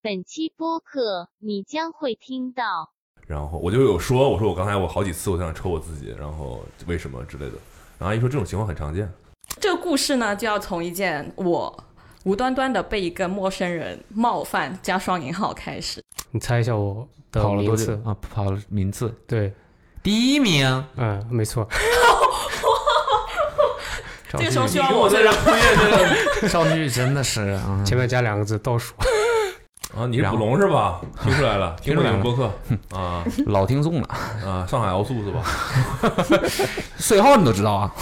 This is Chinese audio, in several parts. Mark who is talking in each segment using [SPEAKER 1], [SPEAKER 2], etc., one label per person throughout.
[SPEAKER 1] 本期播客你将会听到。
[SPEAKER 2] 然后我就有说，我说我刚才我好几次我想抽我自己，然后为什么之类的。然后阿姨说这种情况很常见。
[SPEAKER 3] 这个故事呢，就要从一件我无端端的被一个陌生人冒犯加双引号开始。
[SPEAKER 4] 你猜一下我的
[SPEAKER 5] 跑了
[SPEAKER 4] 名
[SPEAKER 5] 多久
[SPEAKER 4] 次？
[SPEAKER 5] 啊？跑了名次
[SPEAKER 4] 对，
[SPEAKER 5] 第一名，
[SPEAKER 4] 嗯，没 错，
[SPEAKER 5] 赵
[SPEAKER 3] 这个时候
[SPEAKER 5] 旭
[SPEAKER 3] 需要我
[SPEAKER 2] 在这敷衍这个
[SPEAKER 5] 赵旭真的是啊，
[SPEAKER 4] 前面加两个字倒数。
[SPEAKER 2] 啊，你是
[SPEAKER 5] 然
[SPEAKER 2] 捕
[SPEAKER 5] 后
[SPEAKER 2] 龙是吧？听出来 了，听
[SPEAKER 5] 听
[SPEAKER 2] 过
[SPEAKER 5] 出
[SPEAKER 2] 你
[SPEAKER 5] 来
[SPEAKER 2] 们
[SPEAKER 5] 了
[SPEAKER 2] 播客 啊
[SPEAKER 5] 老听众了。
[SPEAKER 2] 啊，上海奥数是 吧？
[SPEAKER 5] 岁号你都知道啊。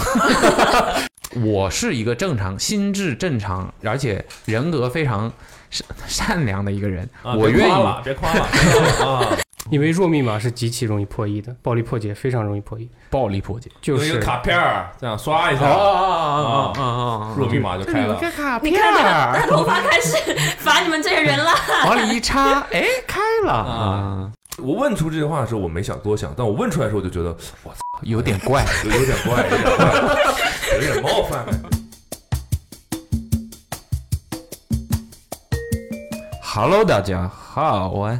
[SPEAKER 5] 我是一个正常、心智正常，而且人格非常善善良的一个人。
[SPEAKER 2] 啊，
[SPEAKER 5] 我
[SPEAKER 2] 别
[SPEAKER 5] 愿
[SPEAKER 2] 夸
[SPEAKER 5] 意
[SPEAKER 2] 了，别夸 了别夸了啊！
[SPEAKER 4] 因为弱密码是极其容易破译的，暴力破解非常容易破译，
[SPEAKER 5] 暴力破解。
[SPEAKER 4] 就
[SPEAKER 2] 用一
[SPEAKER 4] 是
[SPEAKER 2] 个卡片儿这样刷一
[SPEAKER 5] 啊
[SPEAKER 2] 下，
[SPEAKER 5] 啊啊啊啊！
[SPEAKER 2] 入密码就开了。
[SPEAKER 5] 卡
[SPEAKER 3] 你看这个大头发开始 罚你们这些人了。
[SPEAKER 5] 往里一插，哎，开了
[SPEAKER 2] 啊，我问出这句话的时候，我没想多想，但我问出来的时候，我就觉得
[SPEAKER 5] 有点怪。
[SPEAKER 2] 有有点怪，有点怪，有点冒犯。
[SPEAKER 5] Hello，大家好啊，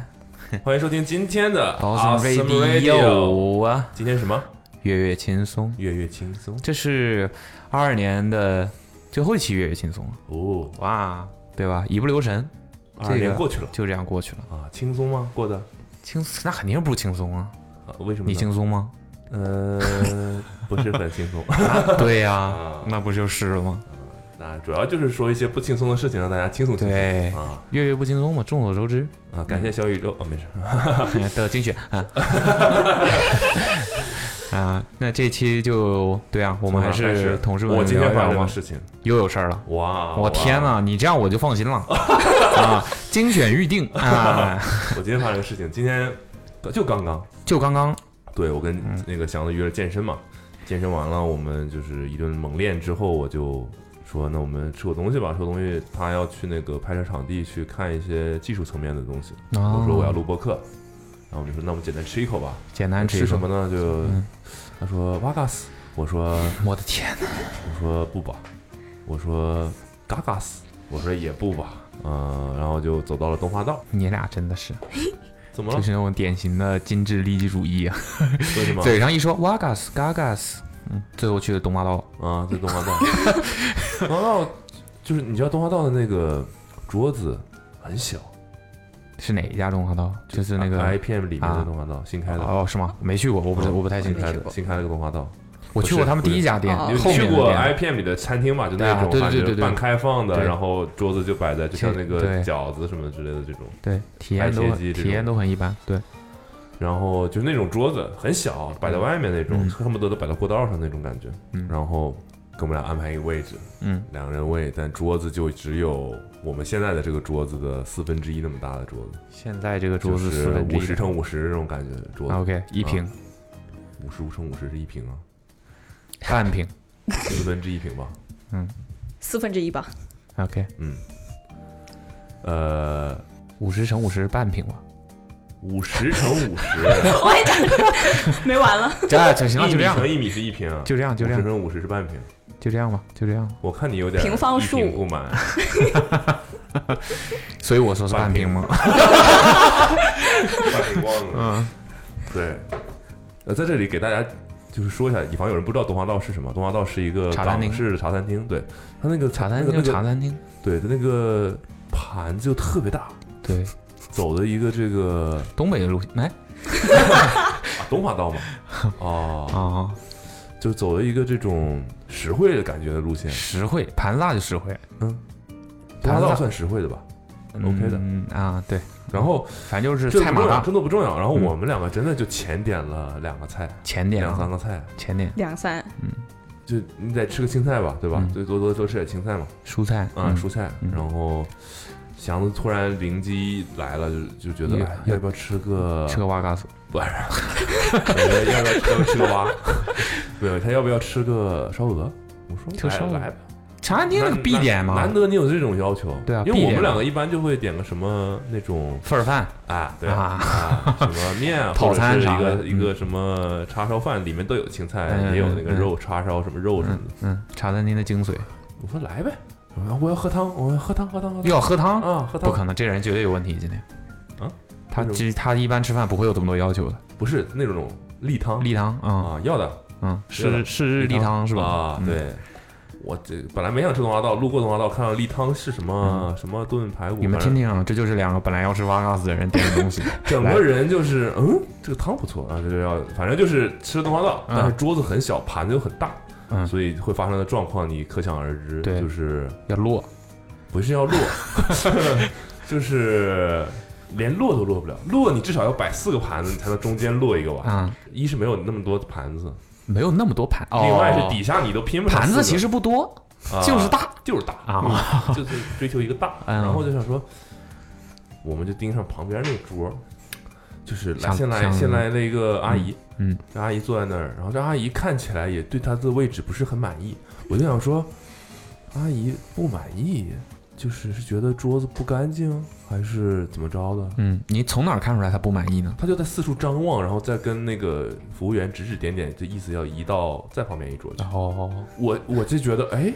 [SPEAKER 2] 欢迎收听今天的
[SPEAKER 5] 高山
[SPEAKER 2] Awesome Radio。
[SPEAKER 5] Radio 啊，
[SPEAKER 2] 今天什么？
[SPEAKER 5] 月月轻松，
[SPEAKER 2] 月月轻松
[SPEAKER 5] 这是二二年的最后一期月月轻松了，
[SPEAKER 2] 哦，
[SPEAKER 5] 哇，对吧？一不留神
[SPEAKER 2] 二十
[SPEAKER 5] 这
[SPEAKER 2] 年
[SPEAKER 5] 个
[SPEAKER 2] 过去了
[SPEAKER 5] 就这样过去了，
[SPEAKER 2] 啊，轻松吗？过的
[SPEAKER 5] 轻那肯定不轻松啊，
[SPEAKER 2] 啊？为什么呢？
[SPEAKER 5] 你轻 松吗？
[SPEAKER 2] 呃， 不是很轻松。
[SPEAKER 5] 对呀、
[SPEAKER 2] 啊
[SPEAKER 5] 那不就是了吗？
[SPEAKER 2] 那主要就是说一些不轻松的事情，让大家轻松轻松。
[SPEAKER 5] 对
[SPEAKER 2] 啊
[SPEAKER 5] 月月不轻松嘛，众所 周知
[SPEAKER 2] 啊！感谢小宇宙啊，没事。
[SPEAKER 5] 的精选 啊。啊，那这期就对啊，我们还
[SPEAKER 2] 从哪儿开
[SPEAKER 5] 是
[SPEAKER 2] 始
[SPEAKER 5] 同事们
[SPEAKER 2] 我今天发
[SPEAKER 5] 聊
[SPEAKER 2] 生
[SPEAKER 5] 聊
[SPEAKER 2] 的
[SPEAKER 5] 吧，
[SPEAKER 2] 事啊情，
[SPEAKER 5] 又有事儿了。
[SPEAKER 2] 哇！
[SPEAKER 5] 我天
[SPEAKER 2] 哪！
[SPEAKER 5] 呐，你这样我就 放心了啊！精选预定啊，
[SPEAKER 2] 我今天发生的事情，今天就刚刚，
[SPEAKER 5] 就刚刚
[SPEAKER 2] 对我跟
[SPEAKER 5] 嗯
[SPEAKER 2] 那个祥子约了健身嘛，健身完了，我们就是一顿猛练之后，我就说那我们吃口东西吧，吃口东西，他要去那个拍摄场地去看一些技术层面的东西，我说我要录播客，然后我就说那我们简单吃一口吧，
[SPEAKER 5] 啊简单吃一
[SPEAKER 2] 吃
[SPEAKER 5] 口
[SPEAKER 2] 什么？呢？就
[SPEAKER 5] 嗯
[SPEAKER 2] 他说瓦嘎斯，我说
[SPEAKER 5] 我的天呐，
[SPEAKER 2] 我说不吧，我说嘎嘎斯，我说也不吧，嗯，然后就走到了东华道，
[SPEAKER 5] 你俩真的是，
[SPEAKER 2] 怎么了
[SPEAKER 5] 就？是那种典型的精致利己主义啊！
[SPEAKER 2] 为什么？
[SPEAKER 5] 嘴上一说哇嘎斯嘎嘎斯，嗯，最后去的东华道，
[SPEAKER 2] 啊，在东华道，东华道就是你知道东华道的那个桌子很小，
[SPEAKER 5] 是哪一家东华道？就是那
[SPEAKER 2] 啊
[SPEAKER 5] 个
[SPEAKER 2] IPM 里面的东华道，新开的，
[SPEAKER 5] 哦，是吗？没去过，我不知
[SPEAKER 2] 嗯
[SPEAKER 5] 我不太清
[SPEAKER 2] 新
[SPEAKER 5] 楚。
[SPEAKER 2] 开的，新开了个东华道。
[SPEAKER 5] 我去过他们
[SPEAKER 2] 不是
[SPEAKER 5] 第一家店，
[SPEAKER 3] 不
[SPEAKER 2] 你
[SPEAKER 3] 是
[SPEAKER 5] 后
[SPEAKER 2] 哦去
[SPEAKER 5] 面的
[SPEAKER 2] 过啊
[SPEAKER 5] 店
[SPEAKER 2] IPM 里的餐厅吧？就那种感
[SPEAKER 5] 对啊对对
[SPEAKER 2] 觉
[SPEAKER 5] 对对
[SPEAKER 2] 半开放的，
[SPEAKER 5] 对
[SPEAKER 2] 然后桌子就摆在，就像那
[SPEAKER 5] 对
[SPEAKER 2] 个饺子什么之类的这种。
[SPEAKER 5] 对，体验都
[SPEAKER 2] 白切
[SPEAKER 5] 很
[SPEAKER 2] 鸡这种
[SPEAKER 5] 体验都很一般，对，
[SPEAKER 2] 然后就是那种桌子很小，摆在外面那种，
[SPEAKER 5] 嗯
[SPEAKER 2] 恨不得都摆到过道上那种感觉。
[SPEAKER 5] 嗯
[SPEAKER 2] 然后给我们俩安排一个位置，
[SPEAKER 5] 嗯，
[SPEAKER 2] 两人位，但桌子就只有我们现在的这个桌子的四分之一那么大的桌子。
[SPEAKER 5] 现在这个桌子四分之
[SPEAKER 2] 五
[SPEAKER 5] 一
[SPEAKER 2] 十乘五十这种感觉的桌
[SPEAKER 5] 啊
[SPEAKER 2] 子，
[SPEAKER 5] ，OK，一平
[SPEAKER 2] 五十乘五十是一平啊，
[SPEAKER 5] 半平
[SPEAKER 2] 四分之一平吧。
[SPEAKER 3] 四分之一吧，
[SPEAKER 5] ，OK，
[SPEAKER 2] 嗯，呃，
[SPEAKER 5] 五十乘五十半平 吧。
[SPEAKER 2] 五十乘五十，
[SPEAKER 3] 我也讲没完了。
[SPEAKER 5] 这啊就行了，
[SPEAKER 2] 一
[SPEAKER 5] 就
[SPEAKER 2] 米
[SPEAKER 5] 这样，
[SPEAKER 2] 乘一米是一平啊，
[SPEAKER 5] 就这样，就这
[SPEAKER 2] 50
[SPEAKER 5] 样，
[SPEAKER 2] 乘五十是半平。
[SPEAKER 5] 就这样吧，就这样。
[SPEAKER 2] 我看你有点
[SPEAKER 3] 平方数
[SPEAKER 2] 一平不满，
[SPEAKER 5] 所以我说是半平吗？
[SPEAKER 2] 快忘了。
[SPEAKER 5] 嗯，
[SPEAKER 2] 对，呃，在这里给大家。就是说一下，以防有人不知道东华道是什么，东华道是一个
[SPEAKER 5] 茶餐厅
[SPEAKER 2] 港式茶餐厅，对，它那个
[SPEAKER 5] 茶餐
[SPEAKER 2] 那
[SPEAKER 5] 厅，
[SPEAKER 2] 个那
[SPEAKER 5] 茶
[SPEAKER 2] 个
[SPEAKER 5] 餐厅，
[SPEAKER 2] 对它那个盘子就特别大，
[SPEAKER 5] 对，
[SPEAKER 2] 走的一个这个
[SPEAKER 5] 东北的路线，哎
[SPEAKER 2] 啊东华道 嘛，哦，
[SPEAKER 5] 啊，
[SPEAKER 2] 就走了一个这种实惠的感觉的路线。
[SPEAKER 5] 实惠，盘子大就实惠
[SPEAKER 2] 东华
[SPEAKER 5] 盘
[SPEAKER 2] 道
[SPEAKER 5] 子
[SPEAKER 2] 算实惠的吧？OK 的
[SPEAKER 5] 嗯啊，对，
[SPEAKER 2] 然后
[SPEAKER 5] 反正就
[SPEAKER 2] 这
[SPEAKER 5] 是
[SPEAKER 2] 个
[SPEAKER 5] 菜
[SPEAKER 2] 不
[SPEAKER 5] 码
[SPEAKER 2] 重要，
[SPEAKER 5] 大，
[SPEAKER 2] 真的不重要。然后
[SPEAKER 5] 嗯
[SPEAKER 2] 我们两个真的就前点了两个菜，
[SPEAKER 5] 前点
[SPEAKER 2] 两三
[SPEAKER 5] 啊，
[SPEAKER 2] 个菜，
[SPEAKER 5] 前点，
[SPEAKER 3] 两三，
[SPEAKER 2] 就你得吃个青菜吧，对吧
[SPEAKER 5] 嗯？
[SPEAKER 2] 最多多多吃点青菜嘛，
[SPEAKER 5] 蔬菜
[SPEAKER 2] 啊，蔬菜。
[SPEAKER 5] 嗯
[SPEAKER 2] 然后祥子突然灵机来了，就就觉得
[SPEAKER 5] 要
[SPEAKER 2] 哎要不要吃个
[SPEAKER 5] 吃个瓦嘎斯，
[SPEAKER 2] 呃要不要要不要吃个蛙？ 没有，他要不要吃个烧鹅？我说
[SPEAKER 5] 吃个
[SPEAKER 2] 来
[SPEAKER 5] 烧鹅
[SPEAKER 2] 来吧，
[SPEAKER 5] 茶餐厅那个必点嘛
[SPEAKER 2] 难，得你有这种要求，
[SPEAKER 5] 对啊
[SPEAKER 2] 因为我
[SPEAKER 5] 必
[SPEAKER 2] 们
[SPEAKER 5] 点
[SPEAKER 2] 两个一般就会点个什么那种
[SPEAKER 5] 份儿饭
[SPEAKER 2] 啊，对啊，
[SPEAKER 5] 啊，
[SPEAKER 2] 什 么面啊，
[SPEAKER 5] 套餐
[SPEAKER 2] 或者是
[SPEAKER 5] 啥
[SPEAKER 2] 一
[SPEAKER 5] 的
[SPEAKER 2] 个一个什么叉烧饭，里面都有青菜，
[SPEAKER 5] 嗯
[SPEAKER 2] 也有那个
[SPEAKER 5] 嗯
[SPEAKER 2] 肉叉烧什么肉什么
[SPEAKER 5] 嗯
[SPEAKER 2] 的。
[SPEAKER 5] 嗯，茶餐厅的精髓，
[SPEAKER 2] 我说来呗，我说我要喝汤，我要喝汤，喝汤，喝汤
[SPEAKER 5] 要喝汤，
[SPEAKER 2] 啊，喝汤
[SPEAKER 5] 不可能，这人绝对有问题。今天
[SPEAKER 2] 啊，
[SPEAKER 5] 他
[SPEAKER 2] 为什么
[SPEAKER 5] 其实他一般吃饭不会有这么多要求的。
[SPEAKER 2] 不是那种例汤
[SPEAKER 5] 例汤啊，
[SPEAKER 2] 啊，要的
[SPEAKER 5] 嗯，
[SPEAKER 2] 对
[SPEAKER 5] 是
[SPEAKER 2] 的
[SPEAKER 5] 是例汤是吧？
[SPEAKER 2] 啊，
[SPEAKER 5] 嗯，
[SPEAKER 2] 对。我这本来没想吃东华道，路过东华道看到例汤是什么什么炖排骨，
[SPEAKER 5] 嗯你们
[SPEAKER 2] 反正
[SPEAKER 5] 听听啊，这就是两个本来要吃 v a g a s 的人点的东西。
[SPEAKER 2] 整个人就是，嗯，这个汤不错啊，这个要，反正就是吃东华道，
[SPEAKER 5] 嗯
[SPEAKER 2] 但是桌子很小，盘子又很大，
[SPEAKER 5] 嗯
[SPEAKER 2] 所以会发生的状况你可想而知，
[SPEAKER 5] 对
[SPEAKER 2] 就是
[SPEAKER 5] 要落，
[SPEAKER 2] 不是要落， 就是连落都落不了，落你至少要摆四个盘子，你才能中间落一个吧。
[SPEAKER 5] 啊，
[SPEAKER 2] 一是没有那么多盘子，
[SPEAKER 5] 没有那么多盘。哦
[SPEAKER 2] 另外是底下你都拼不上
[SPEAKER 5] 盘
[SPEAKER 2] 四
[SPEAKER 5] 子
[SPEAKER 2] 个
[SPEAKER 5] 其实不多，
[SPEAKER 2] 啊
[SPEAKER 5] 就是大
[SPEAKER 2] 就是大
[SPEAKER 5] 啊，
[SPEAKER 2] 嗯就是追求一个 大。
[SPEAKER 5] 嗯
[SPEAKER 2] 然后就想说，我们就盯上旁边那桌，就是来
[SPEAKER 5] 想
[SPEAKER 2] 先来
[SPEAKER 5] 想
[SPEAKER 2] 先来了一个阿姨，
[SPEAKER 5] 嗯嗯，
[SPEAKER 2] 这阿姨坐在那儿，然后这阿姨看起来也对她的位置不是很满意，我就想说，阿姨不满意，就是是觉得桌子不干净还是怎么着的？
[SPEAKER 5] 嗯，你从哪儿看出来他不满意呢？
[SPEAKER 2] 她就在四处张望，然后再跟那个服务员指指点点，就意思要移到再旁边一桌去。
[SPEAKER 5] 哦，
[SPEAKER 2] 我我就觉得，哎，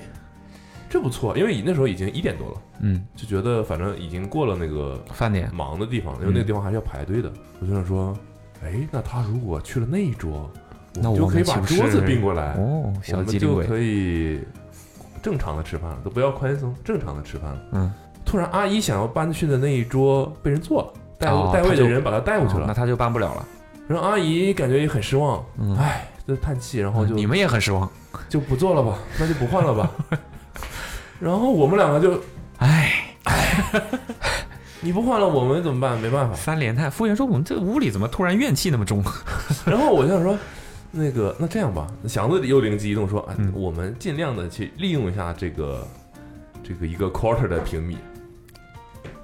[SPEAKER 2] 这不错，因为那时候已经一点多了。
[SPEAKER 5] 嗯，
[SPEAKER 2] 就觉得反正已经过了那个
[SPEAKER 5] 饭点
[SPEAKER 2] 忙的地方，因为那个
[SPEAKER 5] 嗯
[SPEAKER 2] 地方还是要排队的。我就想说，哎，那他如果去了那一桌，
[SPEAKER 5] 那
[SPEAKER 2] 就
[SPEAKER 5] 我
[SPEAKER 2] 可以
[SPEAKER 5] 们
[SPEAKER 2] 把
[SPEAKER 5] 岂不是
[SPEAKER 2] 桌子并过来，
[SPEAKER 5] 哦，小
[SPEAKER 2] 我
[SPEAKER 5] 机
[SPEAKER 2] 们
[SPEAKER 5] 灵
[SPEAKER 2] 就
[SPEAKER 5] 鬼，
[SPEAKER 2] 可以正常的吃饭了，都不要宽松，正常的吃饭了。
[SPEAKER 5] 嗯，
[SPEAKER 2] 突然阿姨想要搬去的那一桌被人坐了，带
[SPEAKER 5] 哦
[SPEAKER 2] 带位
[SPEAKER 5] 她就
[SPEAKER 2] 的人把她带过去
[SPEAKER 5] 哦那
[SPEAKER 2] 了，
[SPEAKER 5] 他就办不了了。
[SPEAKER 2] 然后阿姨感觉也很失望，
[SPEAKER 5] 嗯
[SPEAKER 2] 哎，就叹气，然后就
[SPEAKER 5] 你们也很失望，
[SPEAKER 2] 就不做了吧，那就不换了吧。 然后我们两个就，
[SPEAKER 5] 哎，
[SPEAKER 2] 你不换了，我们怎么办？没办法。
[SPEAKER 5] 三连叹。服务员说：“我们这屋里怎么突然怨气那么重
[SPEAKER 2] 然后我就想说，那个那这样吧，祥子又灵机一动说，啊，
[SPEAKER 5] 嗯
[SPEAKER 2] 我们尽量的去利用一下这个这个一个 quarter 的平米，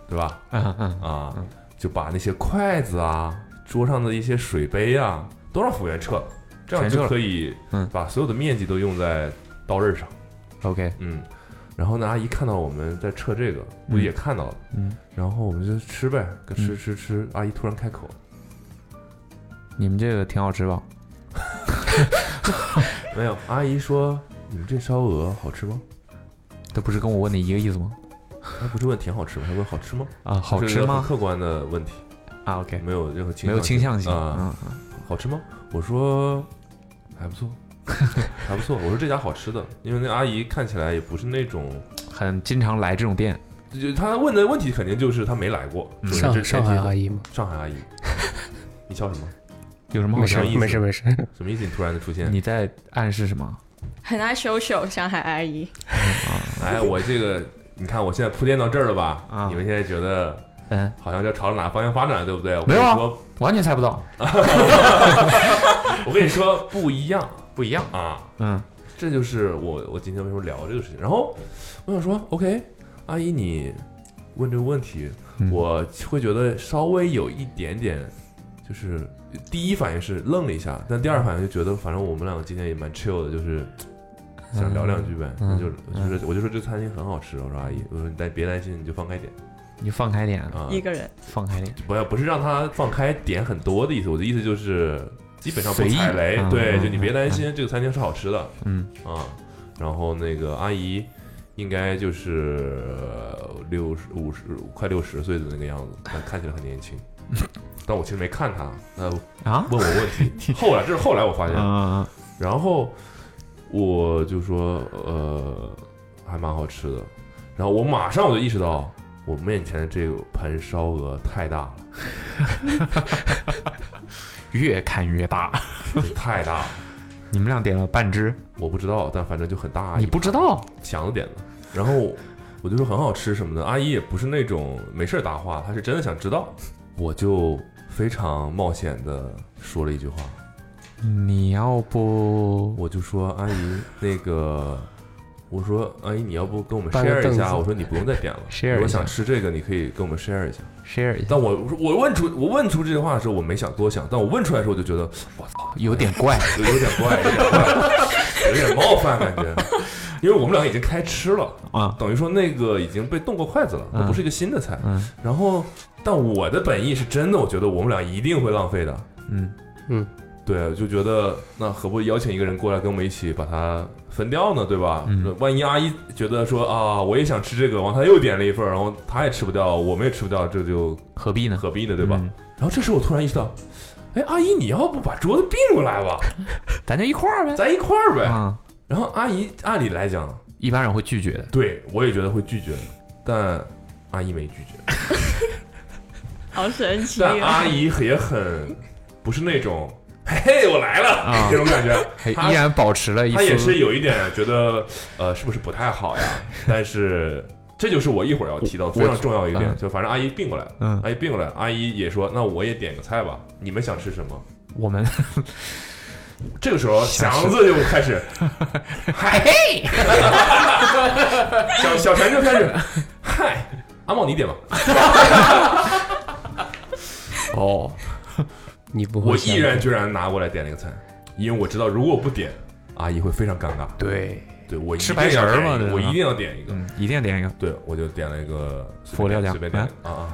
[SPEAKER 2] 对吧？？”
[SPEAKER 5] 嗯嗯，
[SPEAKER 2] 啊
[SPEAKER 5] 嗯，
[SPEAKER 2] 就把那些筷子啊、桌上的一些水杯啊，都让服务员撤了，这样
[SPEAKER 5] 全撤
[SPEAKER 2] 就
[SPEAKER 5] 了
[SPEAKER 2] 可以
[SPEAKER 5] 嗯
[SPEAKER 2] 把所有的面积都用在刀刃上。
[SPEAKER 5] OK，
[SPEAKER 2] 嗯，然后呢，阿姨看到我们在撤这个，估计也看到了，
[SPEAKER 5] 嗯，
[SPEAKER 2] 然后我们就吃呗，吃
[SPEAKER 5] 嗯
[SPEAKER 2] 吃吃。阿姨突然开口，
[SPEAKER 5] 你们这个挺好吃吧？
[SPEAKER 2] 没有，阿姨说你们这烧鹅好吃吗？
[SPEAKER 5] 这不是跟我问的一个意思吗？
[SPEAKER 2] 他不是问甜好吃吗？他问好吃吗？
[SPEAKER 5] 啊，好
[SPEAKER 2] 是一
[SPEAKER 5] 吃
[SPEAKER 2] 个很
[SPEAKER 5] 吗？
[SPEAKER 2] 客观的问题，
[SPEAKER 5] 啊，OK，
[SPEAKER 2] 没有任何倾
[SPEAKER 5] 没有倾向性
[SPEAKER 2] 啊。
[SPEAKER 5] 嗯嗯
[SPEAKER 2] 好吃吗？我说还 不错，还不错。我说这家好吃的，因为那阿姨看起来也不是那种，
[SPEAKER 5] 很经常来这种店，
[SPEAKER 2] 就她问的问题肯定就是她没来过。
[SPEAKER 5] 嗯
[SPEAKER 2] 首先
[SPEAKER 4] 上
[SPEAKER 2] 这
[SPEAKER 4] 上海
[SPEAKER 2] 前提
[SPEAKER 4] 阿姨吗？
[SPEAKER 2] 上海阿姨， 你笑什么？
[SPEAKER 5] 有什么好
[SPEAKER 4] 没事
[SPEAKER 5] 笑
[SPEAKER 2] 像意思
[SPEAKER 4] 没事没事，
[SPEAKER 2] 什么意思？你突然的出现？
[SPEAKER 5] 你在暗示什么？
[SPEAKER 3] 很爱 social 上海阿姨，
[SPEAKER 2] 哎，我这个你看我现在铺垫到这儿了吧？
[SPEAKER 5] 啊
[SPEAKER 2] 你们现在觉得
[SPEAKER 5] 嗯，
[SPEAKER 2] 好像要朝着哪个方向发展，对不对？我
[SPEAKER 5] 没
[SPEAKER 2] 跟
[SPEAKER 5] 有
[SPEAKER 2] 你
[SPEAKER 5] 啊
[SPEAKER 2] 说，
[SPEAKER 5] 完全猜不到，
[SPEAKER 2] 我跟你说不一样
[SPEAKER 5] 不一样。
[SPEAKER 2] 啊。
[SPEAKER 5] 嗯，
[SPEAKER 2] 这就是我我今天为什么聊这个事情。然后我想说，OK，阿姨你问这个问题，
[SPEAKER 5] 嗯
[SPEAKER 2] 我会觉得稍微有一点点，就是第一反应是愣了一下，但第二反应就觉得，反正我们两个今天也蛮 chill 的，就是。想聊两句呗，
[SPEAKER 5] 嗯
[SPEAKER 2] 那就就是我就说这餐厅很好吃，我说阿姨，我说你担别担心，你就放开点
[SPEAKER 5] 你放开点，
[SPEAKER 2] 啊，
[SPEAKER 3] 一个人
[SPEAKER 5] 放开点。
[SPEAKER 2] 不要不是让他放开点很多的意思，我的意思就是基本上不
[SPEAKER 5] 随意
[SPEAKER 2] 踩雷
[SPEAKER 5] 嗯，
[SPEAKER 2] 对，
[SPEAKER 5] 嗯
[SPEAKER 2] 就你别担心，这个餐厅是好吃的，
[SPEAKER 5] 嗯
[SPEAKER 2] 啊，然后那个阿姨应该就是呃六十五十快六十岁的那个样子，但看起来很年 轻。但我其实没看她，那问
[SPEAKER 5] 啊，
[SPEAKER 2] 我问题。后来这是后来我发现，
[SPEAKER 5] 嗯
[SPEAKER 2] 然后我就说呃，还蛮好吃的。然后我马上我就意识到，我面前的这个盆烧鹅太大了，
[SPEAKER 5] 越看越大。
[SPEAKER 2] 太大了。
[SPEAKER 5] 你们俩点了半只，
[SPEAKER 2] 我不知道，但反正就很大。
[SPEAKER 5] 啊
[SPEAKER 4] 嗯
[SPEAKER 5] 你不知道？
[SPEAKER 2] 强了点的。然后我就说很好吃什么的，阿姨也不是那种没事儿搭话，她是真的想知道。我就非常冒险的说了一句话，
[SPEAKER 5] 你要不
[SPEAKER 2] 我就说阿姨那个。我说，阿姨，你要不跟我们
[SPEAKER 4] 搬个
[SPEAKER 2] share 一
[SPEAKER 4] 凳
[SPEAKER 2] 下？
[SPEAKER 4] 子
[SPEAKER 2] 我说你不用再点了
[SPEAKER 5] share
[SPEAKER 2] 如果
[SPEAKER 5] 一下
[SPEAKER 2] 想吃这个，你可以跟我们 share 一下。
[SPEAKER 5] share 一下？
[SPEAKER 2] 但我我问出我问出这句话的时候，我没想多想，但我问出来的时候，我就觉得
[SPEAKER 5] 有点怪。
[SPEAKER 2] 有有点怪，有点怪， 有点冒犯感觉。因为我们俩已经开吃了
[SPEAKER 5] 啊
[SPEAKER 2] 等于说那个已经被动过筷子了，它
[SPEAKER 5] 嗯
[SPEAKER 2] 不是一个新的菜。
[SPEAKER 5] 嗯
[SPEAKER 2] 然后，但我的本意是真的，我觉得我们俩一定会浪费的。
[SPEAKER 5] 嗯
[SPEAKER 4] 嗯，
[SPEAKER 2] 对，就觉得那何不邀请一个人过来跟我们一起把它分掉呢，对吧？
[SPEAKER 5] 嗯
[SPEAKER 2] 万一阿姨觉得说啊，我也想吃这个，然后她又点了一份，然后她也吃不掉，我们也吃不掉，这就
[SPEAKER 5] 何必呢？
[SPEAKER 2] 何必呢，对吧？
[SPEAKER 5] 嗯
[SPEAKER 2] 然后这时候我突然意识到，哎，阿姨，你要不把桌子并过来 吧，
[SPEAKER 5] 咱就一块儿呗。
[SPEAKER 2] 咱一块儿呗。
[SPEAKER 5] 啊，
[SPEAKER 2] 然后阿姨按理来讲，
[SPEAKER 5] 一般人会拒绝的。
[SPEAKER 2] 对我也觉得会拒绝，但阿姨没拒绝。
[SPEAKER 3] 好神奇
[SPEAKER 2] 但
[SPEAKER 3] 啊！
[SPEAKER 2] 阿姨也很不是那种，嘿嘿，我来了、
[SPEAKER 5] 啊
[SPEAKER 2] 这种感觉。
[SPEAKER 5] 嘿
[SPEAKER 2] 他
[SPEAKER 5] 依然保持了一
[SPEAKER 2] 她也
[SPEAKER 5] 丝
[SPEAKER 2] 是有一点觉得，呃，是不是不太好呀？但是这就是我一会儿要提到的
[SPEAKER 5] 啊我
[SPEAKER 2] 非常重要一点，
[SPEAKER 5] 嗯
[SPEAKER 2] 就反正阿姨并过来了，
[SPEAKER 5] 嗯，
[SPEAKER 2] 阿姨并过来，阿姨也说，那我也点个菜吧，你们想吃什么？
[SPEAKER 5] 我 们
[SPEAKER 2] 这个时候，
[SPEAKER 5] 想吃
[SPEAKER 2] 祥子就开始，嗨嘿， 小小陈就开始，嗨，阿茂你点吧，
[SPEAKER 5] 哦，
[SPEAKER 4] 你不会
[SPEAKER 2] 我
[SPEAKER 4] 想
[SPEAKER 2] 毅然决然拿过来点了一个菜，因为我知道如果不点，阿姨会非常尴尬。
[SPEAKER 5] 对，
[SPEAKER 2] 对我一
[SPEAKER 5] 吃
[SPEAKER 2] 定
[SPEAKER 5] 白食
[SPEAKER 2] 要
[SPEAKER 5] 儿
[SPEAKER 2] 点
[SPEAKER 5] 嘛
[SPEAKER 2] 一个
[SPEAKER 5] 对吧
[SPEAKER 2] 我一定要点一个。
[SPEAKER 5] 嗯，一定点一个
[SPEAKER 2] 对，我就点了一个
[SPEAKER 5] 佛跳墙
[SPEAKER 2] 随便点了一个啊啊，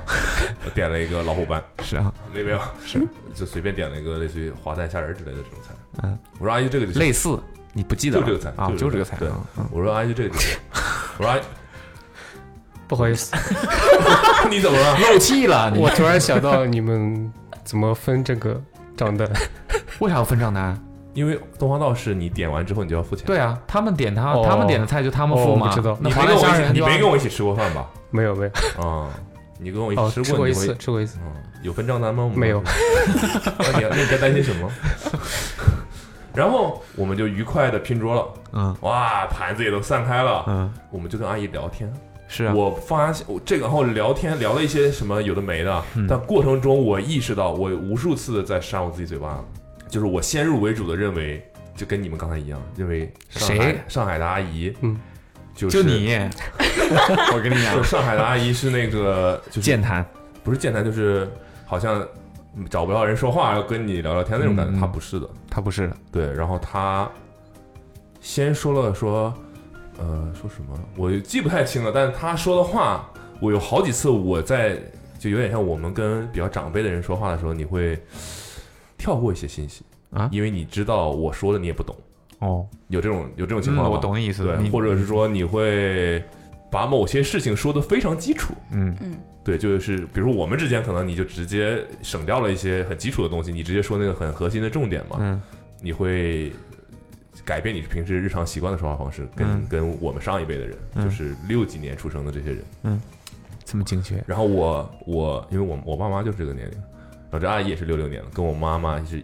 [SPEAKER 5] 嗯
[SPEAKER 2] 我点了一个老虎斑，
[SPEAKER 5] 是啊，
[SPEAKER 2] 没没有，是就随便点了一个类似于滑蛋虾仁儿之类的这种菜。
[SPEAKER 5] 嗯，
[SPEAKER 2] 我说阿姨这个就行
[SPEAKER 5] 类似你不记得了
[SPEAKER 2] 就这个菜
[SPEAKER 5] 啊，
[SPEAKER 2] 就
[SPEAKER 5] 就
[SPEAKER 2] 这
[SPEAKER 5] 这
[SPEAKER 2] 个
[SPEAKER 5] 个
[SPEAKER 2] 菜
[SPEAKER 5] 菜
[SPEAKER 2] 对
[SPEAKER 5] 啊，嗯
[SPEAKER 2] 我说阿姨这个就行，我说阿姨
[SPEAKER 4] 不好意思，
[SPEAKER 2] 你怎么了？
[SPEAKER 5] 漏气了，你
[SPEAKER 4] 我突然想到你们怎么分这个账单，
[SPEAKER 5] 为啥要分账单？
[SPEAKER 2] 因为东方道是你点完之后你就要付钱。
[SPEAKER 5] 对啊，他们点他
[SPEAKER 4] 哦
[SPEAKER 5] 他们点的菜就他们
[SPEAKER 4] 哦
[SPEAKER 5] 付
[SPEAKER 4] 我
[SPEAKER 5] 嘛，
[SPEAKER 4] 不知道
[SPEAKER 5] 那
[SPEAKER 2] 你
[SPEAKER 5] 华
[SPEAKER 2] 没
[SPEAKER 5] 南
[SPEAKER 2] 跟我
[SPEAKER 5] 虾
[SPEAKER 2] 一起，
[SPEAKER 5] 仁
[SPEAKER 2] 你
[SPEAKER 5] 就
[SPEAKER 2] 没跟我一起吃过饭吧？
[SPEAKER 4] 没有没有，
[SPEAKER 2] 啊，你跟我一
[SPEAKER 4] 哦，
[SPEAKER 2] 起
[SPEAKER 4] 吃
[SPEAKER 2] 过，
[SPEAKER 4] 过一
[SPEAKER 2] 你
[SPEAKER 4] 次，
[SPEAKER 2] 会
[SPEAKER 4] 吃过一次，
[SPEAKER 2] 嗯，有分账单吗？我们
[SPEAKER 4] 没有
[SPEAKER 2] 当时。 那你那你在担心什么？ 然后我们就愉快的拼桌了，
[SPEAKER 5] 嗯
[SPEAKER 2] 哇，盘子也都散开了，
[SPEAKER 5] 嗯
[SPEAKER 2] 我们就跟阿姨聊天。
[SPEAKER 5] 是啊，
[SPEAKER 2] 啊我发现我这个，然后聊天聊了一些什么有的没的，
[SPEAKER 5] 嗯
[SPEAKER 2] 但过程中我意识到，我无数次的在扇我自己嘴巴，就是我先入为主的认为，就跟你们刚才一样，认为上海
[SPEAKER 5] 谁
[SPEAKER 2] 上海的阿姨，
[SPEAKER 4] 嗯，
[SPEAKER 2] 就是
[SPEAKER 5] 就你，我跟你
[SPEAKER 2] 就
[SPEAKER 5] 讲，
[SPEAKER 2] 上海的阿姨是那个就是
[SPEAKER 5] 健谈
[SPEAKER 2] 不是健谈，就是好像找不到人说话，要跟你聊聊天那种感觉。
[SPEAKER 5] 嗯
[SPEAKER 2] 他不是的，
[SPEAKER 5] 他不是的，
[SPEAKER 2] 对。然后他先说了说，呃，说什么我记不太清了，但是他说的话，我有好几次我在就有点像我们跟比较长辈的人说话的时候，你会跳过一些信息
[SPEAKER 5] 啊
[SPEAKER 2] 因为你知道我说的你也不懂，
[SPEAKER 5] 哦，
[SPEAKER 2] 有这种有这种情
[SPEAKER 5] 嗯
[SPEAKER 2] 况吗？
[SPEAKER 5] 我懂你意思，
[SPEAKER 2] 对，
[SPEAKER 5] 你
[SPEAKER 2] 或者是说你会把某些事情说的非常基础。
[SPEAKER 5] 嗯
[SPEAKER 3] 嗯，
[SPEAKER 2] 对，就是比如说我们之间可能你就直接省掉了一些很基础的东西，你直接说那个很核心的重点嘛，
[SPEAKER 5] 嗯
[SPEAKER 2] 你会改变你平时日常习惯的说话方式，跟、
[SPEAKER 5] 嗯
[SPEAKER 2] 跟我们上一辈的人，
[SPEAKER 5] 嗯
[SPEAKER 2] 就是六几年出生的这些人。
[SPEAKER 5] 这么精确，
[SPEAKER 2] 然后我我因为我我爸妈就是这个年龄，然后这阿姨也是六六年的，跟我妈妈是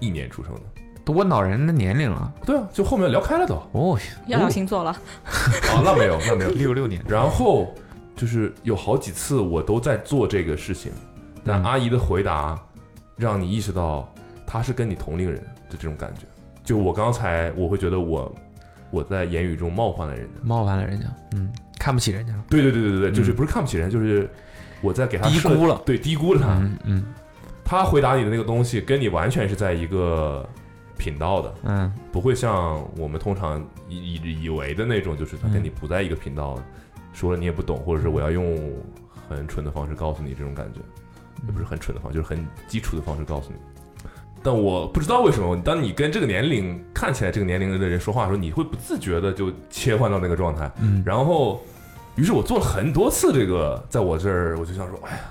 [SPEAKER 2] 一年出生的。
[SPEAKER 5] 都问到人的年龄了，
[SPEAKER 2] 对啊，就后面聊开了都。
[SPEAKER 5] 哦，
[SPEAKER 3] 要聊星座了，
[SPEAKER 2] 啊，那没有，那没有，
[SPEAKER 5] 六六年，
[SPEAKER 2] 然后就是有好几次我都在做这个事情，但
[SPEAKER 5] 嗯
[SPEAKER 2] 阿姨的回答让你意识到她是跟你同龄人的这种感觉。就我刚才我会觉得我我在言语中冒犯了人家，
[SPEAKER 5] 冒犯了人家，嗯，看不起人家了，
[SPEAKER 2] 对对对对对，
[SPEAKER 5] 嗯
[SPEAKER 2] 就是不是看不起人，就是我在给她
[SPEAKER 5] 低
[SPEAKER 2] 设
[SPEAKER 5] 估了，
[SPEAKER 2] 对低估了她。
[SPEAKER 5] 嗯嗯
[SPEAKER 2] 她回答你的那个东西跟你完全是在一个频道的，
[SPEAKER 5] 嗯，
[SPEAKER 2] 不会像我们通常以以以为的那种，就是他跟你不在一个频道，说了你也不懂，或者是我要用很蠢的方式告诉你这种感觉，也不是很蠢的方式，就是很基础的方式告诉你。但我不知道为什么，当你跟这个年龄看起来这个年龄的人说话的时候，你会不自觉的就切换到那个状态。
[SPEAKER 5] 嗯
[SPEAKER 2] 然后，于是我做了很多次这个，在我这儿我就想说，哎呀，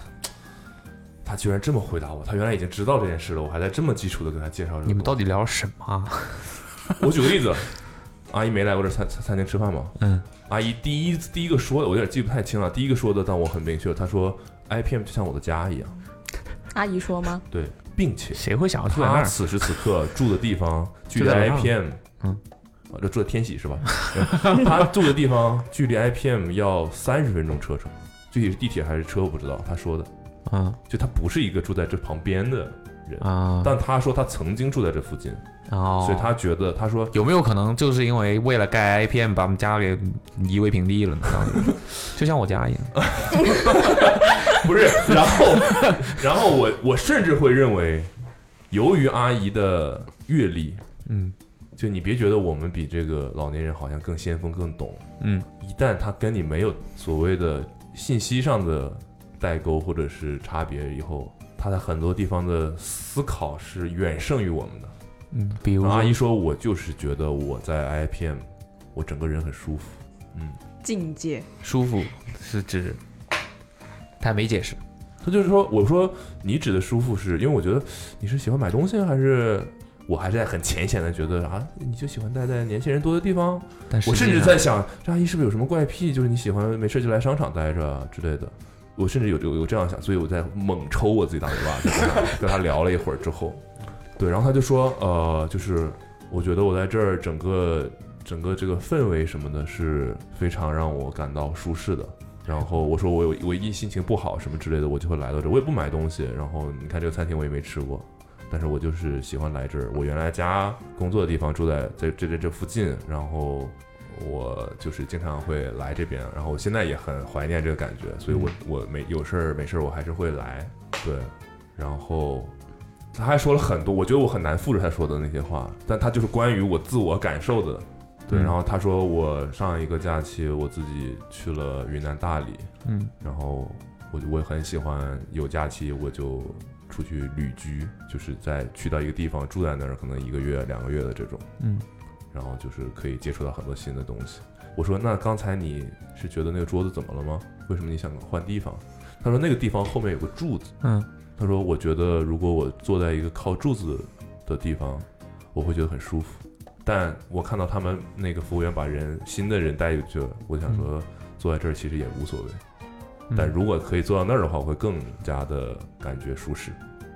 [SPEAKER 2] 他居然这么回答我，他原来已经知道这件事了，我还在这么基础的给他介绍这个东西。
[SPEAKER 5] 你们到底聊什么啊？
[SPEAKER 2] 我举个例子，阿姨没来过这餐餐餐厅吃饭吗？
[SPEAKER 5] 嗯，
[SPEAKER 2] 阿姨第一第一个说的，我有点记不太清了。第一个说的，但我很明确，她说 IPM 就像我的家一样，
[SPEAKER 3] 阿姨说吗？
[SPEAKER 2] 对，并且
[SPEAKER 5] 谁会想要住在那
[SPEAKER 2] 她
[SPEAKER 5] 儿？
[SPEAKER 2] 此时此刻住的地 方距
[SPEAKER 5] 就
[SPEAKER 2] 离
[SPEAKER 5] 在楼上
[SPEAKER 2] IPM，
[SPEAKER 5] 嗯
[SPEAKER 2] 啊，这住在天喜是吧？她住的地方距离 IPM 要三十分钟车程，具体是地铁还是车我不知道。她说的，
[SPEAKER 5] 嗯
[SPEAKER 2] 就她不是一个住在这旁边的，
[SPEAKER 5] 啊，
[SPEAKER 2] 但她说她曾经住在这附近，
[SPEAKER 5] 哦，
[SPEAKER 2] 所以她觉得她说
[SPEAKER 5] 有没有可能就是因为为了盖 IPM 把我们家给夷为平地了呢？当时就像我 家一样，
[SPEAKER 2] 不是，然后，然后我我甚至会认为，由于阿姨的阅历，
[SPEAKER 5] 嗯
[SPEAKER 2] 就你别觉得我们比这个老年人好像更先锋、更懂。
[SPEAKER 5] 嗯，
[SPEAKER 2] 一旦他跟你没有所谓的信息上的代沟或者是差别以后，他在很多地方的思考是远胜于我们的。
[SPEAKER 5] 嗯，比如
[SPEAKER 2] 阿姨说，我就是觉得我在 IPM，我整个人很舒服。嗯，
[SPEAKER 3] 境界，
[SPEAKER 5] 舒服是指，他没解释，
[SPEAKER 2] 他就是说，我说你指的舒服是因为我觉得你是喜欢买东西，啊还是我还是在很浅显的觉得啊，你就喜欢待在年轻人多的地方。
[SPEAKER 5] 但
[SPEAKER 2] 我
[SPEAKER 5] 实
[SPEAKER 2] 甚
[SPEAKER 5] 际
[SPEAKER 2] 至
[SPEAKER 5] 上
[SPEAKER 2] 在想，这阿姨是不是有什么怪癖，就是你喜欢没事就来商场待着啊之类的。我甚至有有有这样想，所以我在猛抽我自己大嘴巴，就跟他跟他聊了一会儿之后，对，然后他就说，呃，就是我觉得我在这儿整个整个这个氛围什么的是非常让我感到舒适的。然后我说我有我一心情不好什么之类的，我就会来到这儿，我也不买东西。然后你看这个餐厅我也没吃过，但是我就是喜欢来这儿。我原来家工作的地方住在在这这这附近，然后我就是经常会来这边，然后我现在也很怀念这个感觉，所以我我没有事儿没事儿我还是会来，对，然后。他还说了很多，我觉得我很难复制他说的那些话，但他就是关于我自我感受的，对。
[SPEAKER 5] 嗯
[SPEAKER 2] 然后他说我上一个假期我自己去了云南大理，
[SPEAKER 5] 嗯
[SPEAKER 2] 然后我就我也很喜欢有假期我就出去旅居，就是在去到一个地方住在那儿，可能一个月两个月的这种，
[SPEAKER 5] 嗯，
[SPEAKER 2] 然后就是可以接触到很多新的东西。我说那刚才你是觉得那个桌子怎么了吗？为什么你想换地方？他说那个地方后面有个柱子，
[SPEAKER 5] 嗯
[SPEAKER 2] 他说我觉得如果我坐在一个靠柱子的地方，我会觉得很舒服。但我看到他们那个服务员把人新的人带进去了，我想说坐在这儿其实也无所谓。
[SPEAKER 5] 嗯
[SPEAKER 2] 但如果可以做到那儿的话，我会更加的感觉舒适，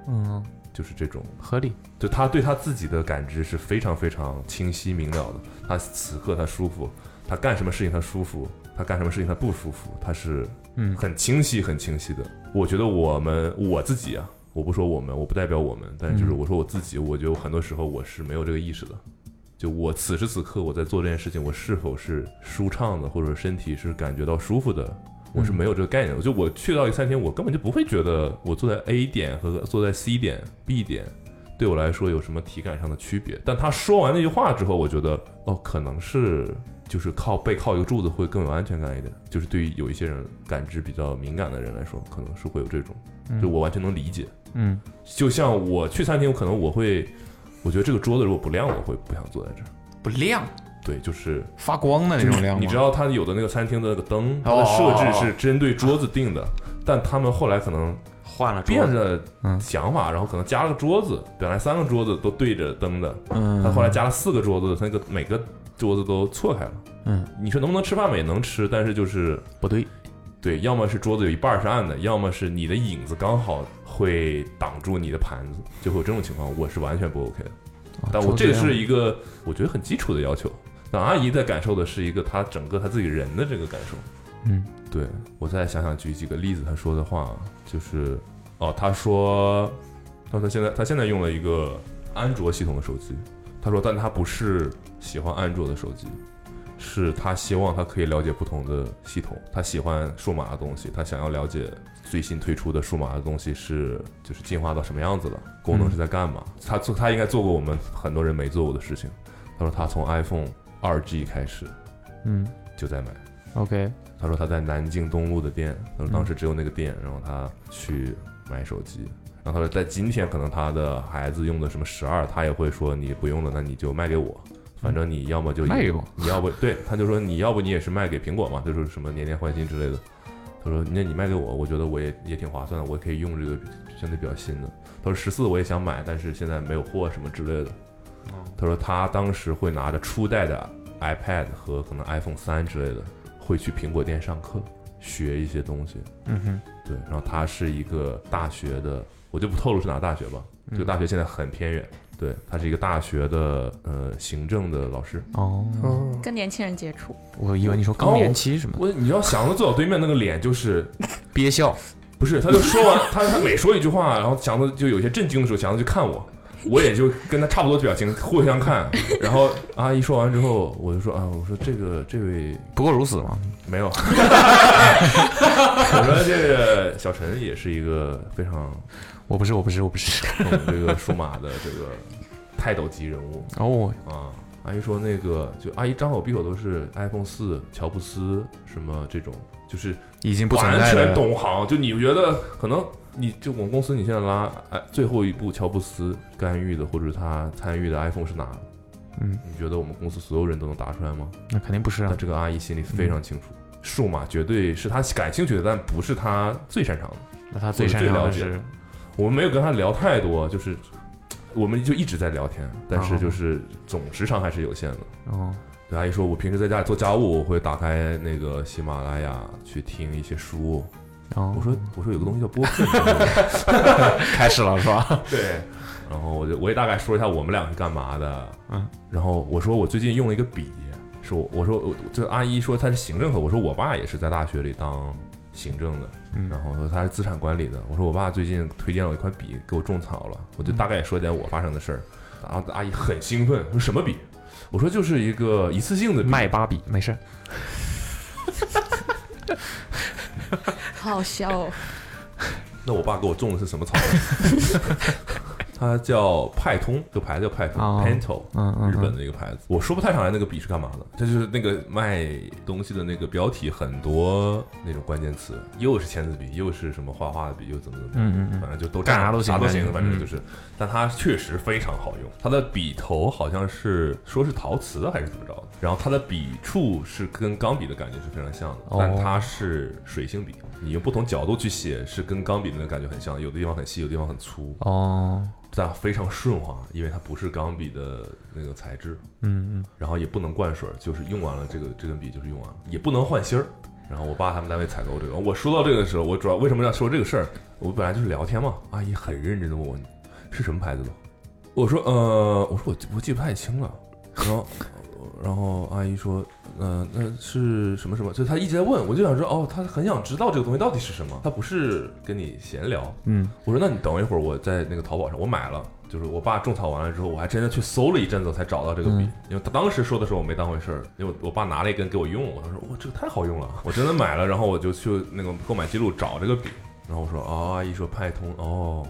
[SPEAKER 5] 嗯
[SPEAKER 2] 就是这种，
[SPEAKER 5] 合理，
[SPEAKER 2] 就他对他自己的感知是非常非常清晰明了的。他此刻他舒服，他干什么事情他舒服，他干什么事情他不舒服，他是
[SPEAKER 5] 嗯
[SPEAKER 2] 很清晰很清晰的。我觉得我们我自己啊，我不说我们，我不代表我们，但是就是
[SPEAKER 5] 嗯
[SPEAKER 2] 我说我自己，我就很多时候我是没有这个意识的。就我此时此刻我在做这件事情，我是否是舒畅的，或者身体是感觉到舒服的，我是
[SPEAKER 5] 嗯
[SPEAKER 2] 没有这个概念的。就我去到一个餐厅，我根本就不会觉得我坐在 A 点和坐在 C 点、B 点对我来说有什么体感上的区别。但他说完那句话之后，我觉得哦，可能是就是靠背靠一个柱子会更有安全感一点。就是对于有一些人感知比较敏感的人来说，可能是会有这种，就我完全能理解。
[SPEAKER 5] 嗯
[SPEAKER 2] 就像我去餐厅，可能我会，我觉得这个桌子如果不亮，我会不想坐在这儿。
[SPEAKER 5] 不亮
[SPEAKER 2] 对，就是
[SPEAKER 5] 发光的那种亮吗，
[SPEAKER 2] 你知道他有的那个餐厅的那个灯，它的设
[SPEAKER 5] 哦
[SPEAKER 2] 置是针对桌子定的，但他们后来可能
[SPEAKER 6] 换了
[SPEAKER 2] 变
[SPEAKER 6] 桌子，
[SPEAKER 2] 了
[SPEAKER 5] 嗯
[SPEAKER 2] 想法，然后可能加了个桌子，本来三个桌子都对着灯的，
[SPEAKER 5] 嗯，
[SPEAKER 2] 他后来加了四个桌子，他那个每个桌子都错开了。
[SPEAKER 5] 嗯，
[SPEAKER 2] 你说能不能吃饭嘛？也能吃，但是就是
[SPEAKER 5] 不对，
[SPEAKER 2] 对，要么是桌子有一半是暗的，要么是你的影子刚好会挡住你的盘子，就会有这种情况，我是完全不 OK 的。
[SPEAKER 5] 啊
[SPEAKER 2] 但我这是
[SPEAKER 5] 样
[SPEAKER 2] 一个我觉得很基础的要求。但阿姨在感受的是一个她整个她自己人的这个感受。
[SPEAKER 5] 嗯
[SPEAKER 2] 对我再想想举几个例子，她说的话就是，哦，她说，她说现在她现在用了一个安卓系统的手机，她说，但她不是喜欢安卓的手机，是她希望她可以了解不同的系统，她喜欢数码的东西，她想要了解最新推出的数码的东西是就是进化到什么样子了，功能是在干嘛？她做她应该做过我们很多人没做过的事情。她说她从 iPhone 二 G 开始
[SPEAKER 5] 嗯
[SPEAKER 2] 就在买。
[SPEAKER 5] ，OK，
[SPEAKER 2] 他说他在南京东路的店，他说当时只有那个店，然后他去买手机，然后他说在今天可能他的孩子用的什么十二，他也会说你不用了，那你就卖给我，反正你要么就
[SPEAKER 5] 卖给我，
[SPEAKER 2] 你要不对，他就说你要不你也是卖给苹果嘛，就是什么年年换新之类的。他说那你卖给我，我觉得我也也挺划算的，我可以用这个相对比较新的。他说十四我也想买，但是现在没有货什么之类的。他说他当时会拿着初代的 iPad 和可能 iPhone 三之类的，会去苹果店上课学一些东西。
[SPEAKER 5] 嗯哼，
[SPEAKER 2] 对，然后他是一个大学的，我就不透露是哪大学吧，这个大学现在很偏远。对，他是一个大学的呃行政的老师。
[SPEAKER 5] 哦，
[SPEAKER 4] 哦，
[SPEAKER 3] 跟年轻人接触，
[SPEAKER 5] 我以为你说更年期什么的，
[SPEAKER 2] 我你要想到坐我对面那个脸，就是
[SPEAKER 5] 憋笑，
[SPEAKER 2] 不是？他就说完，他他每说一句话，然后强子就有些震惊的时候，强子就看我，我也就跟他差不多表情，互相看。然后阿姨说完之后，我就说啊，我说这个这位
[SPEAKER 5] 不过如此嘛，
[SPEAKER 2] 没有，我 说这个小陈也是一个非常
[SPEAKER 5] 我不是我不是我不是，
[SPEAKER 2] 懂这个数码的这个泰斗级人物
[SPEAKER 5] 哦，
[SPEAKER 2] 啊。阿姨说那个，就阿姨张口闭口都是 iPhone 四、乔布斯什么这种，就是
[SPEAKER 5] 已经不存
[SPEAKER 2] 完
[SPEAKER 5] 在
[SPEAKER 2] 全
[SPEAKER 5] 了。
[SPEAKER 2] 懂行。就你觉得可能你就我们公司你现在拉哎最后一部乔布斯干预的或者他参与的 iPhone 是哪个？
[SPEAKER 5] 嗯，
[SPEAKER 2] 你觉得我们公司所有人都能答出来吗？
[SPEAKER 5] 那肯定不是
[SPEAKER 2] 那
[SPEAKER 5] 啊。嗯
[SPEAKER 2] 这个阿姨心里非常清楚，数码绝对是她感兴趣的，但不是她最擅长的。
[SPEAKER 5] 那他最
[SPEAKER 2] 我是
[SPEAKER 5] 擅
[SPEAKER 2] 最
[SPEAKER 5] 长
[SPEAKER 2] 了
[SPEAKER 5] 的
[SPEAKER 2] 解的
[SPEAKER 5] 是，
[SPEAKER 2] 我们没有跟她聊太多，就是我们就一直在聊天，但是
[SPEAKER 5] 哦
[SPEAKER 2] 就是总时长还是有限的。
[SPEAKER 5] 哦，
[SPEAKER 2] 对阿姨说，我平时在家里做家务，我会打开那个喜马拉雅去听一些书。
[SPEAKER 5] 哦，
[SPEAKER 2] 我说我说有个东西叫播客，你知道吗
[SPEAKER 5] 开始了是吧？
[SPEAKER 2] 对，然后我就我也大概说一下我们俩是干嘛的，
[SPEAKER 5] 嗯，
[SPEAKER 2] 然后我说我最近用了一个笔，是我我说我这阿姨说她是行政的，我说我爸也是在大学里当行政的，
[SPEAKER 5] 嗯
[SPEAKER 2] 然后说他是资产管理的，我说我爸最近推荐了一款笔给我种草了，我就
[SPEAKER 5] 嗯
[SPEAKER 2] 大概也说点我发生的事儿，然后阿姨很兴奋，说什么笔？我说就是一个一次性的笔，
[SPEAKER 5] 卖芭比没事。
[SPEAKER 3] 好笑哦，
[SPEAKER 2] 那我爸给我种的是什么草？ 它叫派通，这个牌子叫派通、
[SPEAKER 5] 哦
[SPEAKER 2] p a n t o
[SPEAKER 5] 嗯嗯，
[SPEAKER 2] 日本的一个牌子，我说不太上来那个笔是干嘛的，它就是那个卖东西的那个标题，很多那种关键词，又是签字笔，又是什么画画的笔，又怎么怎么样，
[SPEAKER 5] 嗯嗯嗯
[SPEAKER 2] 反正就都
[SPEAKER 5] 干
[SPEAKER 2] 占
[SPEAKER 5] 啥都行
[SPEAKER 2] 啥都
[SPEAKER 5] 反正
[SPEAKER 2] 行，反正
[SPEAKER 5] 嗯
[SPEAKER 2] 就是，但它确实非常好用，它的笔头好像是说是陶瓷的还是怎么着的，然后它的笔触是跟钢笔的感觉是非常像的，
[SPEAKER 5] 哦
[SPEAKER 2] 但它是水性笔，你用不同角度去写是跟钢笔的那个感觉很像，有的地方很细，有的地方很粗，
[SPEAKER 5] 哦，
[SPEAKER 2] 但非常顺滑，因为它不是钢笔的那个材质。
[SPEAKER 5] 嗯嗯，
[SPEAKER 2] 然后也不能灌水儿，就是用完了这个这根笔就是用完了，也不能换芯儿。然后我爸他们单位采购这个，我说到这个的时候，我主要为什么要说这个事儿？我本来就是聊天嘛，阿姨很认真的问我你是什么牌子的，我说呃，我说我我记不太清了，然后然后阿姨说呃那是什么什么，就她一直在问，我就想说哦，她很想知道这个东西到底是什么，她不是跟你闲聊，
[SPEAKER 5] 嗯，
[SPEAKER 2] 我说那你等一会儿，我在那个淘宝上我买了，就是我爸种草完了之后，我还真的去搜了一阵子才找到这个笔，
[SPEAKER 5] 嗯
[SPEAKER 2] 因为他当时说的时候我没当回事儿，因为我我爸拿了一根给我用，我说哇这个太好用了，我真的买了，然后我就去那个购买记录找这个笔，然后我说哦阿姨说派通哦。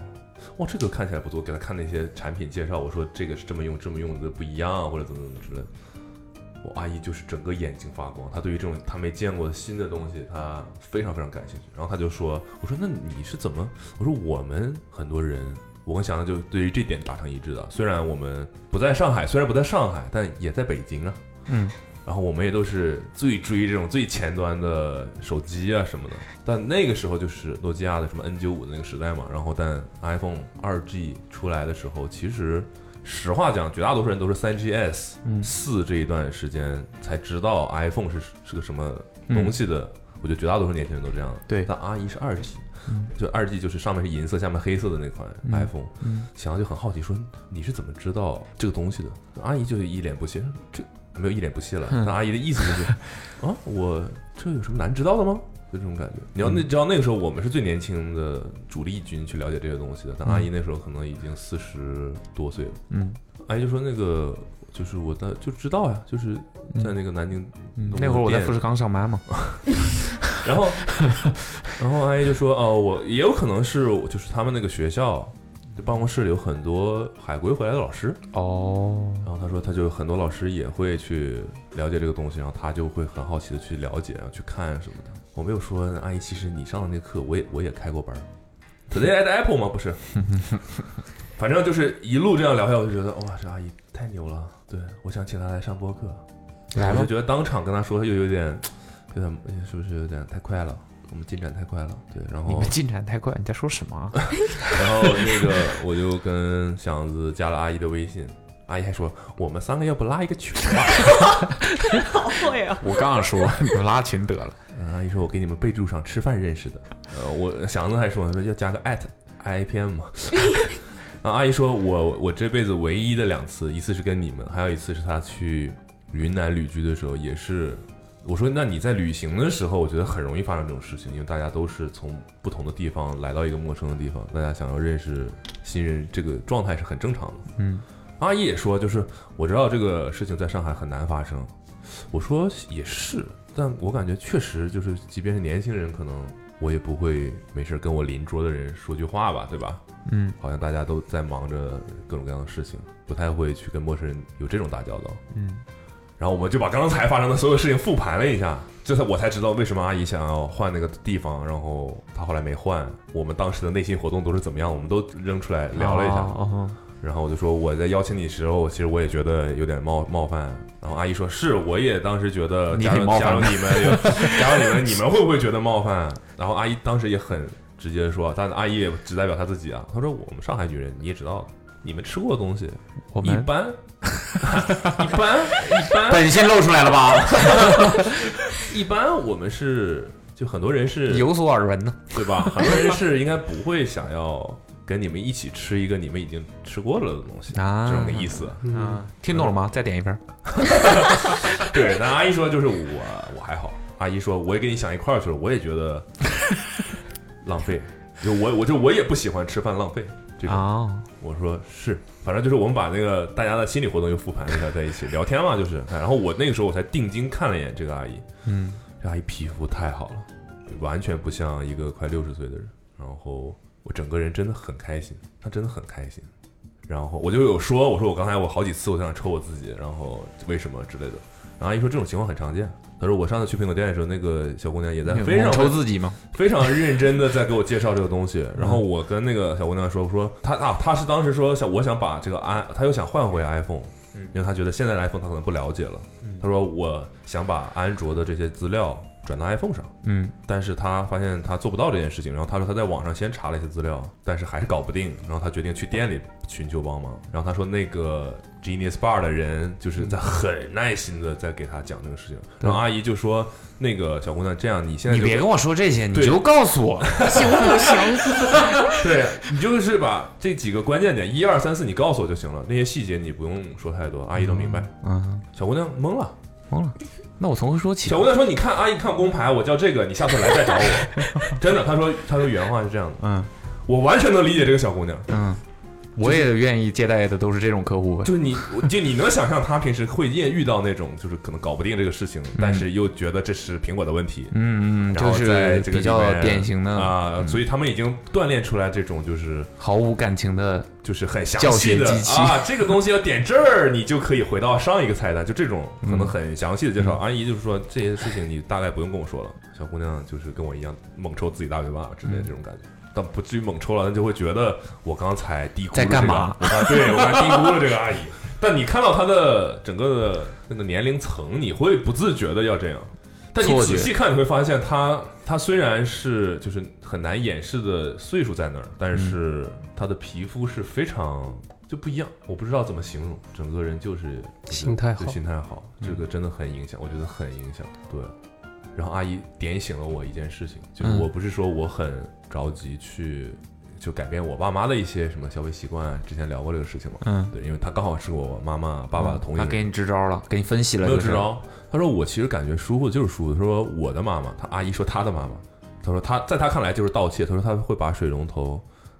[SPEAKER 2] 哇，这个看起来不错。给他看那些产品介绍，我说这个是这么用，这么用的不一样，或者怎么怎么之类的。我阿姨就是整个眼睛发光，她对于这种她没见过的新的东西，她非常非常感兴趣。然后她就说：“我说那你是怎么？我说我们很多人，我跟翔翔就对于这点达成一致的。虽然我们不在上海，虽然不在上海，但也在北京啊。
[SPEAKER 5] 嗯，
[SPEAKER 2] 然后我们也都是最追这种最前端的手机啊什么的。但那个时候就是诺基亚的什么 N 9 5的那个时代嘛。然后但 iPhone 2 G 出来的时候，其实实话讲，绝大多数人都是3 GS。
[SPEAKER 5] 嗯
[SPEAKER 2] 四这一段时间才知道 iPhone 是是个什么东西的，我觉得绝大多数年轻人都这样。
[SPEAKER 5] 嗯对
[SPEAKER 2] 但阿姨是二 G，、
[SPEAKER 5] 嗯
[SPEAKER 2] 就二 G 就是上面是银色，下面黑色的那款
[SPEAKER 5] 嗯
[SPEAKER 2] iPhone。
[SPEAKER 5] 嗯
[SPEAKER 2] 想到就很好奇说你是怎么知道这个东西的？阿姨就一脸不屑，这没有一脸不 屑了。
[SPEAKER 5] 嗯
[SPEAKER 2] 那阿姨的意思就是啊，我这有什么难知道的吗？就这种感觉。你
[SPEAKER 5] 嗯
[SPEAKER 2] 要那知道那个时候我们是最年轻的主力军去了解这些东西的，但阿姨那时候可能已经四十多岁了。
[SPEAKER 5] 嗯，
[SPEAKER 2] 阿姨就说那个就是我在就知道呀，就是在那个南京，
[SPEAKER 5] 嗯
[SPEAKER 2] 那
[SPEAKER 5] 那会儿我在
[SPEAKER 2] 店
[SPEAKER 5] 富士康上班嘛。
[SPEAKER 2] 然后然后阿姨就说哦、我也有可能是就是他们那个学校。就办公室里有很多海归回来的老师，
[SPEAKER 5] 哦，
[SPEAKER 2] 然后他说他就很多老师也会去了解这个东西，然后他就会很好奇的去了解，然后去看什么的。我没有说阿姨，其实你上的那课，我也我也开过班儿，Today at Apple 吗？不是，反正就是一路这样聊下来，我就觉得哇，这阿姨太牛了，对我想请她来上播客，
[SPEAKER 5] 来
[SPEAKER 2] 我
[SPEAKER 5] 吧
[SPEAKER 2] 就，觉得当场跟她说又有点，有点哎是不是有点太快了？我们进展太快了，对，然
[SPEAKER 5] 你
[SPEAKER 2] 后
[SPEAKER 5] 们进展太快，你在说什么 啊？
[SPEAKER 2] 然后那个我就跟祥子加了阿姨的微信，阿姨还说我们三个要不拉一个群吧。
[SPEAKER 3] 好会哦。
[SPEAKER 5] 我刚想说，你们拉群得了。
[SPEAKER 2] 嗯，阿姨说我给你们备注上吃饭认识的。呃，我祥子还说说要加个 at IPM 嘛。 然后阿姨说我我这辈子唯一的两次，一次是跟你们，还有一次是她去云南旅居的时候，也是。我说，那你在旅行的时候，我觉得很容易发生这种事情，因为大家都是从不同的地方来到一个陌生的地方，大家想要认识新人，这个状态是很正常的。
[SPEAKER 5] 嗯，
[SPEAKER 2] 阿姨也说，就是我知道这个事情在上海很难发生。我说也是，但我感觉确实就是，即便是年轻人，可能我也不会没事跟我邻桌的人说句话吧，对吧？
[SPEAKER 5] 嗯，
[SPEAKER 2] 好像大家都在忙着各种各样的事情，不太会去跟陌生人有这种打交道。
[SPEAKER 5] 嗯，
[SPEAKER 2] 然后我们就把刚才发生的所有事情复盘了一下，这才我才知道为什么阿姨想要换那个地方，然后她后来没换。我们当时的内心活动都是怎么样，我们都扔出来聊了一下。
[SPEAKER 5] 哦
[SPEAKER 2] 然后我就说我在邀请你时候，其实我也觉得有点冒冒犯。然后阿姨说是，我也当时觉得
[SPEAKER 5] 你
[SPEAKER 2] 假如
[SPEAKER 5] 挺冒
[SPEAKER 2] 假
[SPEAKER 5] 犯
[SPEAKER 2] 如
[SPEAKER 5] 的
[SPEAKER 2] 你们有，假如你们你们会不会觉得冒犯？然后阿姨当时也很直接地说，但阿姨也只代表她自己啊，她说我们上海女人你也知道，你们吃过的东西
[SPEAKER 5] 我
[SPEAKER 2] 一
[SPEAKER 5] 们
[SPEAKER 2] 般，一般一般
[SPEAKER 5] 本性露出来了吧？
[SPEAKER 2] 一般，我们是就很多人是
[SPEAKER 5] 有所耳闻呢。
[SPEAKER 2] 对吧？很多人是应该不会想要跟你们一起吃一个你们已经吃过了的东西
[SPEAKER 5] 啊
[SPEAKER 2] 这种的意思。
[SPEAKER 4] 嗯
[SPEAKER 5] 啊，听懂了吗？再点一份。
[SPEAKER 2] 对，但阿姨说就是我我还好，阿姨说我也跟你想一块儿去了，我也觉得浪费，就我我就我也不喜欢吃饭浪费这种。
[SPEAKER 5] 啊，
[SPEAKER 2] 我说是，反正就是我们把那个大家的心理活动又复盘了一下，在一起聊天嘛，就是。哎然后我那个时候我才定睛看了一眼这个阿姨，
[SPEAKER 5] 嗯，
[SPEAKER 2] 这阿姨皮肤太好了，完全不像一个快六十岁的人。然后我整个人真的很开心，她真的很开心。然后我就有说，我说我刚才我好几次我想抽我自己，然后为什么之类的。然后阿姨说这种情况很常见。她说我上次去苹果店的时候，那个小姑娘也在非常
[SPEAKER 5] 抽自己吗？
[SPEAKER 2] 非常认真的在给我介绍这个东西，然后我跟那个小姑娘说，我说她啊，她是当时说想我想把这个 i，她又想换回 iPhone，因为她觉得现在的 iPhone 她可能不了解了，她说我想把安卓的这些资料转到 iPhone 上，
[SPEAKER 5] 嗯，
[SPEAKER 2] 但是她发现她做不到这件事情，然后她说她在网上先查了一些资料，但是还是搞不定，然后她决定去店里寻求帮忙，然后她说那个 Genius Bar 的人就是在很耐心的在给她讲这个事情，然后阿姨就说那个小姑娘这样，你现在
[SPEAKER 5] 你
[SPEAKER 2] 就
[SPEAKER 5] 别跟我说这些，你
[SPEAKER 2] 对
[SPEAKER 5] 就告诉 我。
[SPEAKER 3] 行不行？
[SPEAKER 2] 对你就是把这几个关键点一二三四你告诉我就行了，那些细节你不用说太多，阿姨都明白。
[SPEAKER 5] 嗯，
[SPEAKER 2] 小姑娘懵了，
[SPEAKER 5] 忘了。那我从何说起
[SPEAKER 2] 小？姑娘说：“你看阿姨看工牌，我叫这个，你下次来再找我。” 真的，她说她说原话是这样的，
[SPEAKER 5] 嗯
[SPEAKER 2] 我完全能理解这个小姑娘，
[SPEAKER 5] 嗯，我也愿意接待的都是这种客户。
[SPEAKER 2] 就是你就你能想象她平时会遇遇到那种就是可能搞不定这个事情，但是又觉得这是苹果的问题。
[SPEAKER 5] 嗯嗯嗯，
[SPEAKER 2] 然后在
[SPEAKER 5] 是
[SPEAKER 2] 这个
[SPEAKER 5] 比较
[SPEAKER 2] 里面
[SPEAKER 5] 典型的嗯
[SPEAKER 2] 啊，所以他们已经锻炼出来这种就是
[SPEAKER 5] 毫无感情的。
[SPEAKER 2] 就是很详
[SPEAKER 5] 教
[SPEAKER 2] 细
[SPEAKER 5] 学
[SPEAKER 2] 的
[SPEAKER 5] 机器
[SPEAKER 2] 啊，这个东西要点这儿，你就可以回到上一个菜单，就这种可
[SPEAKER 5] 嗯
[SPEAKER 2] 能很详细的介绍。阿姨就是说这些事情你大概不用跟我说了。小姑娘就是跟我一样猛抽自己大嘴巴之类
[SPEAKER 5] 嗯
[SPEAKER 2] 的这种感觉，但不至于猛抽了，那就会觉得我刚才低估了
[SPEAKER 5] 在干嘛
[SPEAKER 2] 这个啊，对我刚才低估了这个阿姨。但你看到她的整个的那个年龄层，你会不自觉的要这样。但你
[SPEAKER 5] 错
[SPEAKER 2] 仔
[SPEAKER 5] 觉
[SPEAKER 2] 细看，你会发现她她虽然是就是很难掩饰的岁数在那儿，但是她的皮肤是非常就不一样，我不知道怎么形容，整个人就是嗯
[SPEAKER 4] 心态
[SPEAKER 2] 就
[SPEAKER 4] 好
[SPEAKER 2] 心态好，这个真的很影响，我觉得很影响。对，然后阿姨点醒了我一件事情，就是
[SPEAKER 5] 嗯
[SPEAKER 2] 我不是说我很着急去就改变我爸妈的一些什么消费习惯啊，之前聊过这个事情嘛。
[SPEAKER 5] 嗯，
[SPEAKER 2] 对，因为她刚好是我妈妈爸爸的同龄
[SPEAKER 5] 他
[SPEAKER 2] 人，
[SPEAKER 5] 嗯给你支招了，给你分析了，
[SPEAKER 2] 没有支。招。他说我其实感觉舒服就是舒服。他说我的妈妈，他阿姨说她的妈妈，他说他在他看来就是盗窃。他说他会把水龙头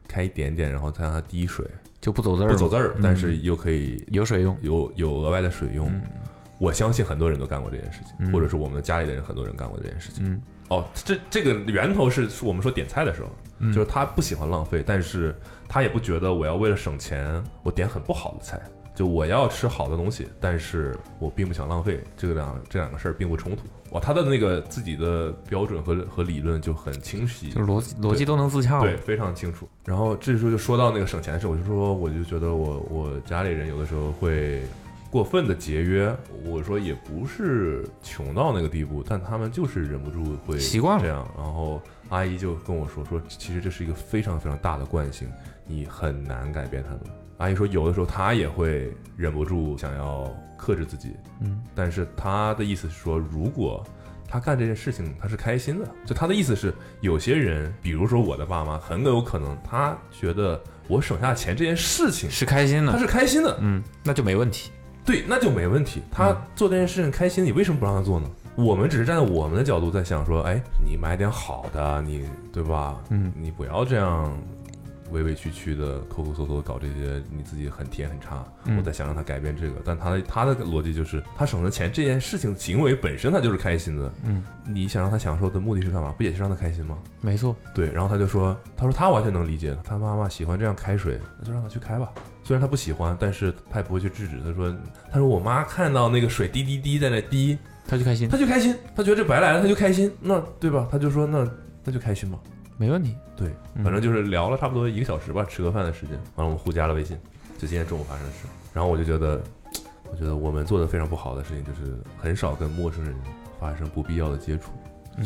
[SPEAKER 2] 开一点点，然后再让它滴水，
[SPEAKER 5] 就不走字儿，
[SPEAKER 2] 不走字儿，但是又可以
[SPEAKER 5] 有水用。
[SPEAKER 2] 有有额外的水用。我相信很多人都干过这件事情，
[SPEAKER 5] 嗯
[SPEAKER 2] 或者是我们家里的人很多人干过这件事情。
[SPEAKER 5] 嗯
[SPEAKER 2] 哦，这这个源头是是我们说点菜的时候，
[SPEAKER 5] 嗯
[SPEAKER 2] 就是他不喜欢浪费，但是他也不觉得我要为了省钱，我点很不好的菜。就我要吃好的东西，但是我并不想浪费，这个两这两个事儿并不冲突。哇，他的那个自己的标准和和理论就很清晰，
[SPEAKER 5] 就是逻辑逻辑都能自洽。
[SPEAKER 2] 对，，非常清楚。然后这时候就说到那个省钱的事，我就说，我就觉得我我家里人有的时候会过分的节约，我说也不是穷到那个地步，但他们就是忍不住会
[SPEAKER 5] 习惯了
[SPEAKER 2] 这样。然后阿姨就跟我说说，其实这是一个非常非常大的惯性，你很难改变他们。阿姨说，有的时候她也会忍不住想要克制自己，
[SPEAKER 5] 嗯，
[SPEAKER 2] 但是她的意思是说，如果他干这件事情他是开心的，就他的意思是，有些人，比如说我的爸妈，很有可能他觉得我省下钱这件事情
[SPEAKER 5] 是开心
[SPEAKER 2] 他
[SPEAKER 5] 的。
[SPEAKER 2] 是开心的，
[SPEAKER 5] 嗯，那就没问题。
[SPEAKER 2] 对，那就没问题。他
[SPEAKER 5] 嗯
[SPEAKER 2] 做这件事情开心，你为什么不让他做呢？我们只是站在我们的角度在想说，哎，你买点好的，你对吧？
[SPEAKER 5] 嗯
[SPEAKER 2] 你不要这样委委屈屈的、抠抠搜搜地搞这些，你自己很体验很差。
[SPEAKER 5] 嗯
[SPEAKER 2] 我在想让他改变这个，但他的他的逻辑就是，他省了钱这件事情行为本身他就是开心的。
[SPEAKER 5] 嗯，
[SPEAKER 2] 你想让他享受的目的是干嘛？不也是让他开心吗？
[SPEAKER 5] 没错，
[SPEAKER 2] 对，然后他就说，他说他完全能理解，他妈妈喜欢这样开水，那就让他去开吧。虽然他不喜欢，但是他也不会去制止。他说，他说我妈看到那个水滴滴滴在那滴，
[SPEAKER 5] 他就开心，
[SPEAKER 2] 他就开心，他觉得这白来了，他就开心，那对吧？他就说那那就开心吧。
[SPEAKER 5] 没问题。
[SPEAKER 2] 对，
[SPEAKER 5] 嗯
[SPEAKER 2] 反正就是聊了差不多一个小时吧，吃个饭的时间。完了，我们互加了微信，就今天中午发生的事。然后我就觉得，我觉得我们做的非常不好的事情就是很少跟陌生人发生不必要的接触。
[SPEAKER 5] 嗯，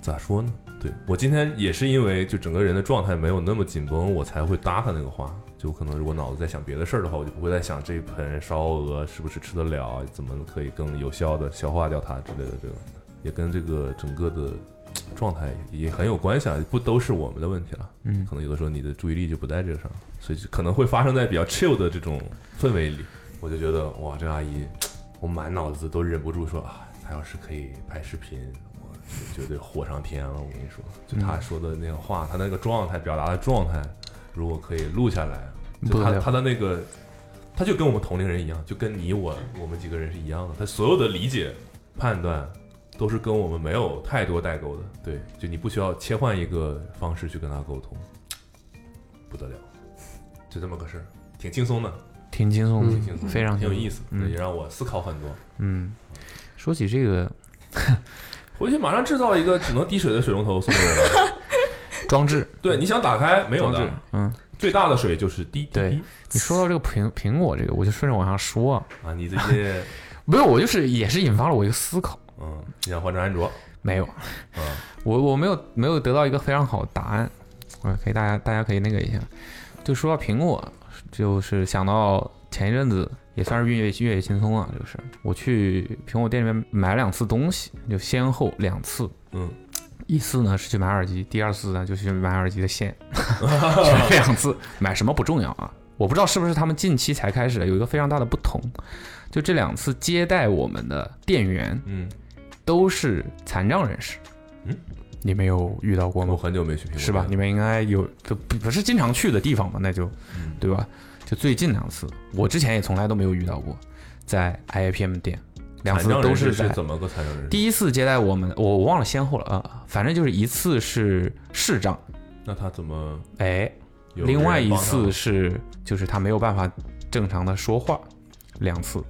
[SPEAKER 2] 咋说呢？对我今天也是因为就整个人的状态没有那么紧绷，我才会搭他那个话。就可能如果脑子在想别的事儿的话，我就不会再想这一盆烧鹅是不是吃得了，啊怎么可以更有效的消化掉它之类的。这个也跟这个整个的嘖状态也很有关系啊，不都是我们的问题了。
[SPEAKER 5] 嗯
[SPEAKER 2] 可能有的时候你的注意力就不在这个上，所以就可能会发生在比较 chill 的这种氛围里。我就觉得哇，这阿姨，我满脑子都忍不住说啊，她要是可以拍视频，我绝对火上天了。我跟你说，就她说的那个话，她那个状态表达的状态，如果可以录下来，
[SPEAKER 5] 不
[SPEAKER 2] 就
[SPEAKER 5] 得
[SPEAKER 2] 她
[SPEAKER 5] 了
[SPEAKER 2] 她的那个。她就跟我们同龄人一样，就跟你我我们几个人是一样的。她所有的理解、判断，都是跟我们没有太多代沟的。对，就你不需要切换一个方式去跟他沟通，不得了，就这么个事儿，挺轻松的，
[SPEAKER 5] 挺轻松的，
[SPEAKER 2] 挺轻松的，
[SPEAKER 5] 非常
[SPEAKER 2] 挺有意
[SPEAKER 5] 思。
[SPEAKER 2] 思，
[SPEAKER 5] 嗯
[SPEAKER 2] 对也让我思考很多。
[SPEAKER 5] 嗯，说起这个
[SPEAKER 2] 回去马上制造一个只能滴水的水龙头送给我 们。
[SPEAKER 5] 装置，
[SPEAKER 2] 对，你想打开没有
[SPEAKER 5] 装置
[SPEAKER 2] 的，，
[SPEAKER 5] 嗯，
[SPEAKER 2] 最大的水就是滴滴
[SPEAKER 5] 对
[SPEAKER 2] 滴
[SPEAKER 5] 你说到这个苹苹果这个，我就顺着往上说啊，
[SPEAKER 2] 啊！你最近，
[SPEAKER 5] 没有，我就是也是引发了我一个思考，
[SPEAKER 2] 嗯，你想换成安卓，
[SPEAKER 5] 没有，
[SPEAKER 2] 嗯
[SPEAKER 5] 我我没有没有得到一个非常好的答案，我可以大家大家可以那个一下，就说到苹果，就是想到前一阵子也算是越野越野轻松啊，这个事儿，我去苹果店里面买两次东西，就先后两次，
[SPEAKER 2] 嗯，
[SPEAKER 5] 一次呢是去买耳机，第二次呢就去买耳机 的线，这两次买什么不重要啊，我不知道是不是他们近期才开始的有一个非常大的不同，就这两次接待我们的店员
[SPEAKER 2] 嗯，
[SPEAKER 5] 都是残障人士，
[SPEAKER 2] 嗯，哦
[SPEAKER 5] 你们有遇到过
[SPEAKER 2] 我
[SPEAKER 5] 吗？
[SPEAKER 2] 很久没去苹果，
[SPEAKER 5] 是吧？你？们应该有，就不不是经常去的地方嘛，那就，
[SPEAKER 2] 嗯
[SPEAKER 5] 对吧？就最近两次，我之前也从来都没有遇到过，在 IAPM 店，两
[SPEAKER 2] 残
[SPEAKER 5] 次
[SPEAKER 2] 障
[SPEAKER 5] 都
[SPEAKER 2] 人士
[SPEAKER 5] 在
[SPEAKER 2] 是怎么个残障人士？
[SPEAKER 5] 第一次接待我们，我我忘了先后了啊，反正就是一次是视障，
[SPEAKER 2] 那他怎么
[SPEAKER 5] 哎，
[SPEAKER 2] 有
[SPEAKER 5] 另外
[SPEAKER 2] 人
[SPEAKER 5] 一
[SPEAKER 2] 帮他
[SPEAKER 5] 次是就是他没有办法正常的说话，两次，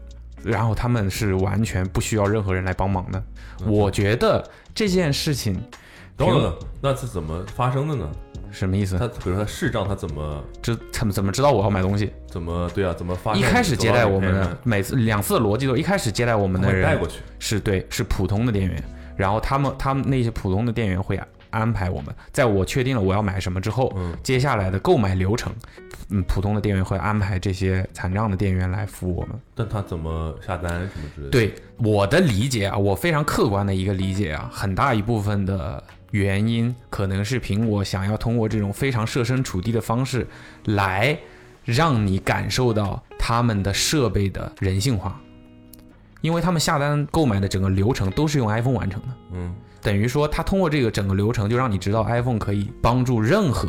[SPEAKER 5] 然后他们是完全不需要任何人来帮忙的。
[SPEAKER 2] 嗯
[SPEAKER 5] 我觉得这件事情
[SPEAKER 2] 等等等，那是怎么发生的呢？
[SPEAKER 5] 什么意思？
[SPEAKER 2] 他比如说他视障，他怎么
[SPEAKER 5] 这他们怎么知道我要买东西？
[SPEAKER 2] 怎么对啊？怎么发现
[SPEAKER 5] 一开始接待我们
[SPEAKER 2] 走到
[SPEAKER 5] 的每次两次的逻辑都一开始接待我
[SPEAKER 2] 你
[SPEAKER 5] 们
[SPEAKER 2] 旁
[SPEAKER 5] 的
[SPEAKER 2] 边带
[SPEAKER 5] 人
[SPEAKER 2] 过去，
[SPEAKER 5] 是对是普通的店员，然后他们他们那些普通的店员会安排我们，在我确定了我要买什么之后，
[SPEAKER 2] 嗯
[SPEAKER 5] 接下来的购买流程，嗯，普通的店员会安排这些残障的店员来服务我们。
[SPEAKER 2] 但他怎么下单什么之类的？，
[SPEAKER 5] 对我的理解啊，我非常客观的一个理解啊，很大一部分的原因可能是苹果想要通过这种非常设身处地的方式，来让你感受到他们的设备的人性化，因为他们下单购买的整个流程都是用 iPhone 完成的，
[SPEAKER 2] 嗯，
[SPEAKER 5] 等于说他通过这个整个流程就让你知道 iPhone 可以帮助任何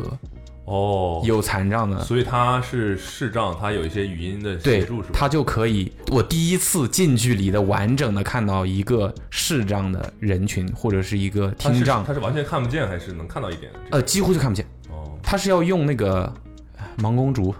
[SPEAKER 2] 哦，
[SPEAKER 5] 有残障的
[SPEAKER 2] 所以他是视障，他有一些语音的协
[SPEAKER 5] 对
[SPEAKER 2] 助是，吧？
[SPEAKER 5] 他就可以，我第一次近距离的完整的看到一个视障的人群或者是一个
[SPEAKER 2] 他是
[SPEAKER 5] 听障
[SPEAKER 2] 他，是完全看不见还是能看到一点？
[SPEAKER 5] 呃，几乎就看不见。
[SPEAKER 2] 哦，
[SPEAKER 5] 他是要用那个呃盲公竹，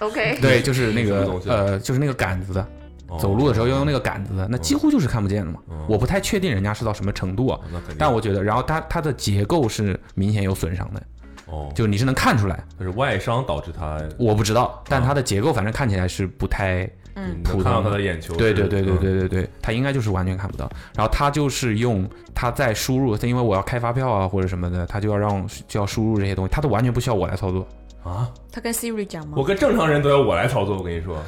[SPEAKER 3] OK，
[SPEAKER 5] 对，就是那
[SPEAKER 2] 什
[SPEAKER 5] 个
[SPEAKER 2] 么东西
[SPEAKER 5] 呃，就是那个杆子的，
[SPEAKER 2] 哦
[SPEAKER 5] 走路的时候要用那个杆子的，那几乎就是看不见的嘛
[SPEAKER 2] 嗯。
[SPEAKER 5] 我不太确定人家是到什么程度啊
[SPEAKER 2] 哦，那肯定，
[SPEAKER 5] 但我觉得，然后它它的结构是明显有损伤的，
[SPEAKER 2] 哦，
[SPEAKER 5] 就你是能看出来，
[SPEAKER 2] 他是外伤导致他，
[SPEAKER 5] 我不知道，但它的结构反正看起来是不太
[SPEAKER 2] 嗯，
[SPEAKER 5] 普
[SPEAKER 2] 能
[SPEAKER 5] 通
[SPEAKER 2] 看到
[SPEAKER 5] 的
[SPEAKER 2] 他的眼球是，
[SPEAKER 5] 对对对对
[SPEAKER 2] 嗯，
[SPEAKER 5] 对对对，他应该就是完全看不到。然后他就是用他在输入，因为我要开发票啊或者什么的，他就要让就要输入这些东西，他都完全不需要我 来操作。
[SPEAKER 2] 啊，
[SPEAKER 3] 他跟 Siri 讲吗
[SPEAKER 2] 我？跟正常人都要我来操作，我跟你说，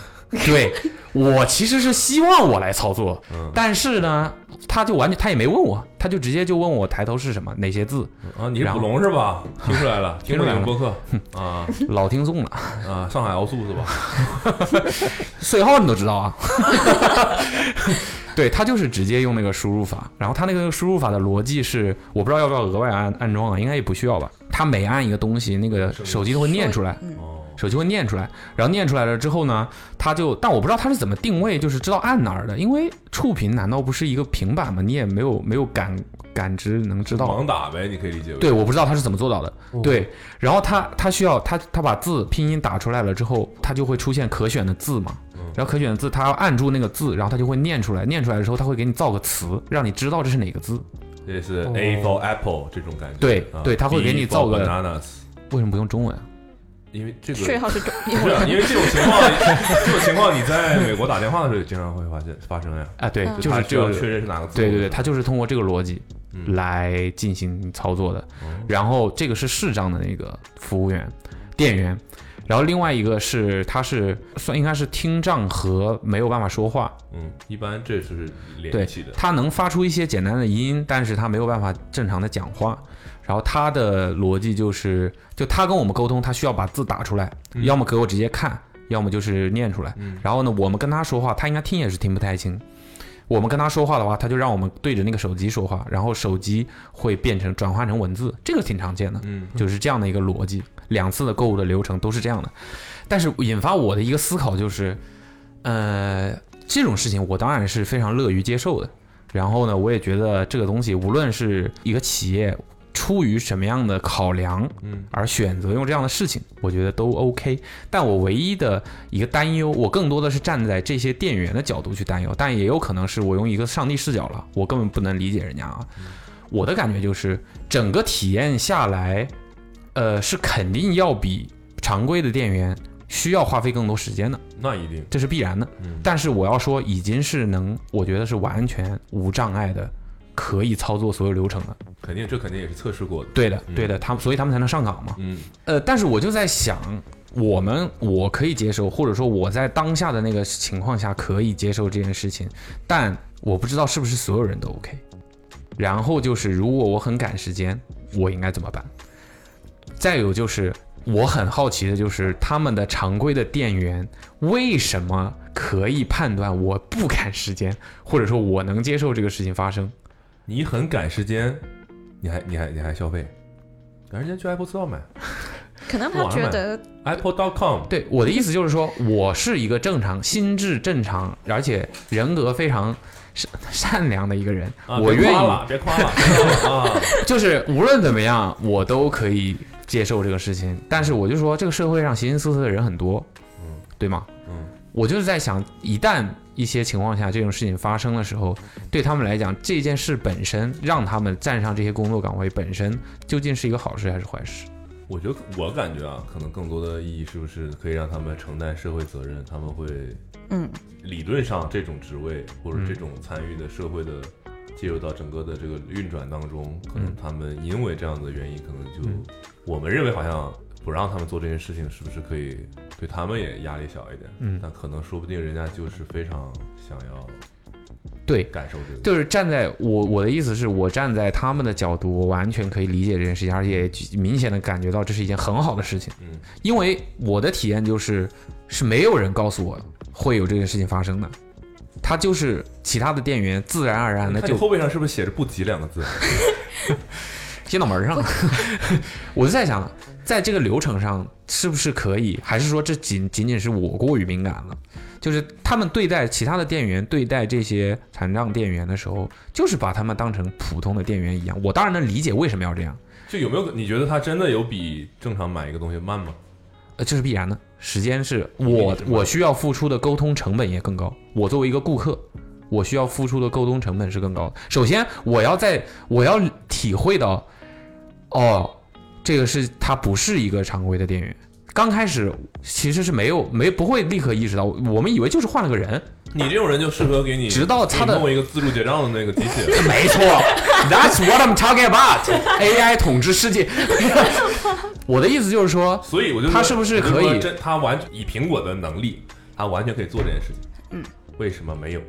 [SPEAKER 5] 对我其实是希望我来操作，
[SPEAKER 2] 嗯
[SPEAKER 5] 但是呢，他就完全他也没问我，他就直接就问我抬头是什么，哪些字，
[SPEAKER 2] 啊，你是
[SPEAKER 5] 然
[SPEAKER 2] 捕
[SPEAKER 5] 后
[SPEAKER 2] 龙是吧？听出来 了，听
[SPEAKER 5] 出
[SPEAKER 2] 过
[SPEAKER 5] 来
[SPEAKER 2] 你们
[SPEAKER 5] 了
[SPEAKER 2] 播客啊
[SPEAKER 5] 老听众了，
[SPEAKER 2] 啊，上海奥数 是吧？
[SPEAKER 5] 税号你都知道啊。 对他就是直接用那个输入法，然后他那个输入法的逻辑是，我不知道要不要额外安安装啊，应该也不需要吧。它每按一个东西，那个手机都会念出来，
[SPEAKER 3] 嗯，
[SPEAKER 2] 哦，
[SPEAKER 5] 手机会念出来，然后念出来了之后呢，它就，但我不知道它是怎么定位，就是知道按哪儿的，因为触屏难道不是一个平板吗？你也没有没有感感知能知道。
[SPEAKER 2] 盲打呗，你可以理解为
[SPEAKER 5] 对，我不知道它是怎么做到的。
[SPEAKER 4] 哦
[SPEAKER 5] 对，然后它它需要它它把字拼音打出来了之后，它就会出现可选的字嘛
[SPEAKER 2] 嗯。
[SPEAKER 5] 然后可选的字，它要按住那个字，然后它就会念出来。念出来的时候，它会给你造个词，让你知道这是哪个字。
[SPEAKER 2] 这是
[SPEAKER 4] 哦
[SPEAKER 2] A for apple 这种感觉，
[SPEAKER 5] 对
[SPEAKER 2] 啊
[SPEAKER 5] 对它会给
[SPEAKER 2] B
[SPEAKER 5] 你
[SPEAKER 2] for
[SPEAKER 5] 造个
[SPEAKER 2] bananas，
[SPEAKER 5] 为什么不用中文啊？
[SPEAKER 2] 因为这个
[SPEAKER 3] 税号是中
[SPEAKER 2] 不是啊，因为这种情况， 这种情况你在美国打电话的时候也经常会发现发生呀，
[SPEAKER 5] 啊，对，
[SPEAKER 3] 嗯
[SPEAKER 5] 就
[SPEAKER 2] 他
[SPEAKER 5] 是
[SPEAKER 2] 需要
[SPEAKER 5] 就
[SPEAKER 2] 确
[SPEAKER 5] 是
[SPEAKER 2] 认是哪个字母，
[SPEAKER 5] 对对对，它就是通过这个逻辑
[SPEAKER 2] 嗯
[SPEAKER 5] 来进行操作的。
[SPEAKER 2] 哦
[SPEAKER 5] 然后这个是视障的那个服务员、店员，然后另外一个是他是算应该是听障和没有办法说话，
[SPEAKER 2] 嗯，一般这是连
[SPEAKER 5] 对
[SPEAKER 2] 起的，，
[SPEAKER 5] 他能发出一些简单的音，但是他没有办法正常的讲话。然后他的逻辑就是，就他跟我们沟通，他需要把字打出来，
[SPEAKER 2] 嗯
[SPEAKER 5] 要么给我直接看，要么就是念出来。
[SPEAKER 2] 嗯
[SPEAKER 5] 然后呢，我们跟他说话，他应该听也是听不太清。我们跟他说话的话，他就让我们对着那个手机说话，然后手机会变成转换成文字，这个挺常见的。
[SPEAKER 2] 嗯
[SPEAKER 5] 就是这样的一个逻辑。两次的购物的流程都是这样的，但是引发我的一个思考就是，呃，这种事情我当然是非常乐于接受的。然后呢，我也觉得这个东西，无论是一个企业出于什么样的考量
[SPEAKER 2] 嗯
[SPEAKER 5] 而选择用这样的事情，我觉得都 OK。但我唯一的一个担忧，我更多的是站在这些店员的角度去担忧，但也有可能是我用一个上帝视角了，我根本不能理解人家啊。我的感觉就是，整个体验下来，呃，是肯定要比常规的店员需要花费更多时间的，
[SPEAKER 2] 那一定，
[SPEAKER 5] 这是必然的。
[SPEAKER 2] 嗯
[SPEAKER 5] 但是我要说，已经是能，我觉得是完全无障碍的，可以操作所有流程的。
[SPEAKER 2] 肯定这肯定也是测试过的，
[SPEAKER 5] 对的
[SPEAKER 2] 嗯，
[SPEAKER 5] 对的，他们所以他们才能上岗嘛。
[SPEAKER 2] 嗯
[SPEAKER 5] 呃，但是我就在想，我们我可以接受，或者说我在当下的那个情况下可以接受这件事情，但我不知道是不是所有人都 OK。然后就是，如果我很赶时间，我应该怎么办？再有就是，我很好奇的就是，他们的常规的店员为什么可以判断我不赶时间，或者说我能接受这个事情发生？
[SPEAKER 2] 你很赶时间，你还你还你还消费，赶时间去 Apple Store 买
[SPEAKER 3] 可能他觉得
[SPEAKER 2] Apple.com，
[SPEAKER 5] 对，我的意思就是说，我是一个正常、心智正常，而且人格非常善善良的一个人。
[SPEAKER 2] 啊
[SPEAKER 5] 我
[SPEAKER 2] 别
[SPEAKER 5] 愿
[SPEAKER 2] 夸
[SPEAKER 5] 意，
[SPEAKER 2] 了，别 夸了别夸了啊，
[SPEAKER 5] 就是无论怎么样，我都可以接受这个事情。但是我就说，这个社会上形形色色的人很多，
[SPEAKER 2] 嗯
[SPEAKER 5] 对吗？
[SPEAKER 2] 嗯，
[SPEAKER 5] 我就是在想，一旦一些情况下这种事情发生的时候，对他们来讲，这件事本身让他们站上这些工作岗位本身，究竟是一个好事还是坏事？
[SPEAKER 2] 我觉得我感觉啊，可能更多的意义是不是可以让他们承担社会责任，他们会
[SPEAKER 3] 嗯，
[SPEAKER 2] 理论上这种职位或者
[SPEAKER 5] 嗯
[SPEAKER 2] 这种参与的社会的介入到整个的这个运转当中，可能他们因为这样的原因，可能就、
[SPEAKER 5] 嗯
[SPEAKER 2] 我们认为好像不让他们做这件事情，是不是可以对他们也压力小一点？
[SPEAKER 5] 嗯
[SPEAKER 2] 但可能说不定人家就是非常想要
[SPEAKER 5] 对，
[SPEAKER 2] 感受这个，
[SPEAKER 5] 就是站在我我的意思是我站在他们的角度，我完全可以理解这件事情，而且明显的感觉到这是一件很好的事情，
[SPEAKER 2] 嗯，
[SPEAKER 5] 因为我的体验就是是没有人告诉我会有这件事情发生的，他就是其他的店员自然而然
[SPEAKER 2] 你
[SPEAKER 5] 的
[SPEAKER 2] 看你
[SPEAKER 5] 啊就
[SPEAKER 2] 后背上是不是写着“不急”两个字？
[SPEAKER 5] 接到门儿上了。 我就在想，在这个流程上是不是可以，还是说这仅仅仅是我过于敏感了？就是他们对待其他的店员，对待这些残障店员的时候，就是把他们当成普通的店员一样。我当然能理解为什么要这样，
[SPEAKER 2] 就有没有你觉得他真的有比正常买一个东西慢吗？
[SPEAKER 5] 呃，这是必然的。时间是
[SPEAKER 2] 定
[SPEAKER 5] 我
[SPEAKER 2] 是吧
[SPEAKER 5] 我需要付出的沟通成本也更高。我作为一个顾客，我需要付出的沟通成本是更高的。首先，我要在我要体会到，哦，这个是他不是一个常规的店员。刚开始其实是没有没不会立刻意识到，我们以为就是换了个人。
[SPEAKER 2] 你这种人就适合给你
[SPEAKER 5] 直到他
[SPEAKER 2] 给
[SPEAKER 5] 的
[SPEAKER 2] 你弄一个自助结账的那个机器。
[SPEAKER 5] 没错，That's what I'm talking about。AI 统治世界。 我的意思就是说，
[SPEAKER 2] 所以我就说
[SPEAKER 5] 他是不是可以
[SPEAKER 2] 我就说真他完以苹果的能力，他完全可以做这件事情。嗯，为什么没有？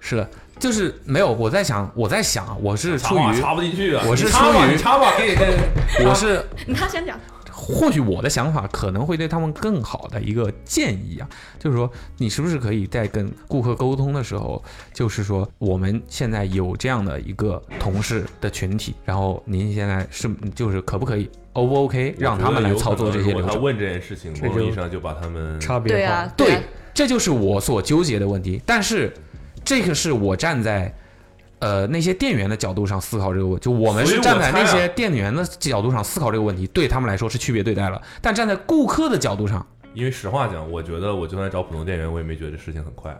[SPEAKER 5] 是的，就是没有。我在想，我在想啊，我是
[SPEAKER 2] 插
[SPEAKER 5] 出
[SPEAKER 2] 话
[SPEAKER 5] 于
[SPEAKER 2] 插不进去啊！
[SPEAKER 5] 我是
[SPEAKER 2] 你插吧
[SPEAKER 5] 出于
[SPEAKER 2] 你插吧，给你跟
[SPEAKER 5] 我是
[SPEAKER 3] 你他先讲，
[SPEAKER 5] 或许我的想法可能会对他们更好的一个建议啊，就是说你是不是可以在跟顾客沟通的时候，就是说我们现在有这样的一个同事的群体，然后您现在是就是可不可以 O 不 OK 让他们来操作这些
[SPEAKER 2] 如
[SPEAKER 5] 流
[SPEAKER 2] 果他
[SPEAKER 5] 程？
[SPEAKER 2] 问这件事情，
[SPEAKER 4] 这
[SPEAKER 2] 某种意义
[SPEAKER 4] 就
[SPEAKER 2] 上就把他们
[SPEAKER 4] 差别
[SPEAKER 3] 对
[SPEAKER 4] 化
[SPEAKER 3] 啊，
[SPEAKER 5] 对
[SPEAKER 3] 啊，，
[SPEAKER 5] 这就是我所纠结的问题。但是，这个是我站在呃那些店员的角度上思考这个问就我们
[SPEAKER 2] 所以
[SPEAKER 5] 是
[SPEAKER 2] 我
[SPEAKER 5] 站在
[SPEAKER 2] 猜
[SPEAKER 5] 那
[SPEAKER 2] 啊
[SPEAKER 5] 些店员的角度上思考这个问题，对他们来说是区别对待了。但站在顾客的角度上，
[SPEAKER 2] 因为实话讲，我觉得我就算找普通店员，我也没觉得这事情很快啊。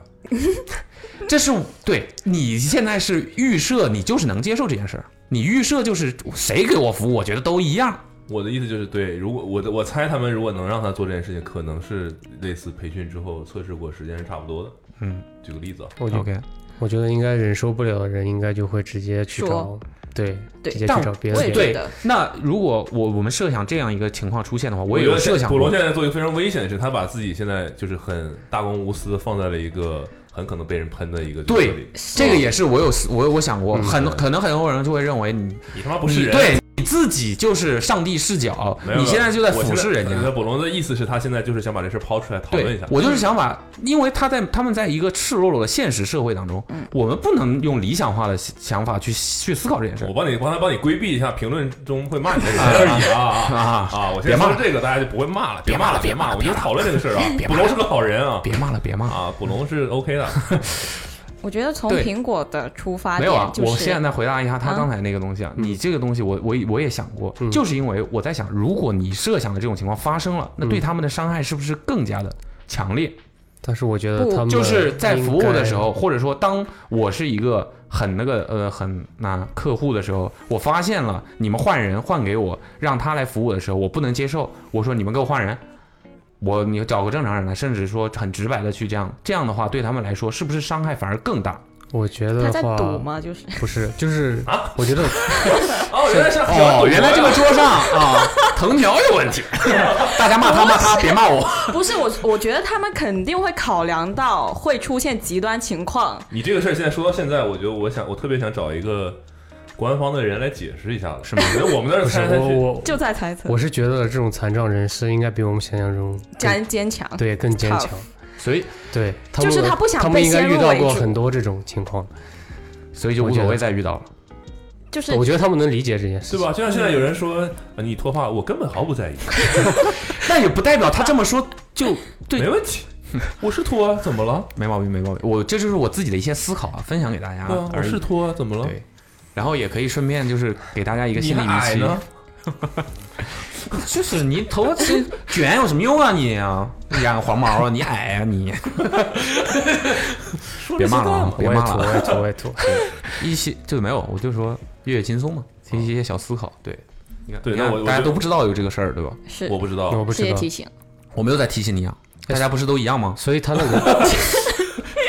[SPEAKER 5] 这是对你现在是预设你就是能接受这件事儿，你预设就是谁给我服务，我觉得都一样。
[SPEAKER 2] 我的意思就是，对，如果我的我猜他们如果能让他做这件事情，可能是类似培训之后测试过，时间是差不多的。
[SPEAKER 5] 嗯
[SPEAKER 2] 举个例子啊，
[SPEAKER 4] 我觉
[SPEAKER 5] ，OK。
[SPEAKER 4] 我觉得应该忍受不了的人，应该就会直接去找
[SPEAKER 3] 说，
[SPEAKER 4] 对，
[SPEAKER 3] 对
[SPEAKER 4] 直接
[SPEAKER 5] 但
[SPEAKER 4] 去找别
[SPEAKER 3] 我
[SPEAKER 4] 的
[SPEAKER 3] 也
[SPEAKER 4] 店。
[SPEAKER 3] 觉
[SPEAKER 5] 对
[SPEAKER 3] 得，
[SPEAKER 5] 那如果我我们设想这样一个情况出现的话，我也
[SPEAKER 2] 觉
[SPEAKER 5] 有
[SPEAKER 2] 得
[SPEAKER 5] 设想
[SPEAKER 2] 普
[SPEAKER 5] 过
[SPEAKER 2] 龙。现在做一个非常危险的事，他把自己现在就是很大公无私地放在了一个很可能被人喷的一个角色里
[SPEAKER 5] 对，这个也是我有我有我想过，
[SPEAKER 4] 嗯
[SPEAKER 5] 很可能很多人就会认为你
[SPEAKER 2] 你他妈不是
[SPEAKER 5] 你
[SPEAKER 2] 人。
[SPEAKER 5] 对你自己就是上帝视角
[SPEAKER 2] 没，有
[SPEAKER 5] 你现在就在
[SPEAKER 2] 我
[SPEAKER 5] 俯
[SPEAKER 2] 现
[SPEAKER 5] 视人
[SPEAKER 2] 我觉得
[SPEAKER 5] 家。
[SPEAKER 2] 普龙的意思是他现在就是想把这事抛出来讨论
[SPEAKER 5] 对
[SPEAKER 2] 一下，。
[SPEAKER 5] 我就是想把，因为他在他们在一个赤裸裸的现实社会当中，我们不能用理想化的想法去去思考这件事
[SPEAKER 2] 我帮你帮他帮你规避一下评论中会骂你 的人而已啊啊
[SPEAKER 5] 啊！
[SPEAKER 2] 啊！我
[SPEAKER 5] 别
[SPEAKER 2] 先
[SPEAKER 5] 骂
[SPEAKER 2] 说
[SPEAKER 5] 了
[SPEAKER 2] 这个，大家就不会骂了，
[SPEAKER 5] 别
[SPEAKER 2] 骂
[SPEAKER 5] 骂了
[SPEAKER 2] 别
[SPEAKER 5] 别骂了
[SPEAKER 2] 我就讨论这个事儿啊
[SPEAKER 5] 别。骂
[SPEAKER 2] 捕龙是个好人啊
[SPEAKER 5] 别骂了，别骂了。
[SPEAKER 2] 啊，捕龙是 OK 的。
[SPEAKER 3] 我觉得从
[SPEAKER 5] 对
[SPEAKER 3] 苹果的出发
[SPEAKER 5] 没
[SPEAKER 3] 点
[SPEAKER 5] 有啊，
[SPEAKER 3] 就是，
[SPEAKER 5] 我现在回答一下他
[SPEAKER 3] 啊
[SPEAKER 5] 刚才那个东西啊，你这个东西我我我也想过，
[SPEAKER 4] 嗯
[SPEAKER 5] 就是因为我在想，如果你设想的这种情况发生了，
[SPEAKER 4] 嗯
[SPEAKER 5] 那对他们的伤害是不是更加的强烈？
[SPEAKER 4] 但是我觉得
[SPEAKER 3] 不
[SPEAKER 4] 他们
[SPEAKER 5] 就是在服务的时
[SPEAKER 4] 嗯应
[SPEAKER 5] 候，或者说当我是一个很那个呃很那、客户的时候，我发现了你们换人换给我，让他来服务的时候，我不能接受。我说你们给我换人，我你找个正常人来，甚至说很直白的去这样，这样的话对他们来说是不是伤害反而更大？
[SPEAKER 4] 该，我觉
[SPEAKER 3] 他
[SPEAKER 4] 得
[SPEAKER 3] 在
[SPEAKER 4] 的话
[SPEAKER 3] 赌嘛， 就是
[SPEAKER 4] 不是，就是
[SPEAKER 2] 啊
[SPEAKER 4] 我 觉得
[SPEAKER 2] 哦，原来是
[SPEAKER 5] 哦，原来这个桌上 啊藤条有问题， 大家骂他骂他，别骂我。
[SPEAKER 3] 不是我，我觉得他们肯定会考量到会出现极端情况，
[SPEAKER 2] 你这个事儿现在说到现在，我觉得我想我特别想找一个官方的人来解释一下了，是吗？因为我们在这儿
[SPEAKER 4] 不是
[SPEAKER 2] 猜来猜
[SPEAKER 4] 我
[SPEAKER 2] 去，
[SPEAKER 4] 我
[SPEAKER 3] 就在猜测
[SPEAKER 4] 我，是觉得这种残障人士应该比我们想象中
[SPEAKER 3] 坚坚强。
[SPEAKER 4] 对更坚强
[SPEAKER 3] tough，
[SPEAKER 5] 所以
[SPEAKER 4] 对他们
[SPEAKER 3] 就是他不想
[SPEAKER 4] 他
[SPEAKER 3] 被
[SPEAKER 4] 们应该
[SPEAKER 3] 先入
[SPEAKER 4] 遇到
[SPEAKER 3] 为
[SPEAKER 4] 过
[SPEAKER 3] 主
[SPEAKER 4] 很多这种情况，
[SPEAKER 5] 所以就无所谓再遇到了。
[SPEAKER 3] 就是
[SPEAKER 4] 我觉得他们能理解这件事
[SPEAKER 2] 对
[SPEAKER 4] 情。
[SPEAKER 2] 吧？就像现在有人说呃你脱发，我根本毫不在意，
[SPEAKER 5] 但也不代表他这么说就对
[SPEAKER 2] 没问 题，我是脱啊，怎么了？
[SPEAKER 5] 没毛病，没毛病。我这就是我自己的一些思考啊，分享给大家
[SPEAKER 2] 对啊，我
[SPEAKER 5] 而已。
[SPEAKER 2] 是脱啊，怎么了？
[SPEAKER 5] 对，然后也可以顺便就是给大家一个
[SPEAKER 2] 你
[SPEAKER 5] 心理
[SPEAKER 2] 还矮
[SPEAKER 5] 预
[SPEAKER 2] 呢
[SPEAKER 5] 期，？ 就是你头发这卷有什么用啊你啊？染个黄毛啊，你矮啊你。
[SPEAKER 2] 说这些
[SPEAKER 5] 别骂了
[SPEAKER 2] 干
[SPEAKER 5] 啊
[SPEAKER 2] 嘛，？
[SPEAKER 5] 别
[SPEAKER 4] 我也
[SPEAKER 5] 骂
[SPEAKER 4] 吐，
[SPEAKER 5] 了
[SPEAKER 4] 我
[SPEAKER 5] 啊，
[SPEAKER 4] 也吐，我也 吐。
[SPEAKER 5] 一些就没有，我就说越越轻松嘛，其实一些小思考。对，你看，
[SPEAKER 2] 对
[SPEAKER 5] 你
[SPEAKER 2] 那
[SPEAKER 5] 看
[SPEAKER 2] 我我
[SPEAKER 5] 大家
[SPEAKER 2] 就
[SPEAKER 5] 都不知道有这个事儿，对吧？
[SPEAKER 3] 是
[SPEAKER 2] 我不知
[SPEAKER 4] 我
[SPEAKER 2] 道，
[SPEAKER 4] 不
[SPEAKER 3] 谢
[SPEAKER 4] 知
[SPEAKER 3] 谢
[SPEAKER 4] 道
[SPEAKER 3] 提，醒，
[SPEAKER 5] 我没有在提醒你啊，大家不是都一样吗？
[SPEAKER 4] 所以他那 个，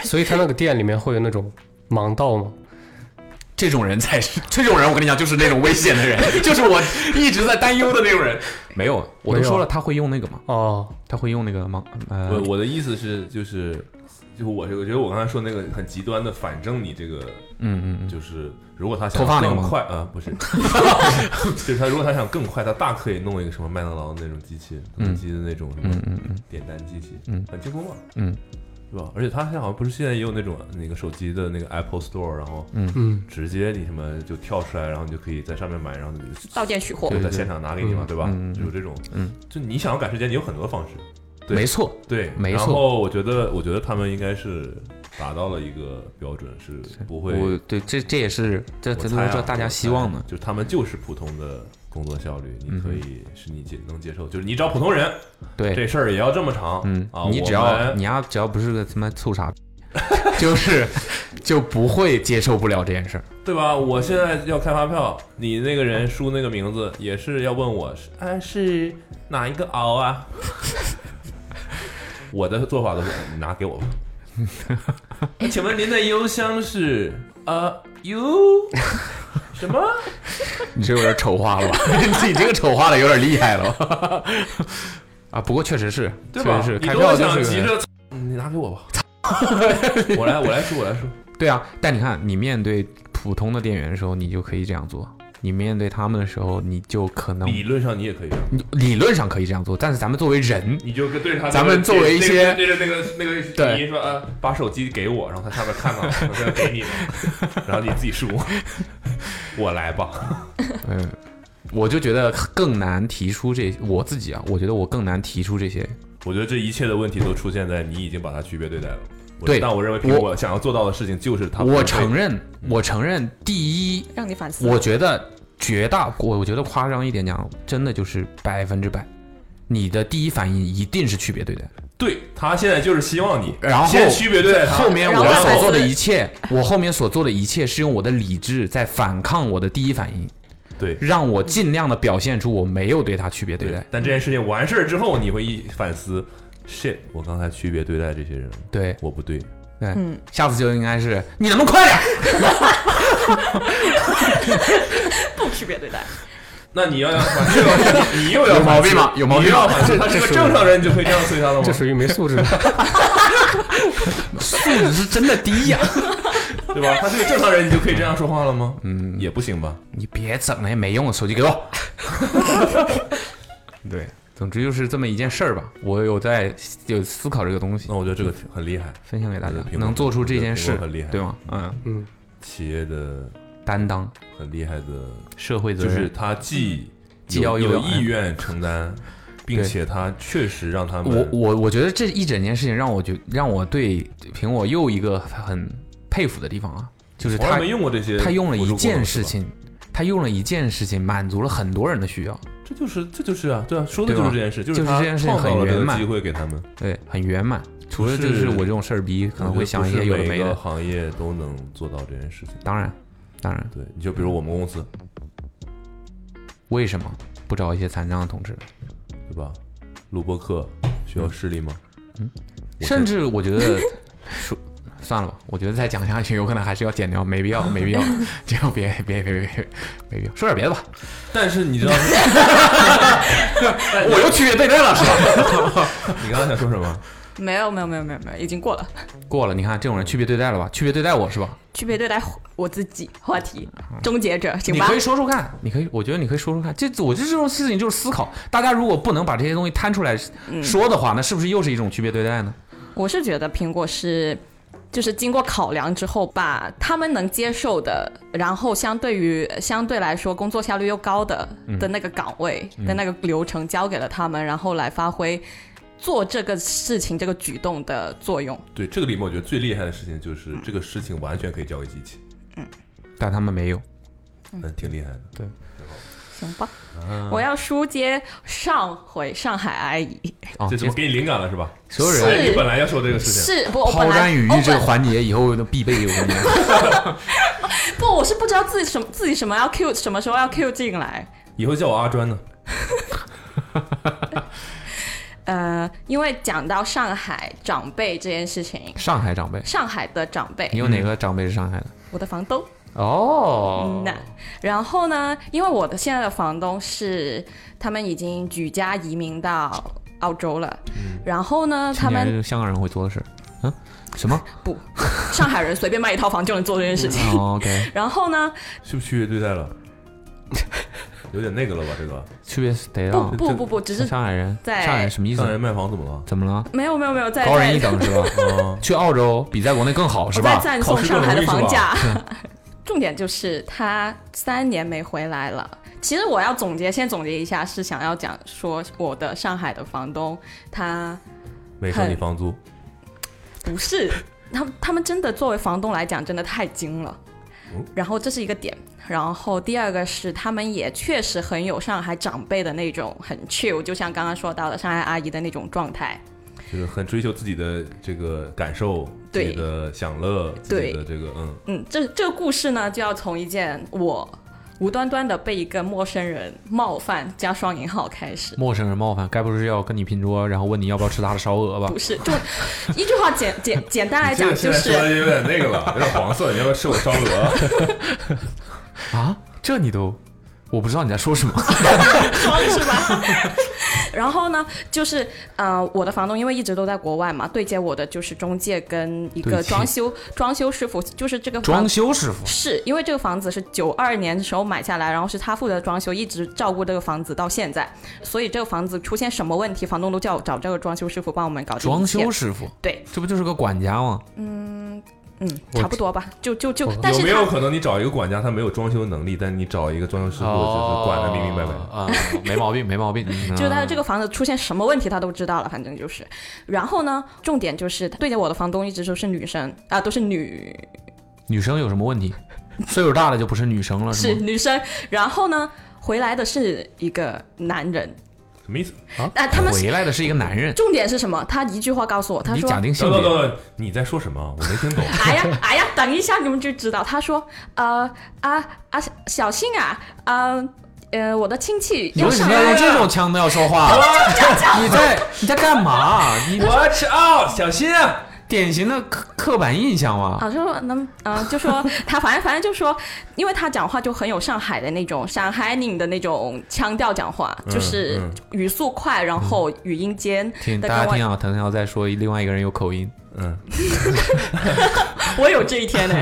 [SPEAKER 4] 所以他那个店里面会有那种盲道吗？
[SPEAKER 5] 这种人才是 这种人，我跟你讲，就是那种危险的人， 就是我一直在担忧的那种人。没有，我
[SPEAKER 2] 啊
[SPEAKER 4] 没
[SPEAKER 5] 都
[SPEAKER 4] 有
[SPEAKER 5] 说了，他会用那个嘛，
[SPEAKER 4] 哦，
[SPEAKER 5] 他会用那个吗？呃，
[SPEAKER 2] 我我的意思是就是。就是我，我觉得我刚才说那个很极端的，反正你这个
[SPEAKER 5] 嗯嗯嗯，
[SPEAKER 2] 就是，如果他想
[SPEAKER 5] 脱发那个吗
[SPEAKER 2] 更快啊，不 是，就是他如果他想更快，他大可以弄一个什么麦当劳那种机器，肯德基的那种什么
[SPEAKER 5] 嗯嗯嗯
[SPEAKER 2] 点单机器，
[SPEAKER 5] 嗯
[SPEAKER 2] 很轻松嘛，
[SPEAKER 5] 嗯，
[SPEAKER 2] 是吧？而且他现在好像不是现在也有那种那个手机的那个 Apple Store，然后
[SPEAKER 4] 嗯，
[SPEAKER 2] 直接你什么就跳出来，然后你就可以在上面买，然后你
[SPEAKER 3] 到店取货
[SPEAKER 2] 就
[SPEAKER 5] 对
[SPEAKER 2] 在现场拿给你嘛，
[SPEAKER 5] 嗯
[SPEAKER 2] 对吧
[SPEAKER 5] 嗯嗯？
[SPEAKER 2] 就有这种，
[SPEAKER 5] 嗯，
[SPEAKER 2] 就你想要赶时间，你有很多方式，对
[SPEAKER 5] 没错，
[SPEAKER 2] 对，
[SPEAKER 5] 没错
[SPEAKER 2] 然后我觉得，我觉得他们应该是达到了一个标准，是不会
[SPEAKER 5] 我对这这也是这这
[SPEAKER 2] 我
[SPEAKER 5] 都
[SPEAKER 2] 猜啊
[SPEAKER 5] 是这大家希望的
[SPEAKER 2] 我猜。就是他们就是普通的工作效率，你
[SPEAKER 5] 嗯哼
[SPEAKER 2] 可以是你接能接受，就是你找普通人
[SPEAKER 5] 对，
[SPEAKER 2] 这事儿也要这么长，
[SPEAKER 5] 嗯
[SPEAKER 2] 啊，，
[SPEAKER 5] 你只
[SPEAKER 2] 我
[SPEAKER 5] 要
[SPEAKER 2] 们
[SPEAKER 5] 你要只要不是个他妈臭傻逼，就是就不会接受不了这件事儿。
[SPEAKER 2] 对吧？我现在要开发票，你那个人输那个名字也是要问我是啊是哪一个敖啊？ 我的做法都是你拿给我吧。 哎请问您的邮箱是呃 u 什么？
[SPEAKER 5] 你这有点丑化了吧？ 你这个丑化的有点厉害了吧？ 啊，不过确实是，
[SPEAKER 2] 对
[SPEAKER 5] 确
[SPEAKER 2] 吧？
[SPEAKER 5] 实是
[SPEAKER 2] 你
[SPEAKER 5] 开
[SPEAKER 2] 多
[SPEAKER 5] 票就
[SPEAKER 2] 想
[SPEAKER 5] 是
[SPEAKER 2] 急
[SPEAKER 5] 个
[SPEAKER 2] 着，你拿给我吧。 我来，我来输，我来输。
[SPEAKER 5] 对啊。但你看，你面对普通的店员的时候，你就可以这样做。你面对他们的时候，你就可能
[SPEAKER 2] 理论上你也可以这样，
[SPEAKER 5] 你理论上可以这样做，但是咱们作为人，
[SPEAKER 2] 你就跟对着他那个，
[SPEAKER 5] 咱们作为一些
[SPEAKER 2] 对着那个那个
[SPEAKER 5] 对
[SPEAKER 2] 你说啊，把手机给我，然后他上面看到了，我现在给 你了，然后你自己输，我来吧。
[SPEAKER 5] 嗯，我就觉得更难提出这我自己啊，我觉得我更难提出这些。
[SPEAKER 2] 我觉得这一切的问题都出现在你已经把它区别对待了。我
[SPEAKER 5] 对
[SPEAKER 2] 但我认为苹果想要做到的事情就是它，
[SPEAKER 5] 我承，认，我承认，第一，
[SPEAKER 3] 让你反思。
[SPEAKER 5] 我觉得绝大，我我觉得夸张一点讲，真的就是百分之百，你的第一反应一定是区别对待。
[SPEAKER 2] 对他现在就是希望你，
[SPEAKER 5] 然后
[SPEAKER 2] 先区别对待它
[SPEAKER 5] 后面
[SPEAKER 3] 然后
[SPEAKER 5] 我
[SPEAKER 3] 再反
[SPEAKER 5] 所
[SPEAKER 3] 思
[SPEAKER 5] 做的一切，我后面所做的一切是用我的理智在反抗我的第一反应，
[SPEAKER 2] 对
[SPEAKER 5] 让我尽量的表现出我没有对他区别对待。
[SPEAKER 2] 但这件事情完事儿之后，你会一反思，shit，我刚才区别对待这些人了，
[SPEAKER 5] 对，
[SPEAKER 2] 我不对。
[SPEAKER 5] 对，
[SPEAKER 3] 嗯
[SPEAKER 5] 下次就应该是你能不能快点？
[SPEAKER 3] 不区别对待，
[SPEAKER 2] 那你要要反思，你你又要
[SPEAKER 5] 有毛病吗
[SPEAKER 2] 反思
[SPEAKER 5] 有毛
[SPEAKER 2] 你
[SPEAKER 5] 病吗
[SPEAKER 2] 又要反思，他是
[SPEAKER 4] 这
[SPEAKER 2] 个
[SPEAKER 4] 是
[SPEAKER 2] 正常人，你就会这样对他了吗
[SPEAKER 4] 这？属于没素质的。
[SPEAKER 5] 素质是真的低呀、
[SPEAKER 2] 对吧？他是个正常人，你就可以这样说话了吗？嗯，也不行吧。
[SPEAKER 5] 你别整那些没用的，手机给我。 对，总之就是这么一件事儿吧。我有在有思考这个东西
[SPEAKER 2] 那，我觉得这个挺很厉害，
[SPEAKER 5] 分享给大家
[SPEAKER 2] 我觉得，苹果
[SPEAKER 5] 啊能做出这件
[SPEAKER 2] 我
[SPEAKER 5] 事
[SPEAKER 2] 觉得苹果很厉害，
[SPEAKER 5] 对吗？嗯，
[SPEAKER 4] 嗯，
[SPEAKER 2] 企业的
[SPEAKER 5] 担当
[SPEAKER 2] 很厉害的，
[SPEAKER 5] 社会责
[SPEAKER 2] 就
[SPEAKER 5] 任，
[SPEAKER 2] 是他既
[SPEAKER 5] 既
[SPEAKER 2] 有
[SPEAKER 5] 要又
[SPEAKER 2] 有
[SPEAKER 5] 要哎
[SPEAKER 2] 意愿承担，并
[SPEAKER 5] 对
[SPEAKER 2] 且他确实让他们
[SPEAKER 5] 我我我觉得这一整件事情让我觉让我对苹果又一个很佩服的地方啊，就是
[SPEAKER 2] 从来
[SPEAKER 5] 他
[SPEAKER 2] 没用过这些辅助功能，
[SPEAKER 5] 他用了一件
[SPEAKER 2] 是
[SPEAKER 5] 事
[SPEAKER 2] 吧，
[SPEAKER 5] 情，他用了一件事情满足了很多人的需要，
[SPEAKER 2] 这就是这就是啊，对啊，说的
[SPEAKER 5] 对吧
[SPEAKER 2] 就是这件事，就
[SPEAKER 5] 就是
[SPEAKER 2] 他
[SPEAKER 5] 这件事情
[SPEAKER 2] 创造了
[SPEAKER 5] 很
[SPEAKER 2] 这
[SPEAKER 5] 圆
[SPEAKER 2] 个
[SPEAKER 5] 满
[SPEAKER 2] 机会给他们，
[SPEAKER 5] 对，很圆满。除了
[SPEAKER 2] 不
[SPEAKER 5] 就是是我这种事儿逼，可能会想一些有
[SPEAKER 2] 我觉得不
[SPEAKER 5] 的
[SPEAKER 2] 是
[SPEAKER 5] 没
[SPEAKER 2] 每个
[SPEAKER 5] 的。
[SPEAKER 2] 行业都能做到这件事情。
[SPEAKER 5] 当然，当然，
[SPEAKER 2] 对，你就比如我们公司，
[SPEAKER 5] 为什么不找一些残障的同志？
[SPEAKER 2] 对吧？录播课需要视力吗？我
[SPEAKER 5] 嗯甚至我觉 得说算了吧，我觉得再讲下去有可能还是要剪掉，没必要，没 必要，这样别别别别别没必要，说点别的吧。
[SPEAKER 2] 但是你知 道，
[SPEAKER 5] 哎我又区别对待了是吧？
[SPEAKER 2] 你刚才想说什么？
[SPEAKER 3] 没有没有没有没有没有，已经过了。
[SPEAKER 5] 过了，你看这种人区别对待了吧？区别对待我是吧？
[SPEAKER 3] 区别对待我自己话题终结者，行
[SPEAKER 5] 嗯你
[SPEAKER 3] 吧
[SPEAKER 5] 可？以说说看，你可以，我觉得你可以说说看。这我觉得这种事情就是思考，大家如果不能把这些东西摊出来
[SPEAKER 3] 嗯
[SPEAKER 5] 说的话，那是不是又是一种区别对待呢？
[SPEAKER 3] 我是觉得苹果是。就是经过考量之后，把他们能接受的，然后相对于相对来说工作效率又高的、的那个岗位、
[SPEAKER 5] 嗯
[SPEAKER 3] 的那个流程交给了他们，然后来发挥做这个事情这个举动的作用。
[SPEAKER 2] 对，这个里面我觉得最厉害的事情就是这个事情完全可以交给机器，
[SPEAKER 5] 但他们没有，
[SPEAKER 2] 嗯，挺厉害的。
[SPEAKER 3] 行吧，
[SPEAKER 5] 嗯
[SPEAKER 3] 我要书接上回上海阿姨
[SPEAKER 5] 啊，
[SPEAKER 2] 哎这怎么给你灵感了是吧？
[SPEAKER 5] 所有
[SPEAKER 3] 是
[SPEAKER 5] 人
[SPEAKER 2] 对你本来要说这个事情，
[SPEAKER 3] 是不？我
[SPEAKER 5] 抛
[SPEAKER 3] 本来哦
[SPEAKER 5] 砖引
[SPEAKER 3] 我
[SPEAKER 5] 玉这个
[SPEAKER 3] 本
[SPEAKER 5] 环节以后都必备，我跟你讲。
[SPEAKER 3] 不，我是不知道自己什么自己什么要 Q 什么时候要 Q 进来。
[SPEAKER 2] 以后叫我阿专呢。
[SPEAKER 3] 呃，因为讲到上海长辈这件事情，
[SPEAKER 5] 上海长辈，
[SPEAKER 3] 上海的长辈
[SPEAKER 5] 你，有哪个长辈是上海的？
[SPEAKER 3] 我的房东，
[SPEAKER 5] 哦
[SPEAKER 3] 嗯，那然后呢，因为我的现在的房东是他们已经举家移民到澳洲了，然后呢，他
[SPEAKER 5] 听起来
[SPEAKER 3] 们
[SPEAKER 5] 嗯就是香港人会做的事儿。嗯，什么、
[SPEAKER 3] 不，上海人随便卖一套房就能做这件事 情。
[SPEAKER 5] 哦、？OK，
[SPEAKER 3] 然后呢，
[SPEAKER 2] 是不是区别对待了？有点那个了吧？这个
[SPEAKER 5] 区别是得
[SPEAKER 3] 不
[SPEAKER 5] 让
[SPEAKER 3] 不不不，只是
[SPEAKER 5] 上海人，
[SPEAKER 3] 在
[SPEAKER 5] 上海人什么意
[SPEAKER 2] 上海
[SPEAKER 5] 思
[SPEAKER 2] 人？卖房怎么了？
[SPEAKER 5] 怎么了？
[SPEAKER 3] 没有没有没有在
[SPEAKER 5] 高人一
[SPEAKER 3] 在
[SPEAKER 5] 等是吧？
[SPEAKER 2] 啊，
[SPEAKER 5] 去澳洲比在国内更好是
[SPEAKER 3] 我在
[SPEAKER 5] 吧？
[SPEAKER 3] 赞
[SPEAKER 2] 考
[SPEAKER 3] 颂
[SPEAKER 2] 试
[SPEAKER 3] 上
[SPEAKER 2] 更
[SPEAKER 3] 海的
[SPEAKER 2] 容易是
[SPEAKER 3] 房
[SPEAKER 2] 吧
[SPEAKER 3] 价。
[SPEAKER 5] 嗯
[SPEAKER 3] 重点就是他三年没回来了。其实我要总结，先总结一下，是想要讲说我的上海的房东，他
[SPEAKER 2] 没收你房租，
[SPEAKER 3] 不是他们，他们真的作为房东来讲，真的太精了
[SPEAKER 2] 哦。
[SPEAKER 3] 然后这是一个点，然后第二个是他们也确实很有上海长辈的那种很 chill，就像刚刚说到的上海阿姨的那种状态。
[SPEAKER 2] 就是很追求自己的这个感受，自
[SPEAKER 3] 对
[SPEAKER 2] 己的享乐，自己
[SPEAKER 3] 对
[SPEAKER 2] 的这个嗯，
[SPEAKER 3] 嗯，这这个故事呢，就要从一件我无端端的被一个陌生人冒犯加双引号开始。
[SPEAKER 5] 陌生人冒犯，该不是要跟你拼桌，然后问你要不要吃他的烧鹅吧
[SPEAKER 3] 不？是，就一句话简简简单来
[SPEAKER 2] 你这
[SPEAKER 3] 讲
[SPEAKER 2] 个现
[SPEAKER 3] 就
[SPEAKER 2] 在说的
[SPEAKER 3] 是，
[SPEAKER 2] 有点那个了，有点黄色，你要不要吃我烧鹅？
[SPEAKER 5] 啊，这你都，我不知道你在说什么。
[SPEAKER 3] 装是吧？然后呢，就是呃，我的房东因为一直都在国外嘛，对接我的就是中介跟一
[SPEAKER 5] 对
[SPEAKER 3] 个
[SPEAKER 5] 接
[SPEAKER 3] 装修装修师傅，就是这个房
[SPEAKER 5] 装修 师傅
[SPEAKER 3] 是因为这个房子是九二年的时候买下来，然后是他负责装修，一直照顾这个房子到现在，所以这个房子出现什么问题，房东都叫我找这个装修师傅帮我们搞定
[SPEAKER 5] 装
[SPEAKER 3] 一切。
[SPEAKER 5] 修师傅，
[SPEAKER 3] 对，
[SPEAKER 5] 这不就是个管家吗？
[SPEAKER 3] 嗯，差不多吧，就就就
[SPEAKER 4] 我，
[SPEAKER 3] 但
[SPEAKER 2] 有
[SPEAKER 3] 是
[SPEAKER 2] 没有
[SPEAKER 3] 他
[SPEAKER 2] 可能你找一个管家，他没有装修能力，但你找一个装修师傅就是管的明明白白？
[SPEAKER 5] 啊，没毛病，没毛病。嗯啊
[SPEAKER 3] 就是他的这
[SPEAKER 5] 个
[SPEAKER 3] 个房子出现什么问题他都知道了，反正就是。然后呢，重点就是对接我的房东一直都是女生啊，都是女
[SPEAKER 5] 女生有什么问题？岁数大了就不是女生了，
[SPEAKER 3] 是
[SPEAKER 5] 吗？
[SPEAKER 3] 女生。然后呢，回来的是一个男人
[SPEAKER 2] 什么 意思？
[SPEAKER 3] 啊，他们是
[SPEAKER 5] 回来的是一个男人，
[SPEAKER 3] 重点是什么？他一句话告诉我，他
[SPEAKER 5] 你
[SPEAKER 3] 说
[SPEAKER 5] 讲定性
[SPEAKER 2] 等等等
[SPEAKER 5] 别，
[SPEAKER 2] 等，你在说什么？我没听 懂。
[SPEAKER 3] 哎呀， 哎呀，等一下你们就知道。他说，呃啊啊，小心啊，呃呃，我的亲戚
[SPEAKER 5] 你
[SPEAKER 3] 要
[SPEAKER 5] 为什
[SPEAKER 3] 上
[SPEAKER 5] 么要
[SPEAKER 3] 来
[SPEAKER 5] 用这
[SPEAKER 3] 了。
[SPEAKER 5] 种腔调说话？ 你在你在干嘛？你
[SPEAKER 2] Watch out，小心啊！
[SPEAKER 5] 典型的刻刻板印象嘛。
[SPEAKER 3] 啊，就说能，呃，就说 他反正反正就说，因为他讲话就很有上海的那种上海人的那种腔调讲话，
[SPEAKER 2] 嗯
[SPEAKER 3] 就是
[SPEAKER 2] 嗯
[SPEAKER 3] 语速快，然后语音尖
[SPEAKER 5] 听
[SPEAKER 3] 的
[SPEAKER 5] 大
[SPEAKER 3] 跟
[SPEAKER 5] 家
[SPEAKER 3] 我
[SPEAKER 5] 听啊，腾腾要再说另外一个人有口音，
[SPEAKER 2] 嗯，
[SPEAKER 3] 我有这一天 呢。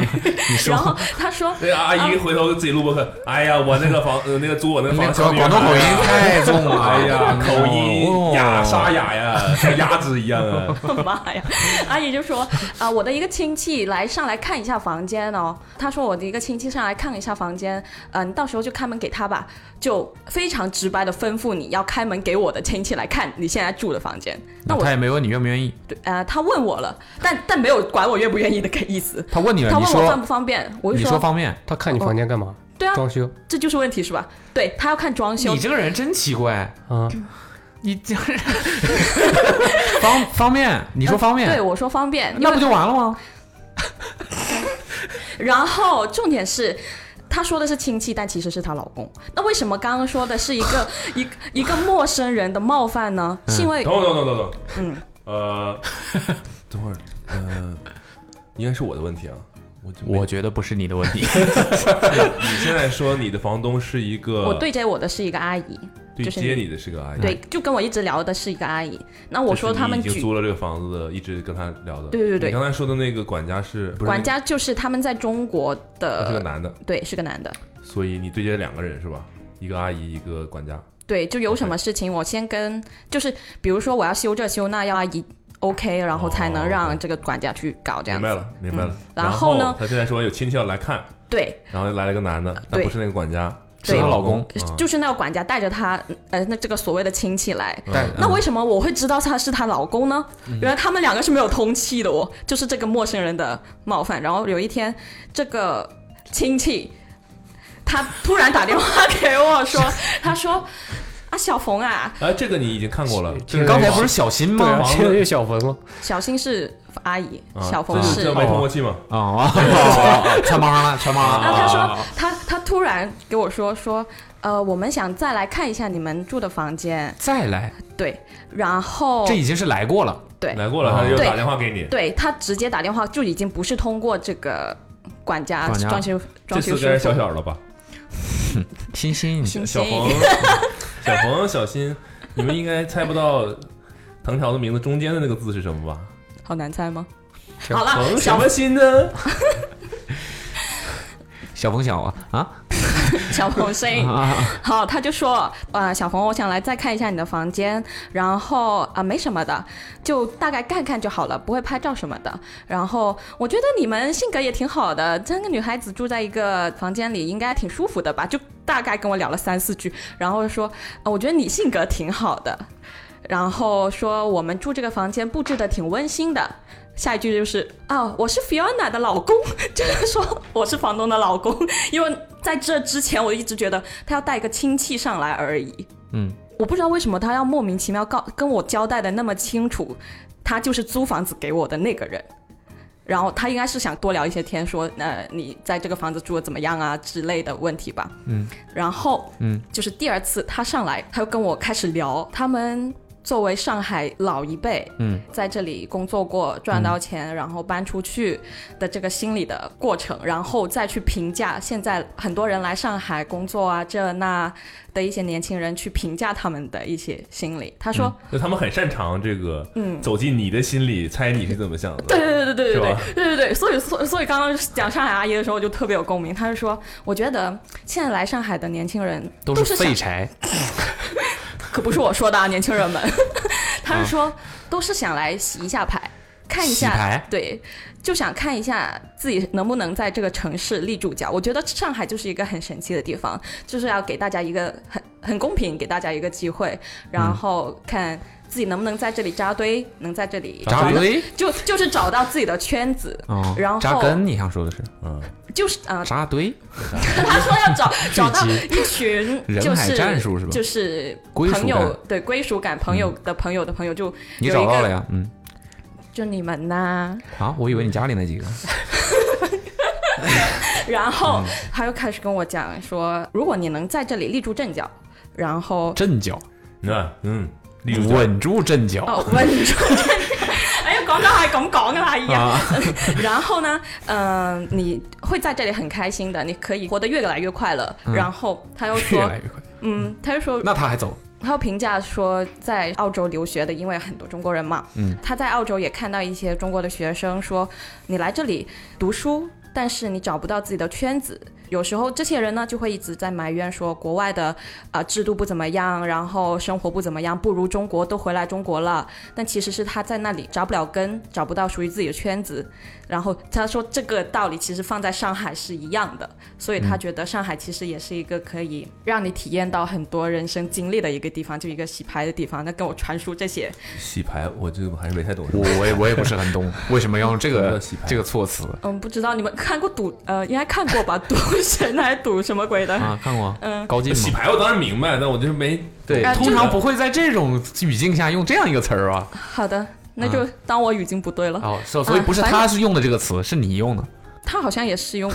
[SPEAKER 3] 然后他说，
[SPEAKER 2] 那个啊阿姨回头自己录播客，哎呀，我那个房，呃，那个租我那个
[SPEAKER 5] 那
[SPEAKER 2] 房
[SPEAKER 5] 个
[SPEAKER 2] 子小女孩，
[SPEAKER 5] 广广东口音太重了，
[SPEAKER 2] 哎呀， 口
[SPEAKER 5] 哦
[SPEAKER 2] 音哑沙哑呀，像鸭子一样 啊。
[SPEAKER 3] 妈呀！阿姨就说啊、我的一个亲戚来上来看一下房间哦。她说我的一个亲戚上来看一下房间，嗯、你到时候就开门给他吧，就非常直白的吩咐你要开门给我的亲戚来看你现在住的房间。那我
[SPEAKER 5] 他也没问你愿不愿意，
[SPEAKER 3] 呃，他问我了，但但没有管我愿不愿意的 个意思。
[SPEAKER 5] 他问你了，
[SPEAKER 3] 他
[SPEAKER 5] 啊你
[SPEAKER 3] 问我方
[SPEAKER 5] 说
[SPEAKER 3] 不方便，我就
[SPEAKER 5] 你
[SPEAKER 3] 说
[SPEAKER 5] 说方便，
[SPEAKER 4] 他看你房间干嘛？
[SPEAKER 3] 对啊，
[SPEAKER 4] 装修
[SPEAKER 3] 这就是问题是吧？对他要看装修
[SPEAKER 5] 你，这个人真奇怪，
[SPEAKER 4] 啊？
[SPEAKER 5] 你这个人方方便，你说方
[SPEAKER 3] 对
[SPEAKER 5] 便，
[SPEAKER 3] 我说方便，因
[SPEAKER 5] 那
[SPEAKER 3] 为
[SPEAKER 5] 不就完了吗？
[SPEAKER 3] 然后重点是。她说的是亲戚，但其实是她老公。那为什么刚刚说的是一个 一个一个陌生人的冒犯呢？
[SPEAKER 2] 嗯
[SPEAKER 3] 是因为
[SPEAKER 2] 等会儿，等会儿，等会儿，
[SPEAKER 3] 嗯，
[SPEAKER 2] 呃，等会儿，呃，应该是我的问题啊。我就没
[SPEAKER 5] 我觉得不是你的问题，
[SPEAKER 2] 你现在说你的房东是一个
[SPEAKER 3] 我对接我的是一个阿姨，
[SPEAKER 2] 对
[SPEAKER 3] 就是
[SPEAKER 2] 接你的是个阿姨，
[SPEAKER 3] 对，就跟我一直聊的是一个阿姨。那
[SPEAKER 2] 就
[SPEAKER 3] 我
[SPEAKER 2] 是
[SPEAKER 3] 说他
[SPEAKER 2] 你
[SPEAKER 3] 们
[SPEAKER 2] 已经
[SPEAKER 3] 举
[SPEAKER 2] 租了这个房子的，一直跟他聊的。
[SPEAKER 3] 对对对
[SPEAKER 2] 你刚才说的那个管家是不是
[SPEAKER 3] 管？家呃就是他们在中国
[SPEAKER 2] 他是个
[SPEAKER 3] 的，
[SPEAKER 2] 男的，
[SPEAKER 3] 对，是个男的，
[SPEAKER 2] 所以你对接两个人是吧？一个阿姨，一个管家。
[SPEAKER 3] 对，就有什么事情我先跟，就是比如说我要修这修那，要阿姨 OK，然后才
[SPEAKER 2] 哦
[SPEAKER 3] 能
[SPEAKER 2] ，OK
[SPEAKER 3] 让这个管家去搞这
[SPEAKER 2] 明
[SPEAKER 3] 样
[SPEAKER 2] 白
[SPEAKER 3] 子。嗯
[SPEAKER 2] 了，明白了。
[SPEAKER 3] 然
[SPEAKER 2] 然
[SPEAKER 3] 后呢
[SPEAKER 2] 他现在说有亲戚要来看，
[SPEAKER 3] 对，
[SPEAKER 2] 然后来了个男的，但
[SPEAKER 3] 对
[SPEAKER 2] 不是那个管家，
[SPEAKER 5] 是她老公。
[SPEAKER 2] 啊
[SPEAKER 3] 就是那个管家带着她，呃，那这个所谓的亲戚来，
[SPEAKER 4] 但
[SPEAKER 5] 嗯
[SPEAKER 3] 那为什么我会知道他是她老公呢？
[SPEAKER 2] 嗯
[SPEAKER 3] 原来他们两个是没有通气的哦，就是这个陌生人的冒犯。然后有一天，这个亲戚他突然打电话给我说，他说：“啊，小冯啊，
[SPEAKER 2] 哎，这个你已经看过了，这
[SPEAKER 5] 你
[SPEAKER 2] 个
[SPEAKER 5] 刚才不是小新
[SPEAKER 4] 对啊，
[SPEAKER 5] 吗？
[SPEAKER 4] 现在有小冯了，
[SPEAKER 3] 小新是阿姨，
[SPEAKER 2] 啊
[SPEAKER 3] 小冯。
[SPEAKER 2] 这就是
[SPEAKER 3] 哦
[SPEAKER 2] 这没通过气嘛？
[SPEAKER 5] 啊啊啊！穿帮了，穿帮了。
[SPEAKER 3] 然后他说，
[SPEAKER 2] 啊
[SPEAKER 3] 他他突然给我说说，呃，我们想再来看一下你们住的房间，
[SPEAKER 5] 再来，
[SPEAKER 3] 对，然后
[SPEAKER 5] 这已经是来过了。
[SPEAKER 3] 对
[SPEAKER 2] 来过了，他
[SPEAKER 5] 哦
[SPEAKER 2] 又
[SPEAKER 3] 对
[SPEAKER 2] 打电话给你，
[SPEAKER 3] 对他直接打电话就已经不是通过这个管家
[SPEAKER 5] 管家
[SPEAKER 3] 装修装
[SPEAKER 2] 这次
[SPEAKER 3] 修
[SPEAKER 2] 该是
[SPEAKER 3] 师
[SPEAKER 2] 小
[SPEAKER 3] 傅。
[SPEAKER 2] 小了吧？
[SPEAKER 5] 欣欣，
[SPEAKER 3] 欣
[SPEAKER 2] 小
[SPEAKER 3] 欣
[SPEAKER 2] 冯，小冯，小新，你们应该猜不到藤条的名字中间的那个字是什么吧？
[SPEAKER 3] 好难猜吗？
[SPEAKER 4] 小
[SPEAKER 3] 好了，
[SPEAKER 2] 冯什
[SPEAKER 3] 小
[SPEAKER 2] 么新呢？
[SPEAKER 5] 小冯小啊啊
[SPEAKER 3] 小冯声音
[SPEAKER 5] 啊啊！
[SPEAKER 3] 好，他就说，呃，小冯，我想来再看一下你的房间，然后啊、没什么的，就大概看看就好了，不会拍照什么的。然后我觉得你们性格也挺好的，三个女孩子住在一个房间里，应该挺舒服的吧？就大概跟我聊了三四句，然后说，呃、我觉得你性格挺好的，然后说我们住这个房间布置的挺温馨的。下一句就是啊、我是 Fiona 的老公，就是说我是房东的老公，因为在这之前我一直觉得他要带一个亲戚上来而已。
[SPEAKER 5] 嗯，
[SPEAKER 3] 我不知道为什么他要莫名其妙告跟我交代的那么清楚，他就是租房子给我的那个人。然后他应该是想多聊一些天，说呃你在这个房子住的怎么样啊之类的问题吧。
[SPEAKER 5] 嗯，
[SPEAKER 3] 然后
[SPEAKER 5] 嗯，
[SPEAKER 3] 就是第二次他上来，他又跟我开始聊他们作为上海老一辈，
[SPEAKER 5] 嗯，
[SPEAKER 3] 在这里工作过赚到钱，然后搬出去的这个心理的过程，然后再去评价现在很多人来上海工作啊这那的一些年轻人去评价他们的一些心理。他说，
[SPEAKER 2] 就他们很擅长这个，
[SPEAKER 3] 嗯
[SPEAKER 2] 走进你的心里，猜你是怎么想的。
[SPEAKER 3] 对对对对对
[SPEAKER 2] 是
[SPEAKER 3] 对
[SPEAKER 2] 吧
[SPEAKER 3] 对对对，所以所以所以刚刚讲上海阿姨的时候就特别有共鸣。她是说，我觉得现在来上海的年轻人
[SPEAKER 5] 都
[SPEAKER 3] 是
[SPEAKER 5] 是
[SPEAKER 3] 想
[SPEAKER 5] 废柴，
[SPEAKER 3] 可不是我说的啊，年轻人们， 他是说、都是想来洗一下牌，看一
[SPEAKER 5] 啊洗
[SPEAKER 3] 下
[SPEAKER 5] 牌，
[SPEAKER 3] 对，就想看一下自己能不能在这个城市立住脚。我觉得上海就是一个很神奇的地方，就是要给大家一个很很公平，给大家一个机会，
[SPEAKER 5] 嗯
[SPEAKER 3] 然后看自己能不能在这里扎堆，能在这里
[SPEAKER 5] 扎
[SPEAKER 3] 找到
[SPEAKER 5] 堆，
[SPEAKER 3] 就就是找到自己的圈子，
[SPEAKER 5] 哦
[SPEAKER 3] 然后
[SPEAKER 5] 扎根，你想说的是
[SPEAKER 2] 嗯，
[SPEAKER 3] 就是 啊、呃
[SPEAKER 5] 扎堆，
[SPEAKER 3] 他说要找找到一 群
[SPEAKER 5] 人
[SPEAKER 3] 就
[SPEAKER 5] 海
[SPEAKER 3] 是
[SPEAKER 5] 战术是吧
[SPEAKER 3] 就是
[SPEAKER 5] 归属
[SPEAKER 3] 朋友
[SPEAKER 5] 感嗯
[SPEAKER 3] 对归属感，朋友的朋友的朋友就
[SPEAKER 5] 你
[SPEAKER 3] 有
[SPEAKER 5] 找
[SPEAKER 3] 一
[SPEAKER 5] 到
[SPEAKER 3] 个
[SPEAKER 5] 了呀？嗯，
[SPEAKER 3] 就你们 呐、
[SPEAKER 5] 啊，我以为你家里那几个，
[SPEAKER 3] 然
[SPEAKER 5] 嗯
[SPEAKER 3] 后他又开始跟我讲说，如果你能在这里立住阵脚，然后
[SPEAKER 5] 阵 脚，
[SPEAKER 2] 你看，嗯，立住脚，
[SPEAKER 5] 稳住阵脚
[SPEAKER 3] 哦稳住 阵脚，哎呀，講到係咁講噶啦，依家。
[SPEAKER 5] 啊，
[SPEAKER 3] 然后呢，嗯、你会在这里很开心的，你可以活得越来越快乐。
[SPEAKER 5] 嗯
[SPEAKER 3] 然后他又
[SPEAKER 5] 越
[SPEAKER 3] 说
[SPEAKER 5] 来，越快。
[SPEAKER 3] 嗯，他又说
[SPEAKER 5] 那他还走？
[SPEAKER 3] 他评价说，在澳洲留学的，因为很多中国人嘛，
[SPEAKER 5] 嗯，
[SPEAKER 3] 他在澳洲也看到一些中国的学生说，你来这里读书，但是你找不到自己的圈子。有时候这些人呢，就会一直在埋怨说国外的啊、呃制度不怎么样，然后生活不怎么样，不如中国，都回来中国了。但其实是他在那里扎不了根，找不到属于自己的圈子。然后他说这个道理其实放在上海是一样的，所以他觉得上海其实也是一个可以让你体验到很多人生经历的一个地方，就一个洗牌的地方。他跟我传输这些，
[SPEAKER 2] 洗牌，我这个还是没太懂。
[SPEAKER 5] 我我也我也不是很 懂，为什么要用这
[SPEAKER 2] 什么
[SPEAKER 5] 个
[SPEAKER 2] 叫洗牌
[SPEAKER 5] 这个措辞
[SPEAKER 3] 嗯，不知道你们看过赌呃，应该看过 吧？赌神还是赌什么鬼的？
[SPEAKER 5] 啊？看过，
[SPEAKER 3] 嗯
[SPEAKER 5] 高进
[SPEAKER 2] 洗
[SPEAKER 5] 吗？
[SPEAKER 2] 牌我当然明白，但我就是没
[SPEAKER 5] 对
[SPEAKER 3] 啊，
[SPEAKER 5] 通
[SPEAKER 3] 就
[SPEAKER 5] 常不会在这种语境下用这样一个词儿吧？
[SPEAKER 3] 好的，那就当我语境不对了。
[SPEAKER 5] 哦，所所以不是
[SPEAKER 3] 啊反
[SPEAKER 5] 他是用的这个词，是你 用的，
[SPEAKER 3] 他好像也是用，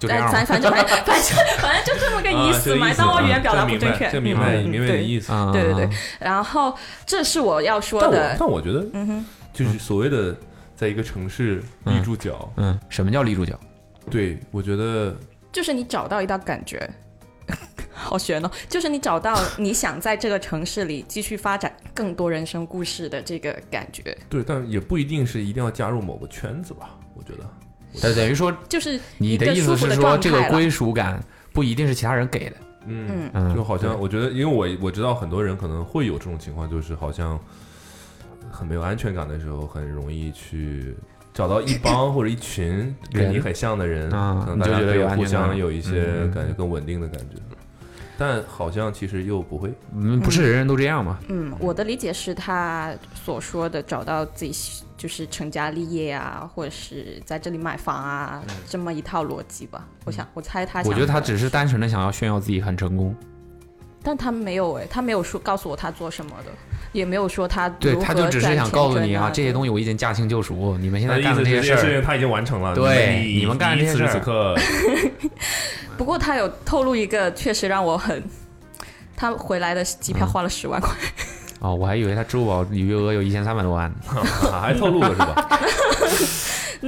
[SPEAKER 5] 就这
[SPEAKER 3] 哎
[SPEAKER 5] 样
[SPEAKER 3] 反
[SPEAKER 5] 吧。
[SPEAKER 3] 反正反正反正反正就哎这么个意
[SPEAKER 2] 啊
[SPEAKER 3] 思嘛。当我语言表达不正确，
[SPEAKER 2] 这明白，
[SPEAKER 3] 嗯
[SPEAKER 2] 明白你的
[SPEAKER 3] 对
[SPEAKER 2] 意思。
[SPEAKER 5] 啊
[SPEAKER 3] 对对对，然后这是我要说
[SPEAKER 2] 但我
[SPEAKER 3] 的，
[SPEAKER 2] 但我觉得，
[SPEAKER 3] 嗯哼，
[SPEAKER 2] 就是所谓的在一个城市立住脚，
[SPEAKER 5] 嗯，什么叫立住脚？
[SPEAKER 2] 对我觉得
[SPEAKER 3] 就是你找到一道感觉， 好悬哦！就是你找到你想在这个城市里继续发展更多人生故事的这个感觉，
[SPEAKER 2] 对，但也不一定是一定要加入某个圈子吧。我觉得，
[SPEAKER 5] 但等于说
[SPEAKER 3] 就是
[SPEAKER 5] 你的
[SPEAKER 3] 一个
[SPEAKER 5] 意
[SPEAKER 3] 舒
[SPEAKER 5] 思
[SPEAKER 3] 服
[SPEAKER 5] 是
[SPEAKER 3] 的
[SPEAKER 5] 说
[SPEAKER 3] 状
[SPEAKER 5] 这个
[SPEAKER 3] 态了
[SPEAKER 5] 归属感不一定是其他人给的，
[SPEAKER 2] 嗯，
[SPEAKER 3] 嗯，
[SPEAKER 5] 嗯，
[SPEAKER 2] 就好像我觉得，因为我我知道很多人可能会有这种情况，就是好像很没有安全感的时候，很容易去。找到一帮或者一 群跟你
[SPEAKER 5] 人
[SPEAKER 2] 很像的人，
[SPEAKER 5] 啊
[SPEAKER 2] 可能
[SPEAKER 5] 你
[SPEAKER 2] 大
[SPEAKER 5] 就
[SPEAKER 2] 家
[SPEAKER 5] 觉得
[SPEAKER 2] 可以
[SPEAKER 5] 有安
[SPEAKER 2] 互
[SPEAKER 5] 全感
[SPEAKER 2] 相有一些
[SPEAKER 5] 嗯
[SPEAKER 2] 感觉更稳定的感觉，但好像其实又不会。
[SPEAKER 5] 嗯，不是人人都这样嘛？
[SPEAKER 3] 嗯，我的理解是他所说的找到自己喜就是成家立业啊，或者是在这里买房啊，这么一套逻辑吧。我想，我猜他想，
[SPEAKER 5] 嗯我觉得他只是，单纯的想要炫耀自己很成功，
[SPEAKER 3] 但他没有哎，他没有说告诉我他做什么的，也没有说他
[SPEAKER 5] 对，
[SPEAKER 3] 如
[SPEAKER 5] 他
[SPEAKER 3] 何
[SPEAKER 5] 就只是
[SPEAKER 3] 赚
[SPEAKER 5] 想
[SPEAKER 3] 钱
[SPEAKER 5] 告诉
[SPEAKER 3] 赚
[SPEAKER 5] 你啊，
[SPEAKER 3] 啊，
[SPEAKER 5] 这些东西我已经驾轻就熟，你们现
[SPEAKER 2] 他的
[SPEAKER 5] 在
[SPEAKER 2] 意
[SPEAKER 5] 干
[SPEAKER 2] 思
[SPEAKER 5] 的
[SPEAKER 2] 是
[SPEAKER 5] 这些事
[SPEAKER 2] 事
[SPEAKER 5] 儿，
[SPEAKER 2] 情他已经完成了，
[SPEAKER 5] 对
[SPEAKER 2] 你
[SPEAKER 5] 你们干的
[SPEAKER 2] 这
[SPEAKER 5] 这些事儿
[SPEAKER 2] 此刻，
[SPEAKER 3] 不过他有透露一个，确实让我很，他回来的机
[SPEAKER 2] 嗯
[SPEAKER 3] 票花了十万块，
[SPEAKER 5] 哦，我还以为他支付宝余额有一千三百多万呢。
[SPEAKER 2] 啊还透露了是吧？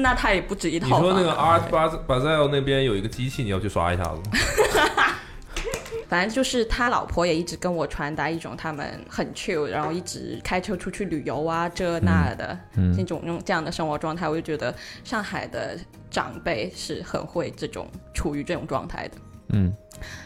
[SPEAKER 3] 那他也不止一
[SPEAKER 2] 你
[SPEAKER 3] 套
[SPEAKER 2] 说那
[SPEAKER 3] 房
[SPEAKER 2] 个 Art Bas Basel 那边有一个机器，你要去刷一下子，
[SPEAKER 3] 反正就是他老婆也一直跟我传达一种他们很 chill，然后一直开车出去旅游啊这那的、
[SPEAKER 2] 嗯
[SPEAKER 3] 那种那种这样的生活状态，我就觉得上海的长辈是很会这种处于这种状态的。
[SPEAKER 5] 嗯，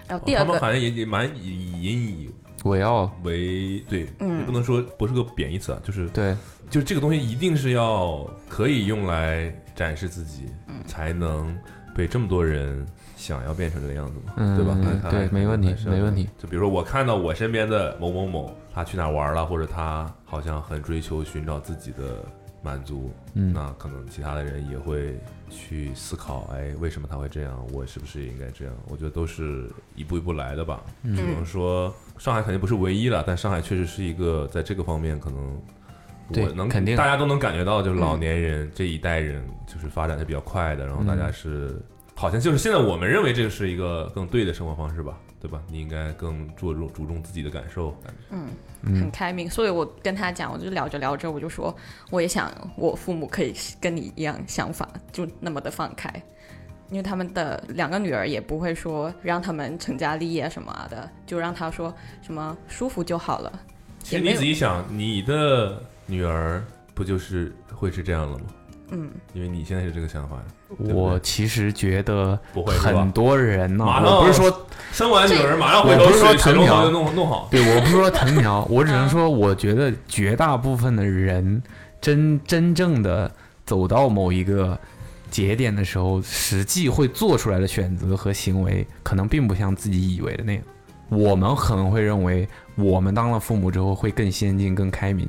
[SPEAKER 3] 然后第
[SPEAKER 2] 他
[SPEAKER 3] 二
[SPEAKER 2] 们
[SPEAKER 3] 个，
[SPEAKER 2] 好像也也蛮以引以
[SPEAKER 5] 我要
[SPEAKER 2] 为对，
[SPEAKER 3] 嗯
[SPEAKER 2] 也不能说不是个贬义词啊，就是
[SPEAKER 5] 对
[SPEAKER 2] 就是这个东西一定是要可以用来展示自己，才能被这么多人。想要变成这个样子嘛，
[SPEAKER 5] 嗯
[SPEAKER 2] 对吧？
[SPEAKER 5] 嗯
[SPEAKER 2] 还
[SPEAKER 5] 对
[SPEAKER 2] 还
[SPEAKER 5] 没问题
[SPEAKER 2] 还是要
[SPEAKER 5] 没问题。
[SPEAKER 2] 就比如说，我看到我身边的某某某，他去哪儿玩了，或者他好像很追求寻找自己的满足，
[SPEAKER 5] 嗯
[SPEAKER 2] 那可能其他的人也会去思考，哎，为什么他会这样？我是不是也应该这样？我觉得都是一步一步来的吧。只
[SPEAKER 5] 嗯
[SPEAKER 2] 能说上海肯定不是唯一了，但上海确实是一个在这个方面可能。
[SPEAKER 5] 对
[SPEAKER 2] 我能
[SPEAKER 5] 肯定嗯
[SPEAKER 2] 大家都能感觉到，就是老年人这一代人就是发
[SPEAKER 5] 嗯
[SPEAKER 2] 展是比较快的，然后大家是好像就是现在我们认为这个是一个更对的生活方式吧，对吧？你应该更注重注重自己的感受。
[SPEAKER 5] 嗯
[SPEAKER 3] 很开明，所以我跟他讲，我就聊着聊着，我就说，我也想我父母可以跟你一样想法，就那么的放开，因为他们的两个女儿也不会说让他们成家立业什么的，就让他说什么舒服就好了。
[SPEAKER 2] 其实
[SPEAKER 3] 也没
[SPEAKER 2] 你
[SPEAKER 3] 有
[SPEAKER 2] 仔细想，你的女儿不就是会是这样了吗？
[SPEAKER 3] 嗯，
[SPEAKER 2] 因为你现在是这个想法呀。对不
[SPEAKER 5] 我其实觉得
[SPEAKER 2] 不会是吧
[SPEAKER 5] 很多人呢、
[SPEAKER 2] 马上
[SPEAKER 5] 我不是说
[SPEAKER 2] 生完女儿马上回
[SPEAKER 5] 我
[SPEAKER 2] 头
[SPEAKER 5] 不是说
[SPEAKER 2] 水水龙头
[SPEAKER 5] 藤条
[SPEAKER 2] 就弄弄好。
[SPEAKER 5] 对，我不是说藤条，我只能说，我觉得绝大部分的人真真正的走到某一个节点的时候，实际会做出来的选择和行为，可能并不像自己以为的那样。我们可能会认为，我们当了父母之后会更先进、更开明。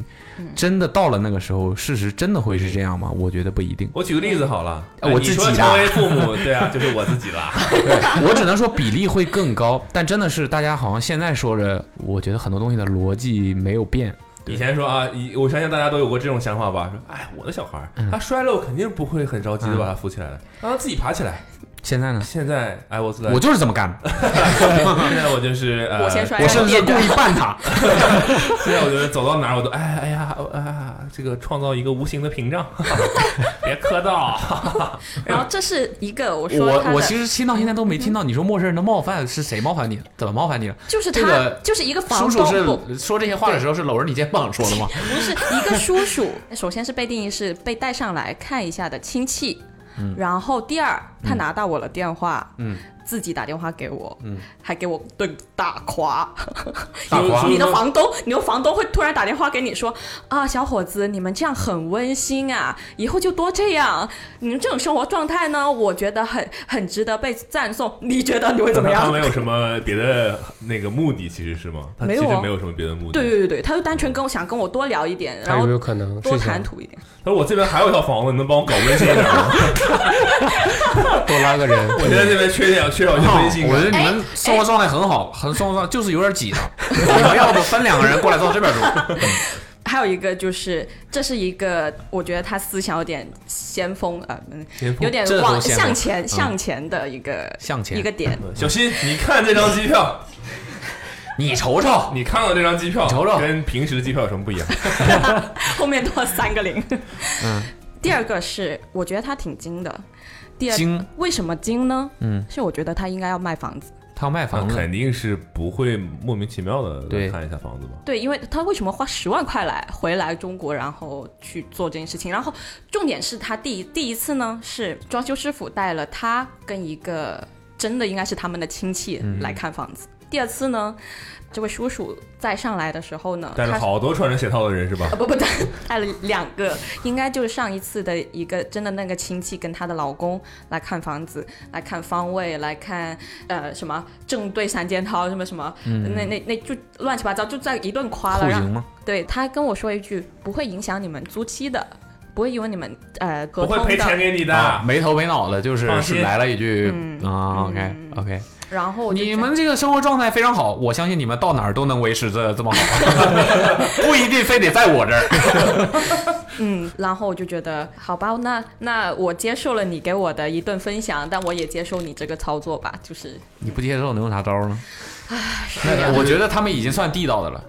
[SPEAKER 5] 真的到了那个时候，事实真的会是这样吗？我觉得不一定。
[SPEAKER 2] 我举个例子好了，哎
[SPEAKER 5] 呃我
[SPEAKER 2] 你
[SPEAKER 5] 自己
[SPEAKER 2] 说
[SPEAKER 5] 啦
[SPEAKER 2] 成为父母，对 啊，就是我自己啦。
[SPEAKER 5] 我只能说比例会更高，但真的是大家好像现在说着，我觉得很多东西的逻辑没有变。
[SPEAKER 2] 以前说啊，以我相信大家都有过这种想法吧？说，哎，我的小孩儿，
[SPEAKER 5] 嗯
[SPEAKER 2] 他摔了，我肯定不会很着急的把他扶起来的，让他自己爬起来。
[SPEAKER 5] 现在呢？
[SPEAKER 2] 现在哎 I was like，
[SPEAKER 5] 嗯我就是这么干的，
[SPEAKER 2] 现在我就是呃，
[SPEAKER 3] 我先摔
[SPEAKER 5] 我
[SPEAKER 3] 下
[SPEAKER 5] 甚至
[SPEAKER 3] 垫
[SPEAKER 5] 故
[SPEAKER 3] 着，
[SPEAKER 5] 意绊他。
[SPEAKER 2] 现在我就是走到哪儿我都哎哎呀哦啊，这个创造一个无形的屏障， 哈哈别磕到。
[SPEAKER 3] 然后这是一个我 说他
[SPEAKER 5] 我
[SPEAKER 3] 的，
[SPEAKER 5] 我其实听到现在都没听到你说陌生人的冒犯是谁冒犯你了，怎么冒犯你了？
[SPEAKER 3] 就是他、
[SPEAKER 5] 这个
[SPEAKER 3] 就是一个房
[SPEAKER 5] 叔
[SPEAKER 3] 东
[SPEAKER 5] 叔
[SPEAKER 3] 不
[SPEAKER 5] 是说这些话的时候是搂着你肩膀说的吗？
[SPEAKER 3] 不是一个叔叔， 首先是被定义是被带上来看一下的亲戚，
[SPEAKER 4] 嗯
[SPEAKER 3] 然后第二他拿到我的电话，
[SPEAKER 5] 嗯
[SPEAKER 3] 自己打电话给我，
[SPEAKER 4] 嗯
[SPEAKER 3] 还给我顿大夸，
[SPEAKER 5] 大夸
[SPEAKER 4] 嗯
[SPEAKER 3] 你的房东，你的房东会突然打电话给你说啊，小伙子，你们这样很温馨啊，以后就多这样，你们这种生活状态呢，我觉得很很值得被赞颂，你觉得你会怎么
[SPEAKER 2] 他
[SPEAKER 3] 样
[SPEAKER 2] 没？有什么别的那个目的，其实是吗？他其
[SPEAKER 3] 没有
[SPEAKER 2] 实
[SPEAKER 3] 啊
[SPEAKER 2] 没有什么别的目的。
[SPEAKER 3] 对对对对，他就单纯跟我想跟我多聊一点，
[SPEAKER 4] 他
[SPEAKER 3] 然
[SPEAKER 4] 有
[SPEAKER 3] 后
[SPEAKER 4] 没有可能
[SPEAKER 3] 多
[SPEAKER 4] 是
[SPEAKER 3] 谈
[SPEAKER 4] 想
[SPEAKER 3] 吐一点。
[SPEAKER 2] 他说我这边还有一套房子，你能帮我搞温馨一点 吗？
[SPEAKER 4] 多拉 个人？
[SPEAKER 2] 我现在这边缺点缺少一些温馨
[SPEAKER 5] 哦啊
[SPEAKER 2] 感。
[SPEAKER 5] 我觉得你
[SPEAKER 3] 哎
[SPEAKER 5] 们生活状态很好，很生活状态就是有点挤的。你们要不分两个人过来坐这边住？
[SPEAKER 3] 还有一个就是，这是一个我觉得他思想有点先锋啊，嗯
[SPEAKER 2] 先锋
[SPEAKER 3] 有点
[SPEAKER 5] 这都
[SPEAKER 3] 往
[SPEAKER 5] 先锋
[SPEAKER 3] 向前
[SPEAKER 5] 嗯
[SPEAKER 3] 向前的一个
[SPEAKER 5] 向前嗯
[SPEAKER 3] 一个点。
[SPEAKER 2] 小新，你看这张机票，
[SPEAKER 5] 你瞅瞅，
[SPEAKER 2] 你看到这张机票，
[SPEAKER 5] 瞅瞅
[SPEAKER 2] 跟平时的机票有什么 不一样？
[SPEAKER 3] 后面多了三个 零。嗯，第二个是我觉得他挺精的。第二
[SPEAKER 5] 精
[SPEAKER 3] 为什么精呢？
[SPEAKER 5] 嗯，
[SPEAKER 3] 是我觉得他应该要卖房子。
[SPEAKER 5] 他要卖
[SPEAKER 2] 那
[SPEAKER 5] 房子，
[SPEAKER 2] 啊肯定是不会莫名其妙的
[SPEAKER 5] 对
[SPEAKER 2] 看一下房子吧？
[SPEAKER 3] 对，因为他为什么花十万块来回来中国，然后去做这件事情？然后重点是他第一第一次呢，是装修师傅带了他跟一个真的应该是他们的亲戚来看房子。第二次呢，这位叔叔再上来的时候呢，
[SPEAKER 2] 但是
[SPEAKER 3] 他
[SPEAKER 2] 好多穿着鞋套的人是吧
[SPEAKER 3] 啊？不不带带了两个，应该就是上一次的一个真的那个亲戚跟她的老公来看房子，来看方位，来看呃什么正对三件套什么什么，那那那就乱七八糟就在一顿夸了，
[SPEAKER 5] 户
[SPEAKER 3] 让
[SPEAKER 5] 型吗？
[SPEAKER 3] 对他跟我说一句，不会影响你们租期的，不会因为你们呃合
[SPEAKER 2] 不会
[SPEAKER 3] 同
[SPEAKER 2] 赔钱
[SPEAKER 3] 的。
[SPEAKER 2] 给你
[SPEAKER 5] 啊
[SPEAKER 2] 的，。
[SPEAKER 5] 没头没脑的，就是
[SPEAKER 2] 放心
[SPEAKER 5] 是来了一句
[SPEAKER 3] 嗯
[SPEAKER 5] 啊，OK OK，
[SPEAKER 3] 然后我就
[SPEAKER 5] 你
[SPEAKER 3] 觉得
[SPEAKER 5] 们这个生活状态非常好，我相信你们到哪儿都能维持这这么好， 不一定非得在我这儿。
[SPEAKER 3] 嗯，然后我就觉得好吧，那那我接受了你给我的一顿分享，但我也接受你这个操作吧，就是
[SPEAKER 5] 你不接受能有啥招呢？
[SPEAKER 3] 啊
[SPEAKER 5] 那哎我觉得他们已经算地道的了。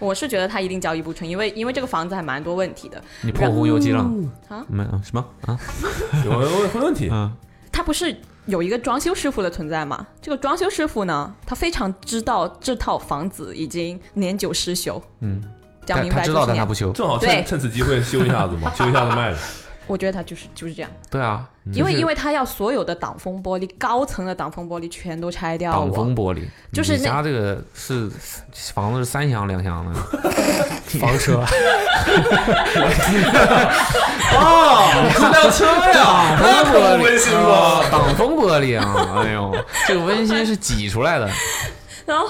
[SPEAKER 3] 我是觉得他一定交易不成，因为因为这个房子还蛮多问题的。
[SPEAKER 5] 你破红油机了？
[SPEAKER 3] 啊
[SPEAKER 5] 没有什么啊？
[SPEAKER 2] 有没有问问题？
[SPEAKER 5] 嗯，
[SPEAKER 3] 他不是有一个装修师傅的存在吗？这个装修师傅呢，他非常知道这套房子已经年久失修。
[SPEAKER 5] 嗯，
[SPEAKER 3] 讲
[SPEAKER 5] 但
[SPEAKER 3] 明
[SPEAKER 5] 他
[SPEAKER 3] 白
[SPEAKER 5] 知
[SPEAKER 3] 就
[SPEAKER 5] 道，
[SPEAKER 3] 是
[SPEAKER 5] 但
[SPEAKER 3] 那
[SPEAKER 5] 他
[SPEAKER 3] 样
[SPEAKER 5] 不。修。
[SPEAKER 2] 正好趁
[SPEAKER 3] 对
[SPEAKER 2] 趁此机会修一下子 嘛，修一下子卖了。
[SPEAKER 3] 我觉得他就是就是这样，
[SPEAKER 5] 对啊，
[SPEAKER 3] 因为因
[SPEAKER 5] 为
[SPEAKER 3] 为他要所有的挡风玻璃，高层的挡风玻璃全都拆掉
[SPEAKER 5] 挡
[SPEAKER 3] 我
[SPEAKER 5] 风玻璃，
[SPEAKER 3] 就是
[SPEAKER 5] 你
[SPEAKER 3] 那
[SPEAKER 5] 家这个是房子是三厢两厢的，
[SPEAKER 4] 房车，啊
[SPEAKER 2] 哦，是辆车呀，那可不温馨
[SPEAKER 5] 啊
[SPEAKER 3] 哦
[SPEAKER 2] 了。
[SPEAKER 5] 挡风玻璃啊！哎呦，这个温馨是挤出来的。
[SPEAKER 3] 然后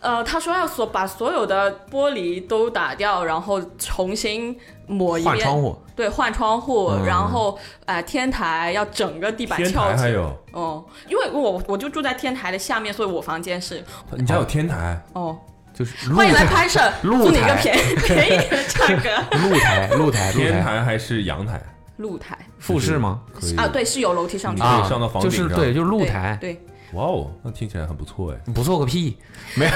[SPEAKER 3] 呃，他说要所把所有的玻璃都打掉，然后重新抹一遍，
[SPEAKER 5] 换窗户，
[SPEAKER 3] 对，换窗户，
[SPEAKER 5] 嗯
[SPEAKER 3] 然后呃天台要整个地板
[SPEAKER 2] 天
[SPEAKER 3] 翘
[SPEAKER 2] 台还
[SPEAKER 3] 起。
[SPEAKER 2] 有，
[SPEAKER 3] 哦，因为我我就住在天台的下面，所以我房间是
[SPEAKER 2] 你家有天台？
[SPEAKER 3] 哦，
[SPEAKER 5] 就是露
[SPEAKER 3] 欢迎来
[SPEAKER 5] 台，
[SPEAKER 3] 拍摄，
[SPEAKER 5] 露
[SPEAKER 3] 送你一个
[SPEAKER 5] 台
[SPEAKER 3] 便宜便宜的 价格。
[SPEAKER 5] 露台，露台，露
[SPEAKER 2] 天
[SPEAKER 5] 台，
[SPEAKER 2] 台还是阳台？
[SPEAKER 3] 露台
[SPEAKER 5] 复式吗？
[SPEAKER 2] 可以
[SPEAKER 3] 啊，，对，是有楼梯上去
[SPEAKER 2] 你可
[SPEAKER 5] 啊，
[SPEAKER 2] 以上到房顶
[SPEAKER 5] 就是
[SPEAKER 2] 上
[SPEAKER 5] 对，就是
[SPEAKER 3] 对
[SPEAKER 5] 露台，
[SPEAKER 3] 对，
[SPEAKER 2] 哇哦，那听起来很不错哎。
[SPEAKER 5] 不做个屁， 没有。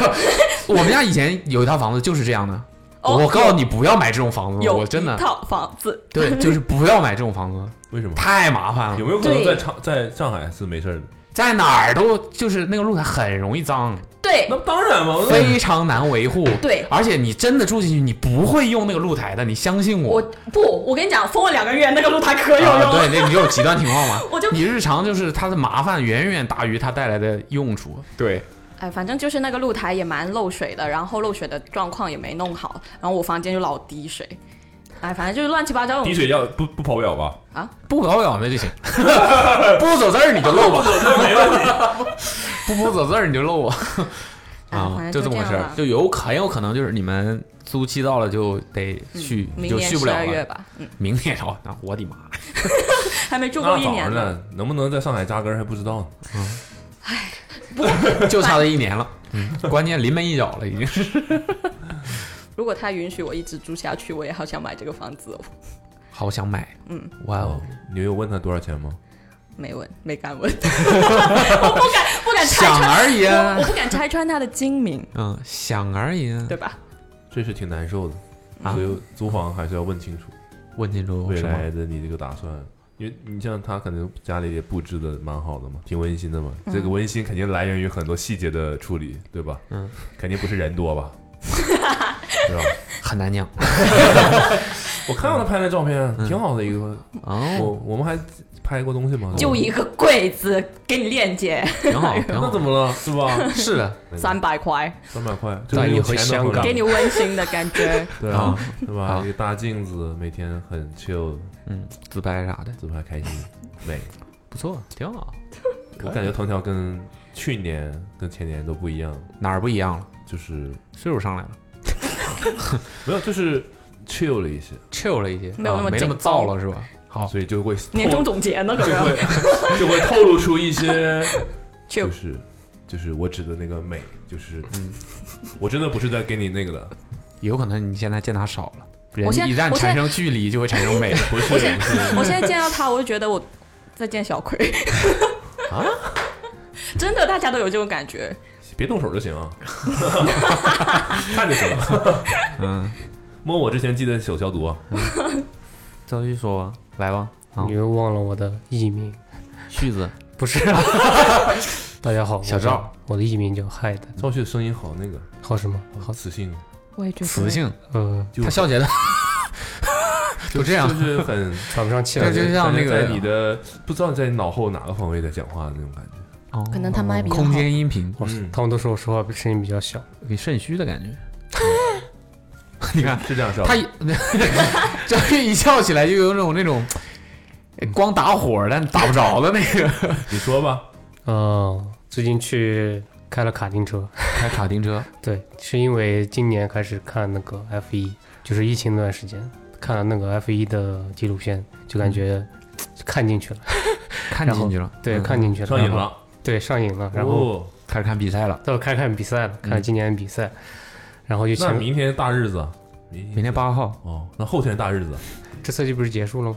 [SPEAKER 5] 我们家以前有一套房子就是这样的，
[SPEAKER 3] 哦
[SPEAKER 5] 我告诉你不要买这种房子，
[SPEAKER 3] 有
[SPEAKER 5] 哦我真
[SPEAKER 3] 一
[SPEAKER 5] 的
[SPEAKER 3] 套房子，
[SPEAKER 5] 对，就是不要买这种房子，
[SPEAKER 2] 为什么？
[SPEAKER 5] 太麻烦了
[SPEAKER 2] 有。没有可能在
[SPEAKER 3] 对
[SPEAKER 2] 上在上海是没事儿的？
[SPEAKER 5] 在哪儿都就是那个露台很容易脏，
[SPEAKER 3] 对
[SPEAKER 2] 那当然嘛，那
[SPEAKER 5] 非常难维护。
[SPEAKER 3] 嗯对
[SPEAKER 5] 而且你真的住进去，你不会用那个露台的，你相信
[SPEAKER 3] 我
[SPEAKER 5] 我。
[SPEAKER 3] 不，我跟你讲，封了两个月，那个露台可有用
[SPEAKER 5] 啊
[SPEAKER 3] 了。
[SPEAKER 5] 对，那你有极端情况吗
[SPEAKER 3] ？我就
[SPEAKER 5] 你日常就是它的麻烦远远大于它带来的用处。对，
[SPEAKER 3] 哎，反正就是那个露台也蛮漏水的，然后漏水的状况也没弄好，然后我房间就老滴水，哎，反正就是乱七八糟。嗯
[SPEAKER 2] 滴水要不不跑不了吧？
[SPEAKER 5] 不跑表那就行，不走字儿你就漏吧，不不走字儿你就漏吧。
[SPEAKER 3] 哎
[SPEAKER 5] 啊，
[SPEAKER 3] 反正
[SPEAKER 5] 就
[SPEAKER 3] 就
[SPEAKER 5] 这么
[SPEAKER 3] 这样
[SPEAKER 5] 个事儿
[SPEAKER 3] 吧，
[SPEAKER 5] 就有可很有可能就是你们租期到了就得续，
[SPEAKER 3] 嗯明
[SPEAKER 5] 就
[SPEAKER 3] 年
[SPEAKER 5] 续不
[SPEAKER 3] 十
[SPEAKER 5] 了
[SPEAKER 3] 二
[SPEAKER 5] 了。
[SPEAKER 3] 月吧，嗯，
[SPEAKER 5] 明年哦，那我的妈！
[SPEAKER 3] 还没住
[SPEAKER 2] 那
[SPEAKER 3] 够一
[SPEAKER 2] 早着
[SPEAKER 3] 年呢。
[SPEAKER 2] 呢，能不能在上海扎根儿还不知道呢。
[SPEAKER 5] 就差这一年了，嗯，关键临门一脚了，已经是。
[SPEAKER 3] 如果他允许我一直住下去，我也好想买这个房子哦。
[SPEAKER 5] 好想买，
[SPEAKER 3] 嗯，
[SPEAKER 5] 哇
[SPEAKER 2] 哦
[SPEAKER 5] 哦，，
[SPEAKER 2] 你有问他多少钱吗？
[SPEAKER 3] 没问，没敢问，我不敢，不敢拆
[SPEAKER 5] 想
[SPEAKER 3] 穿，
[SPEAKER 5] 而已啊
[SPEAKER 3] 我我，不敢拆穿他的精明，
[SPEAKER 5] 嗯，想而已啊，
[SPEAKER 3] 对吧？
[SPEAKER 2] 这是挺难受的，
[SPEAKER 5] 啊哦
[SPEAKER 2] 所以租房还是要问清楚
[SPEAKER 5] 问清楚
[SPEAKER 2] 未
[SPEAKER 5] 什
[SPEAKER 2] 来
[SPEAKER 5] 么？
[SPEAKER 2] 的你这个打算。因为你像他可能家里也布置的蛮好的嘛，挺温馨的嘛。
[SPEAKER 3] 嗯
[SPEAKER 2] 这个温馨肯定来源于很多细节的处理，对吧？
[SPEAKER 5] 嗯，
[SPEAKER 2] 肯定不是人多吧？对吧？
[SPEAKER 5] 很 难讲
[SPEAKER 2] 我看到他拍的照片，挺好的一个。我
[SPEAKER 5] 哦，
[SPEAKER 2] 我们还拍过东西吗？
[SPEAKER 3] 嗯 就一个柜子给你链接，
[SPEAKER 5] 挺好，挺
[SPEAKER 2] 那
[SPEAKER 5] 好
[SPEAKER 2] 怎，么了？是吧？
[SPEAKER 5] 是的，
[SPEAKER 3] 三百块，
[SPEAKER 2] 三百块，就
[SPEAKER 4] 咱
[SPEAKER 2] 是
[SPEAKER 4] 以
[SPEAKER 2] 用
[SPEAKER 4] 后
[SPEAKER 2] 钱的
[SPEAKER 4] 香
[SPEAKER 2] 衡量
[SPEAKER 4] 港
[SPEAKER 3] 给你温馨的感觉。
[SPEAKER 2] 对啊
[SPEAKER 5] 啊，
[SPEAKER 2] 对
[SPEAKER 5] 啊
[SPEAKER 2] 吧？一个大镜子，每天很 chill，
[SPEAKER 5] 嗯，自拍啥的
[SPEAKER 2] 自拍开心，美。
[SPEAKER 5] 不错，挺好，
[SPEAKER 2] 我感觉藤条跟去年跟前年都不一样，
[SPEAKER 5] 哪儿不一样了？
[SPEAKER 2] 就是
[SPEAKER 5] 岁数上来了
[SPEAKER 2] 没有，就是 chill 了一些，
[SPEAKER 5] ，chill 了一些，
[SPEAKER 3] 没有
[SPEAKER 5] 啊
[SPEAKER 3] 那么
[SPEAKER 5] 没那
[SPEAKER 3] 紧
[SPEAKER 5] 么
[SPEAKER 3] 绷
[SPEAKER 5] 燥了，是吧？好，
[SPEAKER 2] 所以就会
[SPEAKER 3] 年终
[SPEAKER 2] 透
[SPEAKER 3] 总结呢，可
[SPEAKER 2] 就
[SPEAKER 3] 能
[SPEAKER 2] 会 就会透露出一些，
[SPEAKER 3] 就
[SPEAKER 2] 就是就是我指的那个美，就是嗯，我真的不是在给你那个的，
[SPEAKER 5] 有可能你现在见他少了，人
[SPEAKER 3] 我现在
[SPEAKER 5] 一旦
[SPEAKER 3] 我现在
[SPEAKER 5] 产生距离就会产 生美了。
[SPEAKER 2] 不是不是，
[SPEAKER 3] 我现在见到他，我就觉得我在见小葵。
[SPEAKER 5] 啊！
[SPEAKER 3] 真的，大家都有这种感觉。
[SPEAKER 2] 别动手就行啊，看就行了。
[SPEAKER 5] 嗯，
[SPEAKER 2] 摸我之前记得手消毒啊，
[SPEAKER 5] 继续说吧，来吧，啊
[SPEAKER 4] 你，又忘了我的艺名。
[SPEAKER 5] 旭 子，
[SPEAKER 4] 不是、啊，大家好，
[SPEAKER 5] 小赵
[SPEAKER 4] 我，我的艺名叫 Hide，
[SPEAKER 2] 赵旭的声音好那个，
[SPEAKER 4] 好什么？
[SPEAKER 2] 好
[SPEAKER 4] 好，
[SPEAKER 2] 磁性，啊
[SPEAKER 3] 我也觉
[SPEAKER 5] 磁，性，
[SPEAKER 4] 嗯，
[SPEAKER 2] 就
[SPEAKER 5] 他笑起来 就这样
[SPEAKER 2] 就，是很
[SPEAKER 4] 喘不上气来
[SPEAKER 5] 对，。就像那个
[SPEAKER 2] 在你的不知道在你脑后哪个方位在讲话的那种感觉。
[SPEAKER 5] 哦
[SPEAKER 3] 可能他麦比较好
[SPEAKER 5] 空间音频
[SPEAKER 4] 我
[SPEAKER 2] 嗯
[SPEAKER 4] 他们都说我说话声音比较小，
[SPEAKER 5] 给肾虚的感 觉。 你看
[SPEAKER 2] 是这样笑的，
[SPEAKER 5] 他 一张玉一笑起来，就有那种那种光打火但打不着的那个。
[SPEAKER 2] 你说吧，
[SPEAKER 4] 嗯，最近去开了卡丁车，
[SPEAKER 5] 开卡丁车，
[SPEAKER 4] 对，是因为今年开始看那个 F 一，就是疫情那段时间看了那个 F 一的纪录片，就感觉看进去了，
[SPEAKER 5] 看进去了，
[SPEAKER 4] 对，
[SPEAKER 5] 嗯
[SPEAKER 4] 看进去了，
[SPEAKER 2] 上瘾
[SPEAKER 4] 然后，
[SPEAKER 2] 了，
[SPEAKER 4] 对，上瘾了，然后
[SPEAKER 2] 哦
[SPEAKER 5] 开始看比赛了。
[SPEAKER 4] 到开始看比赛了，看
[SPEAKER 5] 嗯
[SPEAKER 4] 了今年的比赛，然后就
[SPEAKER 2] 那
[SPEAKER 4] 前
[SPEAKER 2] 明天大日子啊，明
[SPEAKER 5] 明天八号，
[SPEAKER 2] 哦，那后天大日子
[SPEAKER 4] 这赛季不是结束了吗？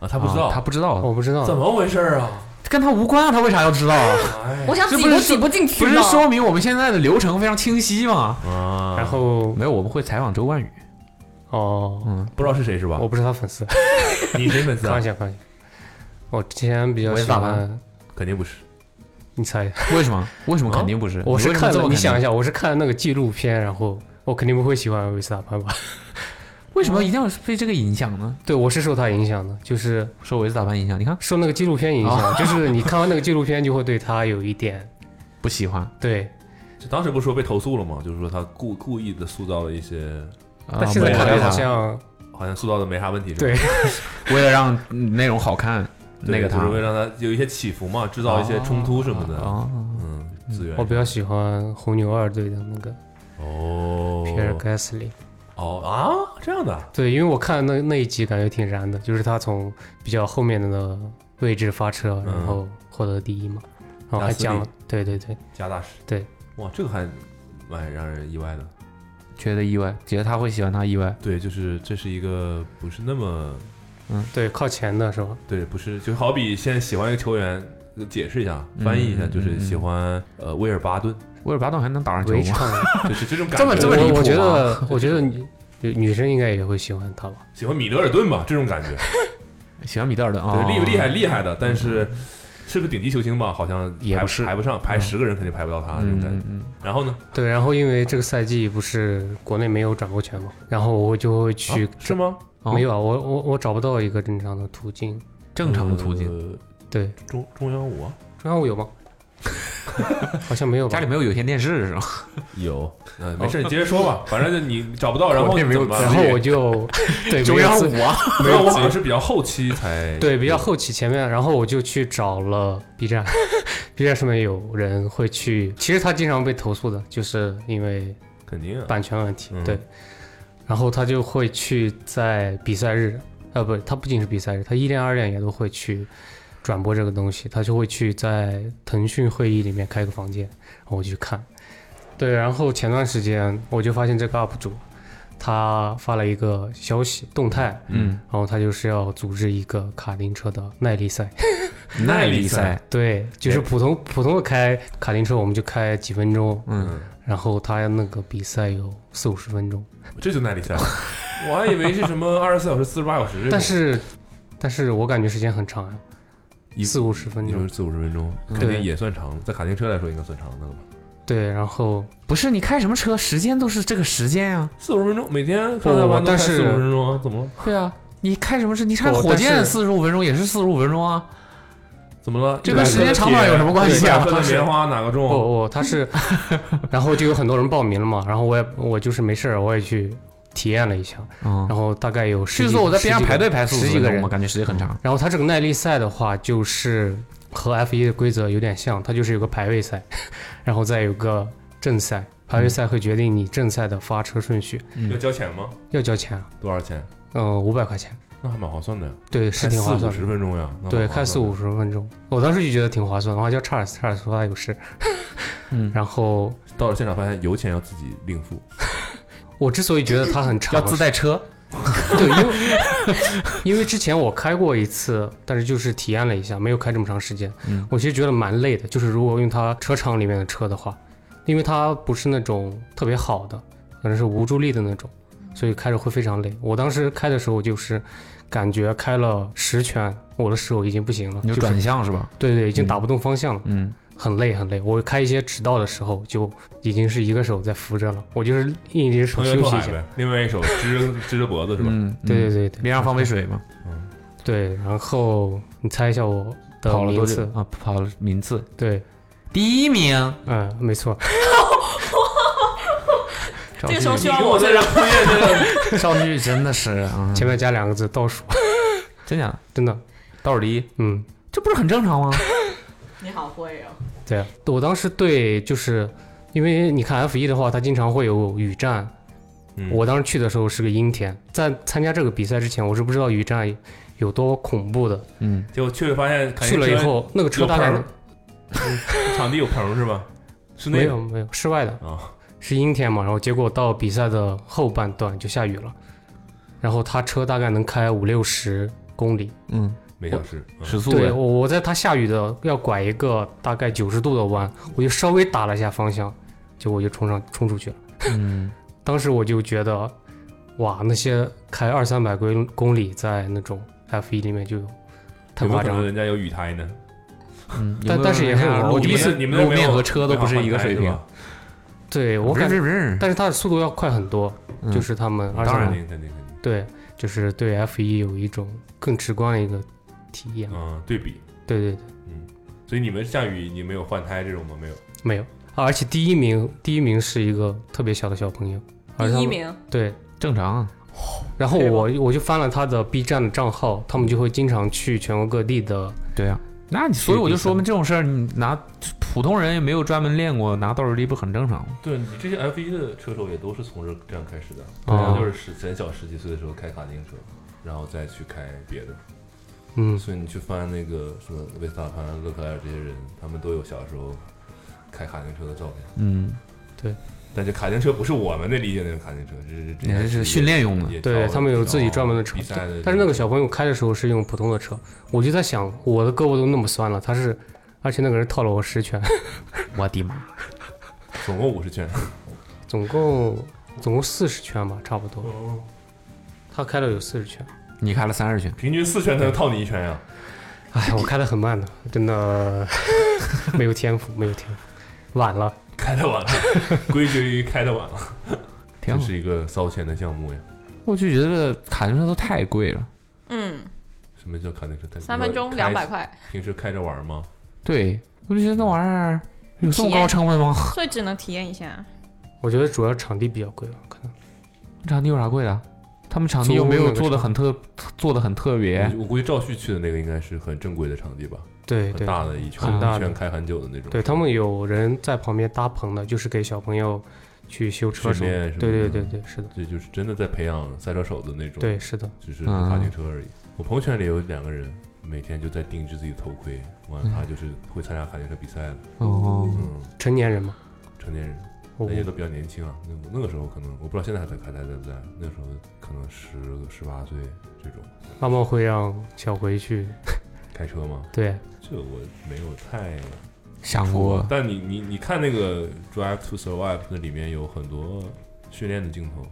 [SPEAKER 2] 啊，他不知
[SPEAKER 5] 啊
[SPEAKER 2] 道，
[SPEAKER 5] 他不知道，
[SPEAKER 4] 我不知道，
[SPEAKER 2] 怎么回事儿啊？
[SPEAKER 5] 跟他无关啊，他为啥要知 道啊？
[SPEAKER 2] 哎
[SPEAKER 3] 我想
[SPEAKER 5] 这
[SPEAKER 3] 挤
[SPEAKER 5] 不
[SPEAKER 3] 都
[SPEAKER 5] 是
[SPEAKER 3] 挤不进去
[SPEAKER 5] 不是
[SPEAKER 3] 呢
[SPEAKER 5] 说明我们现在的流程非常清晰吗？
[SPEAKER 2] 啊，
[SPEAKER 4] 然后
[SPEAKER 5] 没有，我们会采访周冠宇。
[SPEAKER 4] 哦，
[SPEAKER 5] 嗯，
[SPEAKER 2] 不知道是谁是吧
[SPEAKER 4] 我？不是他粉丝，
[SPEAKER 5] 啊
[SPEAKER 2] 你谁粉丝
[SPEAKER 4] 开
[SPEAKER 2] 啊
[SPEAKER 4] 玩？笑，开玩笑。我之前比较
[SPEAKER 5] 我也
[SPEAKER 4] 喜
[SPEAKER 5] 打
[SPEAKER 4] 欢，
[SPEAKER 2] 肯定不是，
[SPEAKER 4] 你猜，
[SPEAKER 5] 为什么？为什么
[SPEAKER 2] 啊
[SPEAKER 5] 肯定不是？
[SPEAKER 4] 哦我是
[SPEAKER 5] 为什么
[SPEAKER 4] 看
[SPEAKER 5] 这么
[SPEAKER 4] 了，你想一
[SPEAKER 5] 下，
[SPEAKER 4] 下，我是看了那个纪录片，然后我肯定不会喜欢维斯塔潘吧？
[SPEAKER 5] 为什么一定要被这个影响呢？
[SPEAKER 4] 对，我是受他影响的，就是
[SPEAKER 5] 受维斯塔潘影响，你看
[SPEAKER 4] 受那个纪录片影
[SPEAKER 5] 哦
[SPEAKER 4] 响，就是你看完那个纪录片就会对他有一点
[SPEAKER 5] 不喜欢，
[SPEAKER 4] 对，
[SPEAKER 5] 啊
[SPEAKER 2] 这当时不是说被投诉了吗？就是说他故故意的塑造了一些，
[SPEAKER 5] 啊
[SPEAKER 4] 但现在
[SPEAKER 5] 为了
[SPEAKER 4] 看来
[SPEAKER 5] 他
[SPEAKER 4] 好像
[SPEAKER 2] 好像塑造的没啥问题，是吧
[SPEAKER 4] 对，
[SPEAKER 5] 为了让嗯内容好看，
[SPEAKER 2] 对
[SPEAKER 5] 那个他
[SPEAKER 2] 就是为了让他有一些起伏嘛，制造一些冲突什么的，
[SPEAKER 5] 哦，
[SPEAKER 2] 嗯，资源
[SPEAKER 4] 我比较喜欢红牛二队的那个
[SPEAKER 2] 哦
[SPEAKER 4] 皮尔盖斯林，
[SPEAKER 2] 哦啊，这样的，
[SPEAKER 4] 对，因为我看那那一集感觉挺燃的，就是他从比较后面的位置发车，然
[SPEAKER 2] 嗯
[SPEAKER 4] 后获得第一嘛，然后
[SPEAKER 2] 达
[SPEAKER 4] 还
[SPEAKER 2] 斯
[SPEAKER 4] 讲
[SPEAKER 2] 利
[SPEAKER 4] 了，对对对。
[SPEAKER 2] 加大师，
[SPEAKER 4] 对，
[SPEAKER 2] 哇，这个还蛮让人意外的。
[SPEAKER 5] 觉得意外，觉得他会喜欢他意外，
[SPEAKER 2] 对，就是这是一个不是那么
[SPEAKER 4] 对，靠前的是吧？
[SPEAKER 2] 对，不是就好比现在喜欢一个球员，解释一下，翻译一下，
[SPEAKER 5] 嗯
[SPEAKER 2] 就是
[SPEAKER 5] 嗯
[SPEAKER 2] 喜欢呃威尔巴顿，
[SPEAKER 5] 威尔巴顿还能打上球
[SPEAKER 4] 围
[SPEAKER 5] 吗？
[SPEAKER 4] 场，
[SPEAKER 2] 就是这种感觉。
[SPEAKER 5] 这么这么离谱
[SPEAKER 4] 我我觉
[SPEAKER 5] 啊
[SPEAKER 4] 得，我觉得女女生应该也会喜欢他吧？
[SPEAKER 2] 喜欢米德尔顿吧，这种感觉，
[SPEAKER 5] 喜欢米德尔顿啊，
[SPEAKER 2] 对，厉不厉害？厉害的，但是是个顶级球星吧？好像
[SPEAKER 5] 嗯也
[SPEAKER 2] 排
[SPEAKER 5] 不是
[SPEAKER 2] 排不上，排十个人肯定排不到他这种
[SPEAKER 5] 嗯
[SPEAKER 2] 感
[SPEAKER 5] 嗯
[SPEAKER 2] 觉。
[SPEAKER 5] 嗯，
[SPEAKER 2] 然后呢？
[SPEAKER 4] 对，然后因为这个赛季不是国内没有转播权嘛，然后我就会去
[SPEAKER 2] 啊，是吗？
[SPEAKER 5] 哦
[SPEAKER 4] 没有啊，我我我找不到一个正常的途径。
[SPEAKER 5] 正常的途径。
[SPEAKER 2] 呃
[SPEAKER 4] 对，
[SPEAKER 2] 中中央五啊
[SPEAKER 4] 中央五有吗？ 好像没
[SPEAKER 2] 呃
[SPEAKER 4] 有吧？
[SPEAKER 5] 家里没有有线电 视是吧？
[SPEAKER 2] 有，呃，没事，你接着说吧，反正就你找不到，然后
[SPEAKER 5] 国内没有
[SPEAKER 2] 怎么办
[SPEAKER 5] 资
[SPEAKER 4] 然
[SPEAKER 5] 源
[SPEAKER 4] 后我 就对没有资
[SPEAKER 5] 五啊，
[SPEAKER 2] 没有，我好像是比较后期才
[SPEAKER 4] 对比较后期前面，然后我就去找了 B 站 ，B 站上面有人会去，其实他经常被投诉的，就是因为
[SPEAKER 2] 肯定啊，
[SPEAKER 4] 版权问题，
[SPEAKER 2] 嗯
[SPEAKER 4] 对，然后他就会去在比赛日，呃，不，他不仅是比赛日，他一练二练也都会去转播这个东西，他就会去在腾讯会议里面开个房间，然后我就去看，对，然后前段时间我就发现这个 UP 主他发了一个消息动态，
[SPEAKER 5] 嗯，
[SPEAKER 4] 然后他就是要组织一个卡丁车的耐力 赛，
[SPEAKER 5] 耐力嗯赛，
[SPEAKER 4] 对，就是
[SPEAKER 2] 哎
[SPEAKER 4] 普通普通的开卡丁车，我们就开几分钟，
[SPEAKER 5] 嗯，
[SPEAKER 4] 然后他那个比赛有四五十分钟，
[SPEAKER 2] 这就耐力赛， 我还以为是什么二十四小时、四十八小时这种，
[SPEAKER 4] 但是但是我感觉时间很长啊呀、
[SPEAKER 2] 一
[SPEAKER 4] 四五十分
[SPEAKER 2] 你
[SPEAKER 4] 钟
[SPEAKER 2] 说，四五十分钟，
[SPEAKER 5] 嗯
[SPEAKER 2] 肯定也算长了，在卡丁车来说应该算长的了吧？
[SPEAKER 4] 对，然后
[SPEAKER 5] 不是你开什么车，时间都是这个时间啊。
[SPEAKER 2] 四十分钟，每天
[SPEAKER 4] 不
[SPEAKER 2] 上下班都开
[SPEAKER 4] 但是
[SPEAKER 2] 四五分钟啊，怎么了？
[SPEAKER 5] 对啊，你开什么车？你看
[SPEAKER 4] 我
[SPEAKER 5] 火箭
[SPEAKER 4] 但是
[SPEAKER 5] 四十五分钟也是四十五分钟啊。
[SPEAKER 2] 怎么了？
[SPEAKER 5] 这跟时间长短有什么关系啊
[SPEAKER 2] 一百克的棉花哪个
[SPEAKER 4] 我
[SPEAKER 2] 重？啊
[SPEAKER 4] 我哦他 是，然后就有很多人报名了嘛，然后我也我就是没事儿我也去体验了一下，
[SPEAKER 5] 嗯，
[SPEAKER 4] 然后大概有哦十
[SPEAKER 5] 是
[SPEAKER 4] 几
[SPEAKER 5] 说我在边上排队排四
[SPEAKER 4] 十
[SPEAKER 5] 十
[SPEAKER 4] 几
[SPEAKER 5] 分
[SPEAKER 4] 个
[SPEAKER 5] 钟
[SPEAKER 4] 人嗯
[SPEAKER 5] 吗？，感觉时间很长。
[SPEAKER 4] 然后它这个耐力赛的话，就是和 F 一的规则有点像，它就是有个排位赛， 然后再有个正赛。排位赛会决定你正赛的发车顺序，
[SPEAKER 2] 要交钱吗？
[SPEAKER 4] 要交钱啊，
[SPEAKER 2] 多少钱？
[SPEAKER 4] 嗯，五百块钱，
[SPEAKER 2] 那还蛮划算的呀，
[SPEAKER 4] 对，是
[SPEAKER 2] 开
[SPEAKER 4] 挺
[SPEAKER 2] 四
[SPEAKER 4] 划
[SPEAKER 2] 五
[SPEAKER 4] 算
[SPEAKER 2] 十
[SPEAKER 4] 的。
[SPEAKER 2] 分钟呀，那蛮
[SPEAKER 4] 对，
[SPEAKER 2] 划
[SPEAKER 4] 开四
[SPEAKER 2] 算的
[SPEAKER 4] 五十分钟，我当时就觉得挺划算的。我还叫查尔斯，查尔斯说他有事，
[SPEAKER 5] 嗯，
[SPEAKER 4] 然后
[SPEAKER 2] 到了现场发现油钱要自己另付，
[SPEAKER 4] 我之所以觉得它 很长，
[SPEAKER 5] 要自带车。
[SPEAKER 4] 对，因为因为之前我开过一次，但是就是体验了一下，没有开这么长时间。
[SPEAKER 5] 嗯
[SPEAKER 4] 我其实觉得蛮累的，就是如果用它车厂里面的车的话，因为它不是那种特别好的，可能是无助力的那种，所以开着会非常累。我当时开的时候就是感觉开了十圈，我的手已经不行了，
[SPEAKER 5] 你就
[SPEAKER 4] 就是
[SPEAKER 5] 转向是吧？
[SPEAKER 4] 对对，已经打不动方向了，
[SPEAKER 5] 嗯，
[SPEAKER 4] 很累很累。我开一些直道的时候，就已经是一个手在扶着了，我就是另一只手
[SPEAKER 2] 朋友
[SPEAKER 4] 休
[SPEAKER 2] 拓
[SPEAKER 4] 息一
[SPEAKER 2] 海
[SPEAKER 4] 下。
[SPEAKER 2] 呗，另外一手支着支着脖子是吧？
[SPEAKER 5] 嗯，
[SPEAKER 4] 对对
[SPEAKER 5] 嗯，
[SPEAKER 4] 对对，
[SPEAKER 5] 边上放杯水嘛。
[SPEAKER 4] 对，然后你猜一下我的
[SPEAKER 5] 跑了
[SPEAKER 4] 名
[SPEAKER 5] 多久
[SPEAKER 4] 次？
[SPEAKER 5] 啊？跑了名次
[SPEAKER 4] 对，
[SPEAKER 5] 第一名。
[SPEAKER 4] 嗯，没错，
[SPEAKER 5] 赵
[SPEAKER 3] 这时候
[SPEAKER 5] 俊
[SPEAKER 3] 需要
[SPEAKER 2] 跟
[SPEAKER 3] 我
[SPEAKER 2] 在这敷衍这个，
[SPEAKER 5] 赵俊真的是啊，
[SPEAKER 4] 前面加两个字倒数，
[SPEAKER 5] 真假的
[SPEAKER 4] 真的，
[SPEAKER 5] 倒数第一，
[SPEAKER 4] 嗯，
[SPEAKER 5] 这不是很正常吗？
[SPEAKER 3] 你好会哦，
[SPEAKER 4] 对啊，我当时对就是。因为你看 F 一的话，它经常会有雨战。
[SPEAKER 2] 嗯
[SPEAKER 4] 我当时去的时候是个阴天，在参加这个比赛之前，我是不知道雨战有多恐怖的。
[SPEAKER 5] 嗯，
[SPEAKER 2] 结果去了发现
[SPEAKER 4] 去了以后，那个车大概
[SPEAKER 2] 有棚场地有棚是吧？是那
[SPEAKER 4] 没
[SPEAKER 2] 种
[SPEAKER 4] 有没有室外的，
[SPEAKER 5] 哦
[SPEAKER 2] 啊，
[SPEAKER 4] 是阴天嘛。然后结果到比赛的后半段就下雨了，然后他车大概能开五六十公里，
[SPEAKER 5] 嗯，
[SPEAKER 2] 每小时嗯
[SPEAKER 5] 时速
[SPEAKER 4] 对
[SPEAKER 5] 呗
[SPEAKER 4] 我，我在它下雨的要拐一个大概九十度的弯，我就稍微打了一下方向，结果我就冲上冲出去了。
[SPEAKER 5] 嗯，
[SPEAKER 4] 当时我就觉得，哇，那些开二三百公公里在那种 F 一里面就有，太
[SPEAKER 2] 有没有
[SPEAKER 4] 夸
[SPEAKER 2] 可
[SPEAKER 4] 张
[SPEAKER 2] 能
[SPEAKER 4] 了。
[SPEAKER 2] 人家有雨胎呢？
[SPEAKER 5] 嗯，有
[SPEAKER 4] 但
[SPEAKER 5] 没有
[SPEAKER 4] 但是也很
[SPEAKER 5] 人家
[SPEAKER 4] 我
[SPEAKER 5] 路
[SPEAKER 4] 觉
[SPEAKER 2] 你
[SPEAKER 4] 得
[SPEAKER 2] 们
[SPEAKER 5] 面
[SPEAKER 2] 你们那
[SPEAKER 5] 路
[SPEAKER 2] 没有
[SPEAKER 5] 面和车都不是一个水
[SPEAKER 2] 没
[SPEAKER 5] 平
[SPEAKER 2] 有换胎，是吧
[SPEAKER 4] 对我感觉，
[SPEAKER 5] 觉
[SPEAKER 4] 但是它的速度要快很多，
[SPEAKER 5] 嗯
[SPEAKER 4] 就是他们二
[SPEAKER 5] 当
[SPEAKER 4] 三
[SPEAKER 5] 然
[SPEAKER 2] 肯
[SPEAKER 4] 百
[SPEAKER 2] 定肯定肯定，
[SPEAKER 4] 对，就是对 F 一有一种更直观的一个体验。
[SPEAKER 2] 嗯，对比，
[SPEAKER 4] 对对对，
[SPEAKER 2] 嗯，所以你们下雨你没有换胎这种吗？没有，
[SPEAKER 4] 没有，啊而且第一名第一名是一个特别小的小朋友，而
[SPEAKER 3] 第
[SPEAKER 4] 他
[SPEAKER 3] 一
[SPEAKER 4] 们
[SPEAKER 3] 名，
[SPEAKER 4] 对。
[SPEAKER 5] 正常啊，
[SPEAKER 4] 然后
[SPEAKER 3] 对吧
[SPEAKER 4] 我我就翻了他的 B 站的账号，他们就会经常去全国各地的，
[SPEAKER 5] 对啊。那你所以我就说嘛，这种事儿你拿普通人也没有专门练过，拿倒数第一不很正常吗？
[SPEAKER 2] 对你这些 F 一的车手也都是从这这样开始的，
[SPEAKER 4] 对啊
[SPEAKER 2] 然后就是十很小十几岁的时候开卡丁车，然后再去开别的。
[SPEAKER 4] 嗯，
[SPEAKER 2] 所以你去翻那个什么维斯塔潘、勒克莱尔这些人，他们都有小时候开卡丁车的照片。
[SPEAKER 5] 嗯，
[SPEAKER 2] 但这卡丁车不是我们的理解那种卡丁车，这是
[SPEAKER 5] 也是训练用的
[SPEAKER 2] 也
[SPEAKER 4] 对
[SPEAKER 2] 照
[SPEAKER 4] 他们有自己专门的车
[SPEAKER 2] 比赛的。
[SPEAKER 4] 但是那个小朋友开的时候是用普通的车，我就在想，我的胳膊都那么酸了，他是而且那个人套了我十拳，
[SPEAKER 5] 我的妈！
[SPEAKER 2] 总共五十圈。
[SPEAKER 4] 总共总共四十拳吧，差不多。
[SPEAKER 2] 哦
[SPEAKER 4] 他开了有四十拳，
[SPEAKER 5] 你开了三十圈，
[SPEAKER 2] 平均四圈才能套你一圈呀。
[SPEAKER 4] 哎，我开的很慢的，真的 没有天赋，没有天赋，晚了。
[SPEAKER 2] 开的晚了， 归结于开的晚了，
[SPEAKER 5] 挺
[SPEAKER 2] 这
[SPEAKER 5] 好。
[SPEAKER 2] 是一个烧钱的项目呀。
[SPEAKER 5] 我就觉得卡丁车都太贵了。
[SPEAKER 3] 嗯，
[SPEAKER 2] 什么叫卡丁车？
[SPEAKER 3] 三分钟
[SPEAKER 2] 开
[SPEAKER 3] 两百，块，
[SPEAKER 2] 平时开着玩吗？
[SPEAKER 5] 对，我就觉得那玩意儿有这么
[SPEAKER 3] 体验
[SPEAKER 5] 高成本吗？
[SPEAKER 3] 所以只能体验一下。
[SPEAKER 4] 我觉得主要场地比较贵吧，可能
[SPEAKER 5] 场地有啥贵的？他们场地又没有
[SPEAKER 4] 租那个
[SPEAKER 5] 做的很特，做的很特别。
[SPEAKER 2] 我我估计赵旭去的那个应该是很正规的场地吧，
[SPEAKER 4] 对
[SPEAKER 2] 很
[SPEAKER 4] 对
[SPEAKER 2] 大的一圈，
[SPEAKER 4] 很大
[SPEAKER 2] 一
[SPEAKER 4] 的
[SPEAKER 2] 圈开很久的那种。
[SPEAKER 4] 对，他们有人在旁边搭棚的，就是给小朋友去修车什
[SPEAKER 2] 训
[SPEAKER 4] 么
[SPEAKER 2] 练
[SPEAKER 4] 的。
[SPEAKER 2] 什么
[SPEAKER 4] 对对
[SPEAKER 2] 的
[SPEAKER 4] 对对，是的，
[SPEAKER 2] 这就是真的在培养赛车手的那种，
[SPEAKER 4] 对，是的。
[SPEAKER 2] 就是卡丁车而已。我朋友圈里有两个人，每天就在定制自己的头盔，完了他就是会参加卡丁车比赛的，
[SPEAKER 5] 哦，
[SPEAKER 2] 嗯，
[SPEAKER 4] 成年人嘛，
[SPEAKER 2] 成年人，
[SPEAKER 4] 我
[SPEAKER 2] 那也都比较年轻啊。那那个时候可能我不知道现在还在还在在不在，那时候可能十十八岁这种
[SPEAKER 4] 妈妈会让小回去，
[SPEAKER 2] 开车吗？
[SPEAKER 4] 对，
[SPEAKER 2] 这我没有太
[SPEAKER 5] 想过
[SPEAKER 2] 但你你你看那个《Drive to Survive》那里面有很多训练的镜头，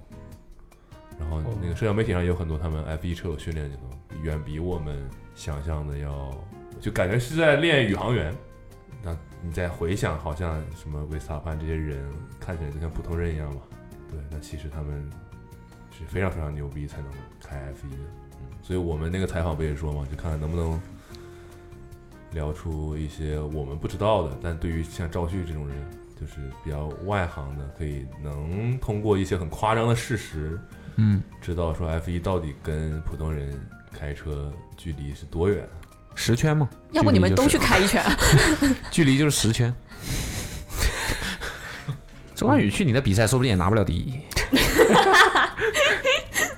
[SPEAKER 2] 然后那个社交媒体上也有很多他们 F1 车手训练的镜头，远比我们想象的要，就感觉是在练宇航员。那你再回想，好像什么维斯塔潘这些人看起来就像普通人一样嘛？对，那其实他们是非常非常牛逼才能开 F1 的。嗯，所以我们那个采访不也说嘛，就看看能不能聊出一些我们不知道的，但对于像赵旭这种人，就是比较外行的，可以能通过一些很夸张的事实，
[SPEAKER 5] 嗯，
[SPEAKER 2] 知道说 F 一到底跟普通人开车距离是多远。
[SPEAKER 5] 十圈嘛，
[SPEAKER 3] 要不你们
[SPEAKER 5] 距离
[SPEAKER 3] 都
[SPEAKER 5] 就
[SPEAKER 3] 去
[SPEAKER 5] 是
[SPEAKER 3] 开一圈，
[SPEAKER 5] 距离就是十圈。 周冠宇去你的比赛，说不定也拿不了第一。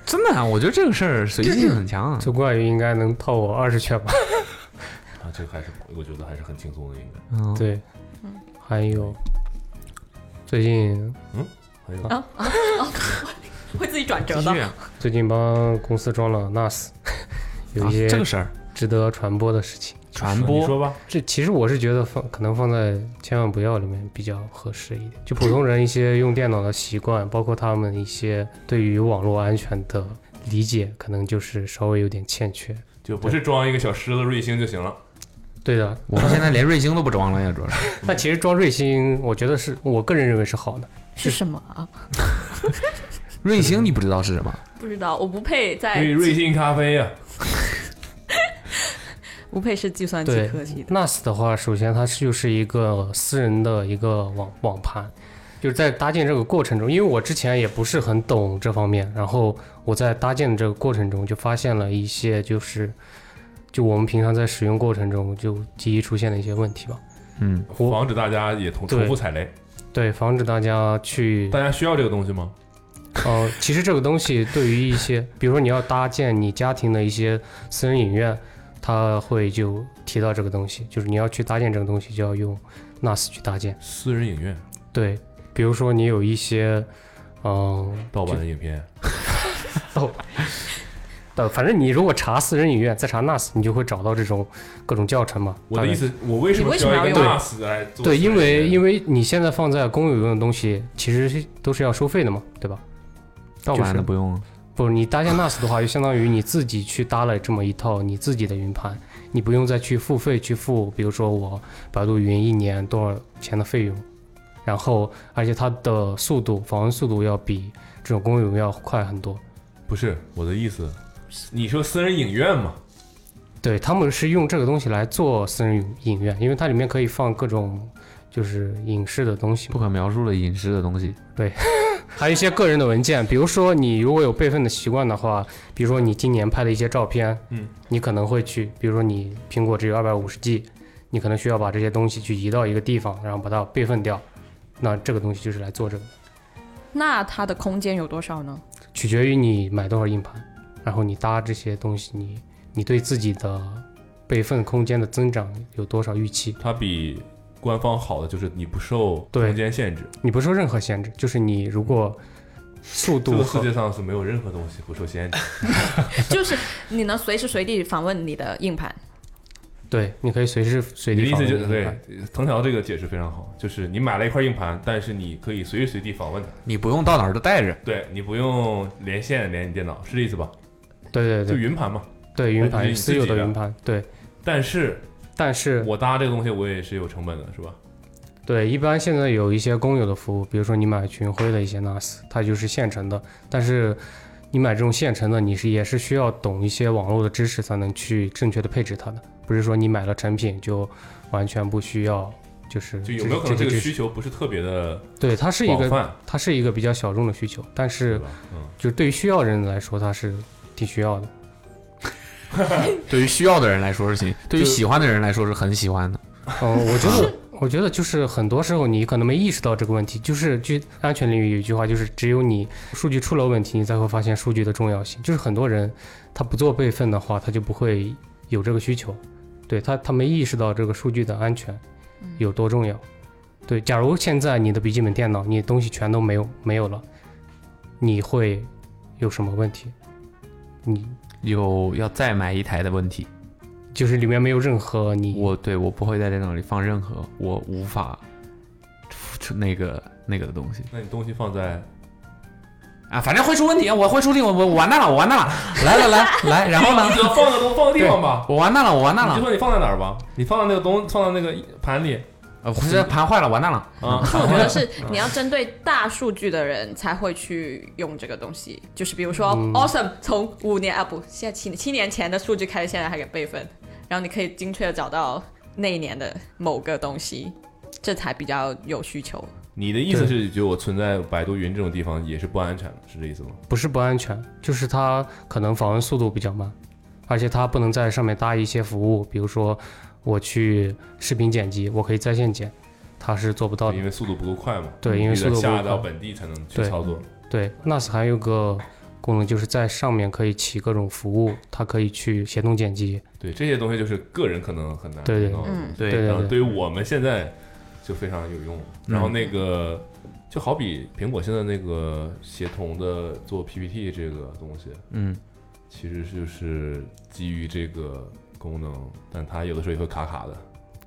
[SPEAKER 5] 真的啊，我觉得这个事儿随机性很强啊。
[SPEAKER 4] 周冠宇应该能套我 二十圈吧？
[SPEAKER 2] 啊，这个还是我觉得还是很轻松的，应该。
[SPEAKER 5] 嗯，
[SPEAKER 4] 对，还有最近
[SPEAKER 2] 还有、
[SPEAKER 3] 会自己转折
[SPEAKER 5] 继续
[SPEAKER 3] 的。
[SPEAKER 5] 啊，
[SPEAKER 4] 最近帮公司装了 NAS，有
[SPEAKER 5] 啊
[SPEAKER 4] 一些
[SPEAKER 5] 这个事儿
[SPEAKER 4] 值得传播的事情。
[SPEAKER 5] 传
[SPEAKER 2] 啊你
[SPEAKER 5] 播
[SPEAKER 2] 说吧，
[SPEAKER 4] 这其实我是觉得放可能放在千万不要里面比较合适一点，就普通人一些用电脑的习惯，包括他们一些对于网络安全的理解，可能就是稍微有点欠缺。
[SPEAKER 2] 就不是装一个小狮子瑞星就行了。
[SPEAKER 4] 对的，
[SPEAKER 5] 我们现在连瑞星都不装了呀，主要是。
[SPEAKER 4] 但其实装瑞星，我觉得是我个人认为是好的。
[SPEAKER 3] 是什么啊？
[SPEAKER 5] 瑞星你不知道是什么？
[SPEAKER 3] 不知道，我不配在
[SPEAKER 2] 瑞瑞幸咖啡啊呀、
[SPEAKER 3] 不配是计算机
[SPEAKER 4] 对
[SPEAKER 3] 科技的。
[SPEAKER 4] NAS 的话，首先它是就是一个私人的一个网网盘，就是在搭建这个过程中，因为我之前也不是很懂这方面，然后我在搭建的这个过程中就发现了一些就是，就我们平常在使用过程中就极易出现的一些问题吧。
[SPEAKER 5] 嗯，
[SPEAKER 4] 我
[SPEAKER 2] 防止大家也同
[SPEAKER 4] 对
[SPEAKER 2] 重复踩雷。
[SPEAKER 4] 对，防止大家去
[SPEAKER 2] 大家需要这个东西吗？
[SPEAKER 4] 呃，其实这个东西对于一些，比如说你要搭建你家庭的一些私人影院，它会就提到这个东西，就是你要去搭建这个东西，就要用 NAS 去搭建。
[SPEAKER 2] 私人影院
[SPEAKER 4] 对，比如说你有一些，嗯、
[SPEAKER 2] 盗版的影片，
[SPEAKER 4] 呃，反正你如果查私人影院，再查 NAS，你就会找到这种各种教程嘛。
[SPEAKER 2] 我的意
[SPEAKER 4] 思，
[SPEAKER 2] 思，我为什
[SPEAKER 3] 你
[SPEAKER 2] 么
[SPEAKER 3] 为
[SPEAKER 2] 需
[SPEAKER 3] 什么
[SPEAKER 2] 要一
[SPEAKER 3] 要啊
[SPEAKER 2] 个
[SPEAKER 4] 用
[SPEAKER 2] NAS 来做
[SPEAKER 4] 对，
[SPEAKER 2] 私
[SPEAKER 4] 因
[SPEAKER 2] 人影
[SPEAKER 4] 为
[SPEAKER 2] 院
[SPEAKER 4] 因为你现在放在公有用的东西，其实都是要收费的嘛，对吧？
[SPEAKER 5] 盗版
[SPEAKER 4] 就
[SPEAKER 5] 的
[SPEAKER 4] 是
[SPEAKER 5] 不用啊。
[SPEAKER 4] 不，你搭建 NAS 的话，就相当于你自己去搭了这么一套你自己的云盘，你不用再去付费去付，比如说我百度云一年多少钱的费用，然后而且它的速度访问速度要比这种公有云要快很多。
[SPEAKER 2] 不是我的意思，你说私人影院嘛？
[SPEAKER 4] 对他们是用这个东西来做私人影院，因为它里面可以放各种就是影视的东西嘛
[SPEAKER 5] 不，可描述的隐私的东西。
[SPEAKER 4] 还有一些个人的文件，比如说你如果有备份的习惯的话，比如说你今年拍的一些照片，
[SPEAKER 2] 嗯，
[SPEAKER 4] 你可能会去，比如说你苹果只有二百五十 G，你可能需要把这些东西去移到一个地方，然后把它备份掉。那这个东西就是来做这个，
[SPEAKER 3] 那它的空间有多少呢？
[SPEAKER 4] 取决于你买多少硬盘，然后你搭这些东西，你你对自己的备份空间的增长有多少预期？
[SPEAKER 2] 它比官方好的就是你不受
[SPEAKER 4] 对
[SPEAKER 2] 空间限制。
[SPEAKER 4] 你不受任何限制，就是你如果速
[SPEAKER 2] 这
[SPEAKER 4] 度
[SPEAKER 2] 个世
[SPEAKER 4] 和
[SPEAKER 2] 界上是没有任何东西不受限制。
[SPEAKER 3] 就是你能随时随地访问你的硬盘，
[SPEAKER 4] 对，你可以随时随
[SPEAKER 2] 你的
[SPEAKER 4] 地
[SPEAKER 2] 意
[SPEAKER 4] 访
[SPEAKER 2] 思
[SPEAKER 4] 问
[SPEAKER 2] 就
[SPEAKER 4] 这
[SPEAKER 2] 是
[SPEAKER 4] 个
[SPEAKER 2] 对
[SPEAKER 4] 盘，
[SPEAKER 2] 藤条这个解释非常好，就是你买了一块硬盘，但是你可以随时随地访问它，
[SPEAKER 5] 你不用到哪儿都带着。
[SPEAKER 2] 对你不用连线连你电脑，是这意思吧？
[SPEAKER 4] 对对
[SPEAKER 2] 就
[SPEAKER 4] 对
[SPEAKER 2] 云盘嘛。
[SPEAKER 4] 对云
[SPEAKER 2] 就是
[SPEAKER 4] 盘
[SPEAKER 2] 你
[SPEAKER 4] 私
[SPEAKER 2] 自
[SPEAKER 4] 有
[SPEAKER 2] 己
[SPEAKER 4] 的
[SPEAKER 2] 的
[SPEAKER 4] 云盘，对，
[SPEAKER 2] 但是
[SPEAKER 4] 但是
[SPEAKER 2] 我搭这个东西，我也是有成本的，是吧？
[SPEAKER 4] 对，一般现在有一些公有的服务，比如说你买群晖的一些 NAS，它就是现成的。但是你买这种现成的，你是也是需要懂一些网络的知识，才能去正确的配置它的。不是说你买了成品就完全不需要，就是
[SPEAKER 2] 就有没有可能
[SPEAKER 4] 这
[SPEAKER 2] 这个
[SPEAKER 4] 知
[SPEAKER 2] 需
[SPEAKER 4] 识？
[SPEAKER 2] 求不是特别的
[SPEAKER 4] 对，它是一
[SPEAKER 2] 广
[SPEAKER 4] 个
[SPEAKER 2] 泛，
[SPEAKER 4] 它是一个比较小众的需求，但
[SPEAKER 2] 对
[SPEAKER 4] 是
[SPEAKER 2] 吧？嗯，
[SPEAKER 4] 就是对于需要人来说，它是挺需要的。
[SPEAKER 5] 对于需要的人来说是行，对于喜欢的人来说是很喜欢的。
[SPEAKER 4] 嗯，我觉得，我觉得就是很多时候你可能没意识到这个问题，就是据安全领域有一句话，就是只有你数据出了问题，你才会发现数据的重要性。就是很多人他不做备份的话，他就不会有这个需求，对他他没意识到这个数据的安全有多重要。对，假如现在你的笔记本电脑你东西全都没有没有了，你会有什么问题？你
[SPEAKER 5] 有要再买一台的问题，
[SPEAKER 4] 就是里面没有任何你
[SPEAKER 5] 我对我不会在电脑里放任何我无法那个那个的东西
[SPEAKER 2] 那你东西放在
[SPEAKER 5] 啊，反正会出问题，我会出问题，我我我完蛋了，我完蛋了，来来来来，然后呢
[SPEAKER 2] 你，只要放个东放个地方吧。
[SPEAKER 5] 我完蛋了，我完蛋
[SPEAKER 2] 你就
[SPEAKER 5] 了，
[SPEAKER 2] 说你放在哪儿吧，你放在那个东，放在那个盘里
[SPEAKER 5] 呃我这盘坏了，完蛋了。
[SPEAKER 2] 啊。
[SPEAKER 3] 我觉得是你要针对大数据的人才会去用这个东西，就是比如说、Awesome 从五年啊不，现在七年七年前的数据开始，现在还给备份，然后你可以精确的找到那一年的某个东西，这才比较有需求。
[SPEAKER 2] 你的意思是，觉得我存在百度云这种地方也是不安全的，是这意思吗？
[SPEAKER 4] 不是不安全，就是它可能访问速度比较慢，而且它不能在上面搭一些服务，比如说我去视频剪辑，我可以在线剪，它是做不到的
[SPEAKER 2] 因。为速度不够嗯快嘛。
[SPEAKER 4] 对因为
[SPEAKER 2] 你得
[SPEAKER 4] 速度不够
[SPEAKER 2] 下
[SPEAKER 4] 快
[SPEAKER 2] 到本地才能去
[SPEAKER 4] 对
[SPEAKER 2] 操作。
[SPEAKER 4] 对，NAS 还有个功能就是在上面可以起各种服务，它可以去协同剪辑。
[SPEAKER 2] 对这些东西就是个人可能很难
[SPEAKER 4] 对对
[SPEAKER 2] 弄到的
[SPEAKER 3] 嗯
[SPEAKER 2] 东西
[SPEAKER 5] 对
[SPEAKER 4] 对
[SPEAKER 2] 然后
[SPEAKER 4] 对对，
[SPEAKER 2] 对于嗯我们现在就非常有用。然后那个就好比苹果现在那个协同的做 PPT 这个东西，
[SPEAKER 5] 嗯，
[SPEAKER 2] 其实就是基于这个功能，但它有的时候也会卡卡的。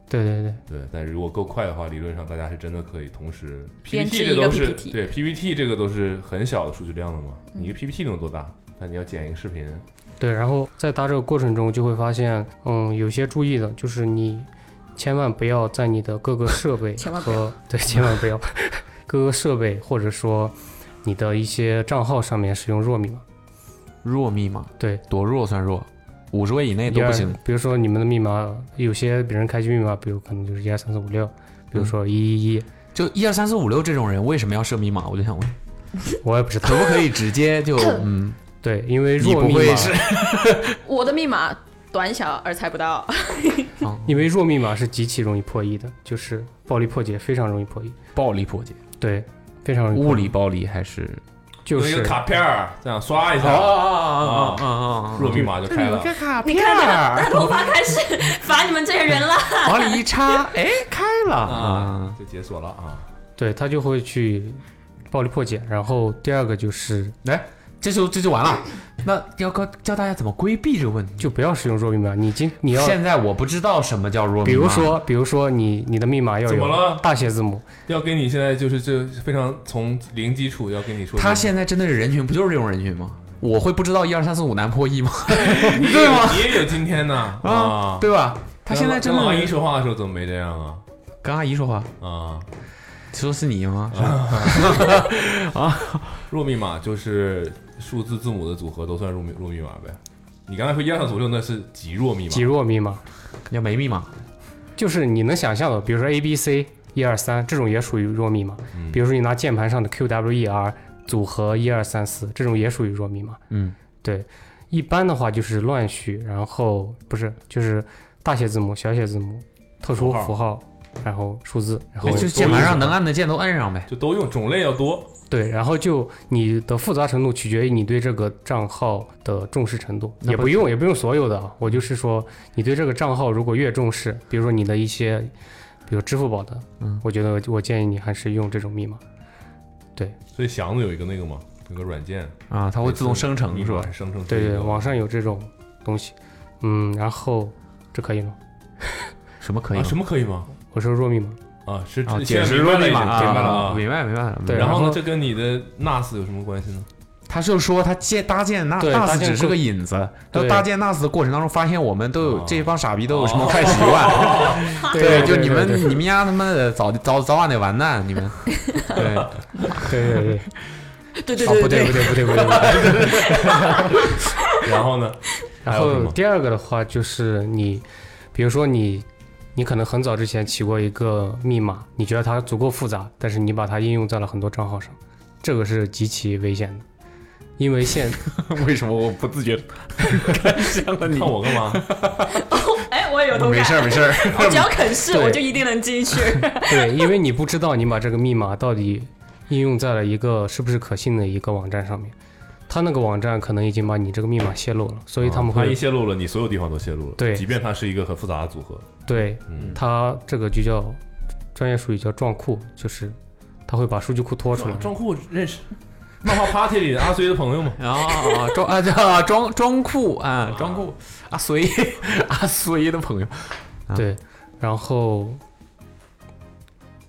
[SPEAKER 4] 对对对，
[SPEAKER 2] 对，但如果够快的话，理论上大家是真的可以同时
[SPEAKER 3] 编
[SPEAKER 2] PPT
[SPEAKER 3] 制
[SPEAKER 2] 这
[SPEAKER 3] 一个
[SPEAKER 2] 都是
[SPEAKER 3] PPT
[SPEAKER 2] 对 PPT 这个都是很小的数据量的嘛，
[SPEAKER 3] 嗯
[SPEAKER 2] 你一个 PPT 能多大？但你要剪一个视频，
[SPEAKER 4] 对，然后在搭这个过程中，就会发现，嗯，有些注意的就是你千万不要在你的各个设备
[SPEAKER 3] 千万不
[SPEAKER 4] 和对，千万不要 各个设备或者说你的一些账号上面使用弱密码。
[SPEAKER 5] 弱密码，
[SPEAKER 4] 对，
[SPEAKER 5] 多弱算弱？五十位以内
[SPEAKER 4] 一
[SPEAKER 5] 都不
[SPEAKER 4] 二
[SPEAKER 5] 行。
[SPEAKER 4] 比如说你们的密码，有些别人开机密码，比如可能就是一二三四五六，
[SPEAKER 5] 嗯
[SPEAKER 4] 比如说一一一，
[SPEAKER 5] 就一二三四五六这种人，为什么要设密码？我就想问，
[SPEAKER 4] 我也不知道。
[SPEAKER 5] 可不可以直接就嗯？
[SPEAKER 4] 对，因为
[SPEAKER 5] 你
[SPEAKER 4] 弱
[SPEAKER 5] 不
[SPEAKER 4] 密
[SPEAKER 5] 会
[SPEAKER 4] 码，
[SPEAKER 5] 是？
[SPEAKER 3] 我的密码短小而猜不到，
[SPEAKER 5] 哦
[SPEAKER 4] 因为弱密码是极其容易破译的，就是暴力破解非常容易破译，
[SPEAKER 5] 暴力破解，
[SPEAKER 4] 对，非常容易破
[SPEAKER 5] 物
[SPEAKER 4] 译
[SPEAKER 5] 理暴力还是？
[SPEAKER 4] 就
[SPEAKER 2] 用一
[SPEAKER 4] 是
[SPEAKER 2] 个卡片儿这样刷一
[SPEAKER 5] 啊啊
[SPEAKER 2] 下，
[SPEAKER 5] 啊啊啊啊！
[SPEAKER 2] 弱密码就开了。
[SPEAKER 5] 卡
[SPEAKER 3] 你看那个大头发开始烦你们这些人了。
[SPEAKER 5] 往里一插，哎，开了
[SPEAKER 2] 啊
[SPEAKER 5] 啊！，
[SPEAKER 2] 就解锁了啊！
[SPEAKER 4] 对他就会去暴力破解。然后第二个就是
[SPEAKER 5] 这就这就完了。那要教教大家怎么规避这个问题。
[SPEAKER 4] 就不要使用弱密码，你今你要
[SPEAKER 5] 现在我不知道什么叫弱密码，
[SPEAKER 4] 比如说比如说你你的密码要
[SPEAKER 2] 怎么
[SPEAKER 4] 有
[SPEAKER 2] 了？
[SPEAKER 4] 大写字母，
[SPEAKER 2] 要给你现在就是这非常从零基础要跟你说，
[SPEAKER 5] 他现在针对的人群不就是这种人群吗？我会不知道一二三四五难破译 吗？
[SPEAKER 2] 你也
[SPEAKER 5] 对
[SPEAKER 2] 有
[SPEAKER 5] 吗
[SPEAKER 2] 你也有今天呢啊！
[SPEAKER 5] 对吧？他现在
[SPEAKER 2] 跟
[SPEAKER 5] 针
[SPEAKER 2] 老
[SPEAKER 5] 对
[SPEAKER 2] 阿
[SPEAKER 5] 的
[SPEAKER 2] 姨
[SPEAKER 5] 人
[SPEAKER 2] 说话的时候怎么没这样啊？
[SPEAKER 5] 跟阿姨说话，
[SPEAKER 2] 啊，
[SPEAKER 5] 说是你吗？是吧
[SPEAKER 2] 弱密码就是数字字母的组合都算弱密弱密码呗。你刚才说一二三四五六那是极弱密码
[SPEAKER 4] 极，弱密码
[SPEAKER 5] 要没密码，
[SPEAKER 4] 就是你能想象的，比如说 A B C 一二三这种也属于弱密码，
[SPEAKER 2] 嗯
[SPEAKER 4] 比如说你拿键盘上的 Q W E R 组合一二三四这种也属于弱密码。
[SPEAKER 5] 嗯，
[SPEAKER 4] 对，一般的话就是乱序，然后不是就是大写字母、小写字母、特殊
[SPEAKER 2] 符号
[SPEAKER 4] 符号，然后数字，然后
[SPEAKER 5] 就
[SPEAKER 2] 对
[SPEAKER 5] 是键盘上能按的键都按上呗。
[SPEAKER 2] 就都用种类要多。
[SPEAKER 4] 对，然后就你的复杂程度取决于你对这个账号的重视程度，
[SPEAKER 5] 那
[SPEAKER 4] 也
[SPEAKER 5] 不
[SPEAKER 4] 不用也不用所有的啊，我就是说，你对这个账号如果越重视，比如说你的一些，比如支付宝的，
[SPEAKER 5] 嗯，
[SPEAKER 4] 我觉得我建议你还是用这种密码，
[SPEAKER 2] 所以祥子有一个那个嘛，有个软件，
[SPEAKER 5] 啊，它会自动生成
[SPEAKER 2] 密
[SPEAKER 5] 是
[SPEAKER 2] 码
[SPEAKER 5] 吧？
[SPEAKER 2] 生成
[SPEAKER 4] 对
[SPEAKER 2] 这
[SPEAKER 4] 对，
[SPEAKER 2] 个
[SPEAKER 4] 网上有这种东西，嗯，然后这可以吗？
[SPEAKER 5] 什么可以
[SPEAKER 2] 啊
[SPEAKER 5] 吗？
[SPEAKER 2] 什么可以吗？
[SPEAKER 4] 我说弱密码，
[SPEAKER 2] 啊，是
[SPEAKER 5] 啊，
[SPEAKER 2] 这
[SPEAKER 5] 解释
[SPEAKER 2] 现在
[SPEAKER 5] 论
[SPEAKER 2] 明
[SPEAKER 5] 嘛，
[SPEAKER 2] 白了已经明白了
[SPEAKER 5] 啊，
[SPEAKER 2] 啊。
[SPEAKER 5] 明白明白了。
[SPEAKER 4] 对
[SPEAKER 2] 然后
[SPEAKER 4] 然
[SPEAKER 2] 呢，
[SPEAKER 4] 后
[SPEAKER 2] 这跟你的 NAS 有什么关系呢？
[SPEAKER 5] 他就说他建搭建那
[SPEAKER 4] 对搭
[SPEAKER 5] NAS
[SPEAKER 4] 建
[SPEAKER 5] 只是
[SPEAKER 4] 过
[SPEAKER 5] 个引子，
[SPEAKER 4] 对
[SPEAKER 5] 就搭建 NAS 的过程当中，发现我们都有
[SPEAKER 2] 哦
[SPEAKER 5] 这帮傻逼都有什么坏习惯，就你们你们家他妈的早早早晚得完蛋，你 们，对，哦
[SPEAKER 4] 对对
[SPEAKER 3] 对
[SPEAKER 4] 对，
[SPEAKER 3] 对
[SPEAKER 5] 不
[SPEAKER 3] 啊对
[SPEAKER 5] 对
[SPEAKER 3] 对，
[SPEAKER 5] 不对不对不对不对，
[SPEAKER 2] 然后呢？还
[SPEAKER 4] 然
[SPEAKER 2] 有什
[SPEAKER 4] 后
[SPEAKER 2] 么
[SPEAKER 4] 第二个的话就是你，比如说你，你可能很早之前起过一个密码，你觉得它足够复杂，但是你把它应用在了很多账号上，这个是极其危险的，因为 现
[SPEAKER 5] 为什么我不自觉地看向了你
[SPEAKER 2] 看？我干嘛？
[SPEAKER 3] 哎，我也有同
[SPEAKER 5] 没
[SPEAKER 3] 感
[SPEAKER 5] 事。儿没事儿，
[SPEAKER 3] 我只要肯试，
[SPEAKER 4] 对
[SPEAKER 3] 我就一定能进去。
[SPEAKER 4] 对，因为你不知道你把这个密码到底应用在了一个是不是可信的一个网站上面，他那个网站可能已经把你这个密码泄露了，所以他们
[SPEAKER 2] 万
[SPEAKER 4] 会、
[SPEAKER 2] 啊一泄露了，你所有地方都泄露了。
[SPEAKER 4] 对
[SPEAKER 2] 即便它是一个很复杂的组合，
[SPEAKER 4] 对
[SPEAKER 2] 嗯，
[SPEAKER 4] 他这个就叫专业术语叫撞库，就是他会把数据库拖出来。
[SPEAKER 2] 装酷认识，漫画 Party 里的阿衰的朋友嘛。
[SPEAKER 5] 啊装啊叫装装酷啊装酷阿随 阿随的朋友，
[SPEAKER 4] 对，然后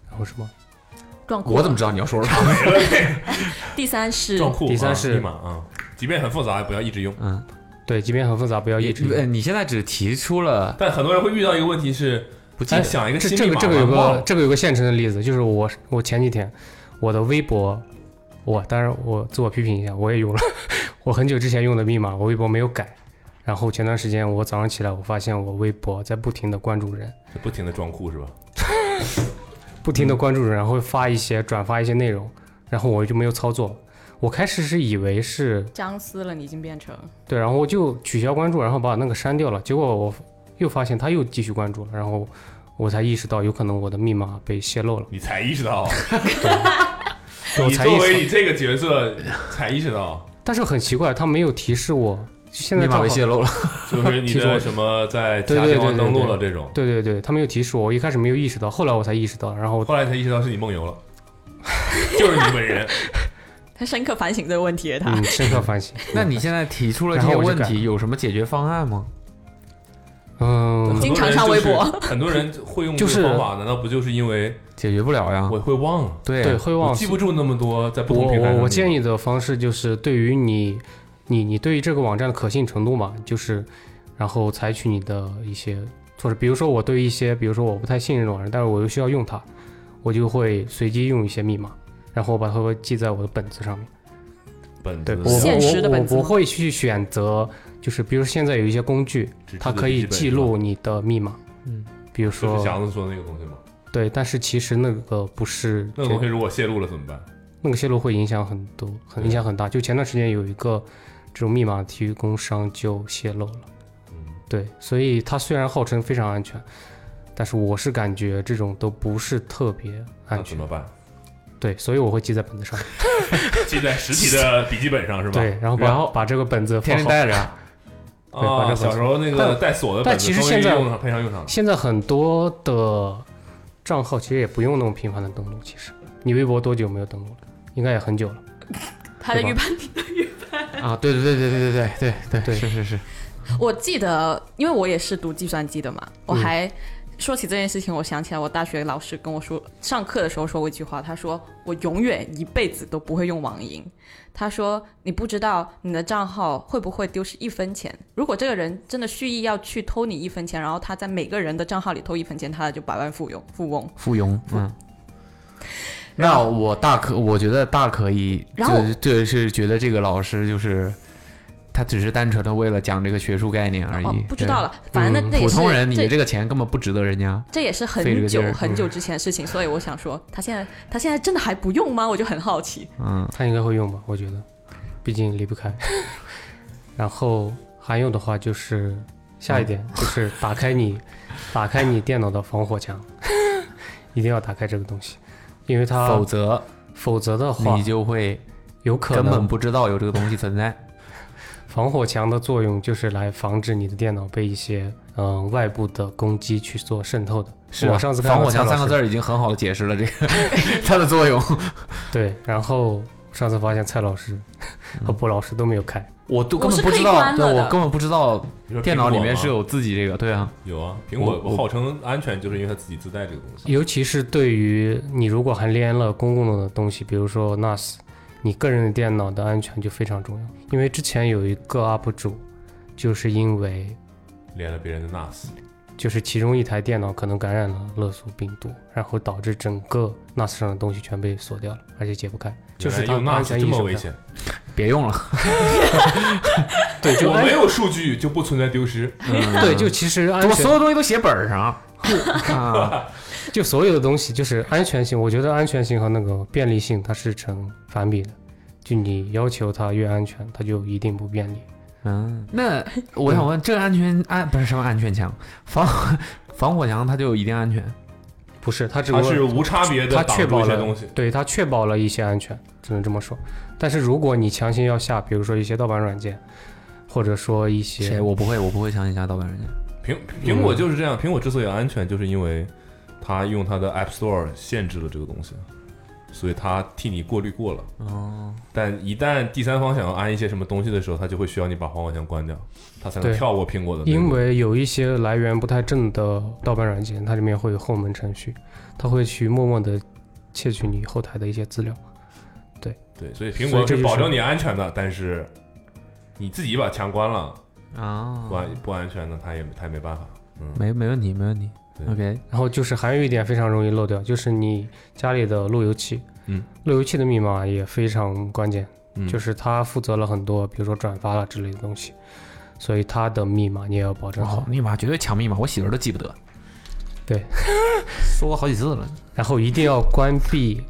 [SPEAKER 4] 然后什么？
[SPEAKER 3] 撞
[SPEAKER 5] 我怎么知道你要说什么？
[SPEAKER 3] 第三是
[SPEAKER 2] 撞酷，
[SPEAKER 4] 第三
[SPEAKER 2] 啊
[SPEAKER 4] 是
[SPEAKER 2] 密码啊，即便很复杂，也不要一直用。
[SPEAKER 5] 嗯，
[SPEAKER 4] 对，即便很复杂， 不要一直
[SPEAKER 5] 你呃哎你现在只提出了
[SPEAKER 2] 但很多人会遇到一个问题是，
[SPEAKER 5] 不记
[SPEAKER 2] 哎
[SPEAKER 5] 得
[SPEAKER 2] 想一个
[SPEAKER 4] 这
[SPEAKER 2] 新
[SPEAKER 4] 这
[SPEAKER 2] 密
[SPEAKER 4] 个
[SPEAKER 2] 码
[SPEAKER 4] 这个有
[SPEAKER 2] 嘛忘
[SPEAKER 4] 个
[SPEAKER 2] 了
[SPEAKER 4] 这个有个现成的例子，就是我我前几天我的微博，我当然我自我批评一下，我也用了 我很久之前用的密码，我微博没有改。然后前段时间我早上起来，我发现我微博在不停的关注人，
[SPEAKER 2] 不停的装酷是吧？
[SPEAKER 4] 不停的关注人，然后会发一些转发一些内容，然后我就没有操作。我开始是以为是
[SPEAKER 3] 张思了，你已经变成
[SPEAKER 4] 对，然后我就取消关注，然后把那个删掉了。结果我又发现他又继续关注了，然后我才意识到有可能我的密码被泄露了。
[SPEAKER 2] 你才意识到，
[SPEAKER 4] 我
[SPEAKER 2] 你
[SPEAKER 4] 才意
[SPEAKER 2] 作
[SPEAKER 4] 识
[SPEAKER 2] 为
[SPEAKER 4] 到
[SPEAKER 2] 你这个角色才意识到，
[SPEAKER 4] 但是很奇怪，他没有提示我。现在
[SPEAKER 5] 密码
[SPEAKER 4] 账
[SPEAKER 5] 被
[SPEAKER 4] 号
[SPEAKER 5] 泄 露了，
[SPEAKER 2] 就是你
[SPEAKER 4] 提出
[SPEAKER 2] 的
[SPEAKER 4] 我
[SPEAKER 2] 什么在其他地方登录了这种，
[SPEAKER 4] 对对对，他没有提示我，我一开始没有意识到，后来我才意识到， 然后
[SPEAKER 2] 后来才意识到是你梦游了， 就是你本 人。
[SPEAKER 3] 他深刻反省这个问题，他
[SPEAKER 4] 嗯深刻反省。
[SPEAKER 5] 那你现在提出了这
[SPEAKER 4] 然后
[SPEAKER 5] 些
[SPEAKER 4] 我就
[SPEAKER 5] 问
[SPEAKER 4] 改
[SPEAKER 5] 题，有什么解决方案吗？
[SPEAKER 4] 嗯，
[SPEAKER 3] 经常上微博
[SPEAKER 2] 很多人就是，很多人会用这
[SPEAKER 4] 就是
[SPEAKER 2] 个方法，难道不就是因为
[SPEAKER 5] 解决不了呀。
[SPEAKER 2] 我会忘了，
[SPEAKER 5] 对
[SPEAKER 4] 对，会
[SPEAKER 2] 我
[SPEAKER 4] 忘
[SPEAKER 2] 记
[SPEAKER 4] 记。
[SPEAKER 2] 不住那么多在不
[SPEAKER 4] 我
[SPEAKER 2] 同平台上的密
[SPEAKER 4] 我
[SPEAKER 2] 码？
[SPEAKER 4] 我建议的方式就是，对于你你你对于这个网站的可信程度嘛，就是然后采取你的一些措施，比如说我对于一些，比如说我不太信任的网站，但是我又需要用它，我就会随机用一些密码，然后我把它会记在我的本子上面。
[SPEAKER 2] 本
[SPEAKER 4] 对，
[SPEAKER 2] 子
[SPEAKER 4] 我
[SPEAKER 3] 现实的
[SPEAKER 4] 我
[SPEAKER 3] 本子
[SPEAKER 4] 我我
[SPEAKER 3] 吗
[SPEAKER 4] 会去选择，就是比如现在有一些工具，
[SPEAKER 2] 纸质的
[SPEAKER 4] 它可
[SPEAKER 2] 笔
[SPEAKER 4] 以
[SPEAKER 2] 记本
[SPEAKER 4] 记录你的密码，
[SPEAKER 5] 嗯，
[SPEAKER 4] 比如
[SPEAKER 2] 是吧，就是
[SPEAKER 4] 说
[SPEAKER 2] 祥子说的那个东西吗？
[SPEAKER 4] 对，但是其实那个不是
[SPEAKER 2] 那个东西如果泄露了怎么办？
[SPEAKER 4] 那个泄露会影响很多，很影响很大。就前段时间有一个这种密码提供商就泄露了，
[SPEAKER 2] 嗯，
[SPEAKER 4] 对，所以它虽然号称非常安全，但是我是感觉这种都不是特别
[SPEAKER 2] 那
[SPEAKER 5] 啊
[SPEAKER 4] 安
[SPEAKER 2] 怎
[SPEAKER 4] 全
[SPEAKER 2] 么，办？
[SPEAKER 4] 对，所以我会记在本子上，
[SPEAKER 2] 记在实体的笔记本上是吧？
[SPEAKER 4] 对，然后把
[SPEAKER 5] 然后
[SPEAKER 4] 把这个本子
[SPEAKER 5] 天
[SPEAKER 4] 放
[SPEAKER 5] 天
[SPEAKER 4] 好。
[SPEAKER 5] 待着啊，
[SPEAKER 4] 对把
[SPEAKER 2] 啊，
[SPEAKER 4] 这
[SPEAKER 2] 小时候那个带锁的本
[SPEAKER 4] 但
[SPEAKER 2] 子
[SPEAKER 4] 其实
[SPEAKER 2] 终于
[SPEAKER 4] 现在
[SPEAKER 2] 用上派上用场了。
[SPEAKER 4] 现在很多的账号其实也不用那么频繁的登录，其实你微博多久没有登录了？应该也很久了。
[SPEAKER 3] 他的预判
[SPEAKER 5] 啊，对对对对对对对对对，
[SPEAKER 4] 对
[SPEAKER 5] 是是是，
[SPEAKER 3] 我记得，因为我也是读计算机的嘛，我还、说起这件事情，我想起来我大学老师跟我说，上课的时候说过一句话，他说我永远一辈子都不会用网银。他说你不知道你的账号会不会丢失一分钱，如果这个人真的蓄意要去偷你一分钱，然后他在每个人的账号里偷一分钱，他就百万富翁富翁。
[SPEAKER 5] 附庸，嗯。那我大可，我觉得大可以，
[SPEAKER 3] 然后
[SPEAKER 5] 这这是觉得这个老师就是他只是单纯的为了讲这个学术概念而已，
[SPEAKER 3] 哦，不知
[SPEAKER 5] 哎对
[SPEAKER 3] 道。了，反正那、那也
[SPEAKER 5] 普
[SPEAKER 3] 是
[SPEAKER 5] 通人，你
[SPEAKER 3] 这
[SPEAKER 5] 这个钱根本不值得人家。
[SPEAKER 3] 这也是
[SPEAKER 5] 费这
[SPEAKER 3] 很
[SPEAKER 5] 个劲
[SPEAKER 3] 久
[SPEAKER 5] 儿
[SPEAKER 3] 很久之前的事情，所以我想说，他现在他现在真的还不用吗？我就很好奇。
[SPEAKER 5] 嗯，
[SPEAKER 4] 他应该会用吧，我觉得，毕竟离不开。 然后还有的话就是下一点，
[SPEAKER 5] 嗯
[SPEAKER 4] 就是打开 你，打开你电脑的防火墙， 一定要打开这个东西，因为它
[SPEAKER 5] 否
[SPEAKER 4] 否
[SPEAKER 5] 则
[SPEAKER 4] 则的话
[SPEAKER 5] 你就会
[SPEAKER 4] 有可
[SPEAKER 5] 根本
[SPEAKER 4] 能
[SPEAKER 5] 不知道有这个东西存在。
[SPEAKER 4] 防火墙的作用就是来防止你的电脑被一些嗯、呃外部的攻击去做渗透的。
[SPEAKER 5] 吧
[SPEAKER 4] 我上次看
[SPEAKER 5] 啊防
[SPEAKER 4] 到
[SPEAKER 5] 火墙
[SPEAKER 4] 蔡
[SPEAKER 5] 三
[SPEAKER 4] 老
[SPEAKER 5] 个
[SPEAKER 4] 师
[SPEAKER 5] 字儿已经很好的解释了这个 它的作用。
[SPEAKER 4] 对，然后上
[SPEAKER 5] 嗯
[SPEAKER 4] 次发现蔡老师和波老师都没有开，
[SPEAKER 5] 我都
[SPEAKER 3] 我
[SPEAKER 5] 根本
[SPEAKER 3] 是
[SPEAKER 5] 不
[SPEAKER 3] 可
[SPEAKER 5] 知
[SPEAKER 3] 以
[SPEAKER 5] 道，
[SPEAKER 3] 关
[SPEAKER 5] 对
[SPEAKER 3] 了的
[SPEAKER 5] 我根本不知道
[SPEAKER 2] 你说
[SPEAKER 5] 电脑里
[SPEAKER 2] 苹果
[SPEAKER 5] 面
[SPEAKER 2] 吗
[SPEAKER 5] 是有自己这个，对啊，
[SPEAKER 2] 有啊，苹
[SPEAKER 5] 我
[SPEAKER 2] 果
[SPEAKER 5] 我
[SPEAKER 2] 号称安全，就是因为它自己自带这个东西。
[SPEAKER 4] 尤其是对于你如果还连了公共的东西，比如说 NAS，你个人的电脑的安全就非常重要。因为之前有一个 UP 主，就是因为
[SPEAKER 2] 连了别人的 NAS，
[SPEAKER 4] 就是其中一台电脑可能感染了勒索病毒，然后导致整个 NAS 上的东西全被锁掉了，而且解不开，就是
[SPEAKER 2] 原
[SPEAKER 4] 它
[SPEAKER 2] 来用
[SPEAKER 4] 的安
[SPEAKER 2] NAS
[SPEAKER 4] 全意
[SPEAKER 2] 这
[SPEAKER 4] 识
[SPEAKER 2] 么
[SPEAKER 4] 不
[SPEAKER 2] 危
[SPEAKER 4] 太
[SPEAKER 2] 险。
[SPEAKER 5] 别用了。
[SPEAKER 4] 对，就
[SPEAKER 2] 我
[SPEAKER 4] 安
[SPEAKER 2] 没有数据就不存在丢失，
[SPEAKER 4] 对，
[SPEAKER 2] 嗯
[SPEAKER 4] 就其实安
[SPEAKER 5] 我所
[SPEAKER 4] 全
[SPEAKER 5] 有东西都写本儿上 啊，
[SPEAKER 4] 就所有的东西就是安全性，我觉得安全性和那个便利性它是成反比的，就你要求它越安全，它就一定不便利。
[SPEAKER 5] 嗯，那我想问，这个安全安不是什么安全墙，防防火墙它就有一定安全？
[SPEAKER 4] 不是，它只不
[SPEAKER 2] 它
[SPEAKER 4] 过
[SPEAKER 2] 是无差别的
[SPEAKER 4] 它
[SPEAKER 2] 挡
[SPEAKER 4] 确
[SPEAKER 2] 住
[SPEAKER 4] 保
[SPEAKER 2] 一些
[SPEAKER 4] 了
[SPEAKER 2] 东西。
[SPEAKER 4] 对它确保了一些安全，只能这么说。但是如果你强行要下，比如说一些盗版软件，或者说一
[SPEAKER 5] 谁？
[SPEAKER 4] 些
[SPEAKER 5] 我不会，我不会相信下盗版软件。
[SPEAKER 2] 苹苹果就是这样，苹果之所以安全，就是因为它用它的 App Store 限制了这个东西，所以它替你过滤过了。
[SPEAKER 5] 哦，
[SPEAKER 2] 但一旦第三方想要安一些什么东西的时候，它就会需要你把防火墙关掉，它才能
[SPEAKER 4] 对
[SPEAKER 2] 跳过苹果的那个。
[SPEAKER 4] 因为有一些来源不太正的盗版软件，它里面会有后门程序，它会去默默的窃取你后台的一些资料。
[SPEAKER 2] 对，所以苹
[SPEAKER 4] 所以
[SPEAKER 2] 果
[SPEAKER 4] 这
[SPEAKER 2] 是
[SPEAKER 4] 就
[SPEAKER 2] 保
[SPEAKER 4] 是
[SPEAKER 2] 证你安全的，但是你自己把墙关了，
[SPEAKER 4] 嗯
[SPEAKER 2] 不
[SPEAKER 5] 啊，
[SPEAKER 2] 安不安全呢，它也它也没办法。嗯，
[SPEAKER 5] 没没问题，没问题。
[SPEAKER 2] 对
[SPEAKER 5] OK，
[SPEAKER 4] 然后就是还有一点非常容易漏掉，就是你家里的路由器，
[SPEAKER 2] 嗯，
[SPEAKER 4] 路由器的密码也非常关键，
[SPEAKER 2] 嗯
[SPEAKER 4] 就是它负责了很多，比如说转发了之类的东西，所以它的密码你也要保证好。
[SPEAKER 5] 哦，密码绝对抢密码，我媳妇儿都记不得。
[SPEAKER 4] 对，
[SPEAKER 5] 说过好几次了。
[SPEAKER 4] 然后一定要关闭，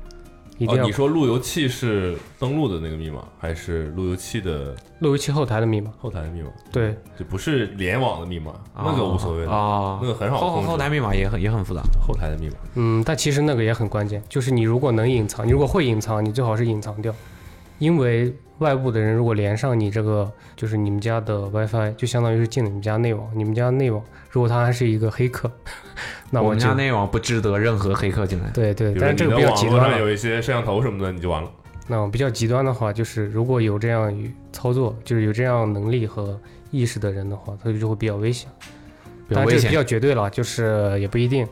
[SPEAKER 4] 一定
[SPEAKER 2] 哦，
[SPEAKER 4] 要
[SPEAKER 2] 你说路由器是登录的那个密码，还是路由器的
[SPEAKER 4] 路由器后台的密码。
[SPEAKER 2] 后台的密码？
[SPEAKER 4] 对，
[SPEAKER 2] 就不是联网的密码，
[SPEAKER 4] 啊
[SPEAKER 2] 那个无所谓的，
[SPEAKER 5] 哦
[SPEAKER 2] 那个很好
[SPEAKER 5] 后
[SPEAKER 2] 控制。
[SPEAKER 5] 后台密码也很也很复杂。
[SPEAKER 2] 后台的密码，
[SPEAKER 4] 嗯，但其实那个也很关键，就是你如果能隐藏，你如果会隐藏，你最好是隐藏掉，因为外部的人如果连上你这个，就是你们家的 WiFi，就相当于是进了你们家内网。你们家内网如果他还是一个黑客， 那
[SPEAKER 5] 我
[SPEAKER 4] 我
[SPEAKER 5] 们
[SPEAKER 4] 就
[SPEAKER 5] 家内网不值得任何黑客进来。
[SPEAKER 4] 对对，
[SPEAKER 2] 比如
[SPEAKER 4] 但
[SPEAKER 2] 说
[SPEAKER 4] 是
[SPEAKER 2] 你
[SPEAKER 4] 这
[SPEAKER 2] 的
[SPEAKER 4] 个比较
[SPEAKER 2] 网
[SPEAKER 4] 极
[SPEAKER 2] 络
[SPEAKER 4] 端啊
[SPEAKER 2] 上
[SPEAKER 4] 了。
[SPEAKER 2] 有一些摄像头什么的，你就完了。
[SPEAKER 4] 那比较极端的话，就是如果有这样与操作，就是有这样能力和意识的人的话，他就会比较危险。
[SPEAKER 5] 比较
[SPEAKER 4] 当然
[SPEAKER 5] 危
[SPEAKER 4] 这个
[SPEAKER 5] 险
[SPEAKER 4] 比较绝对了，就是也不一定，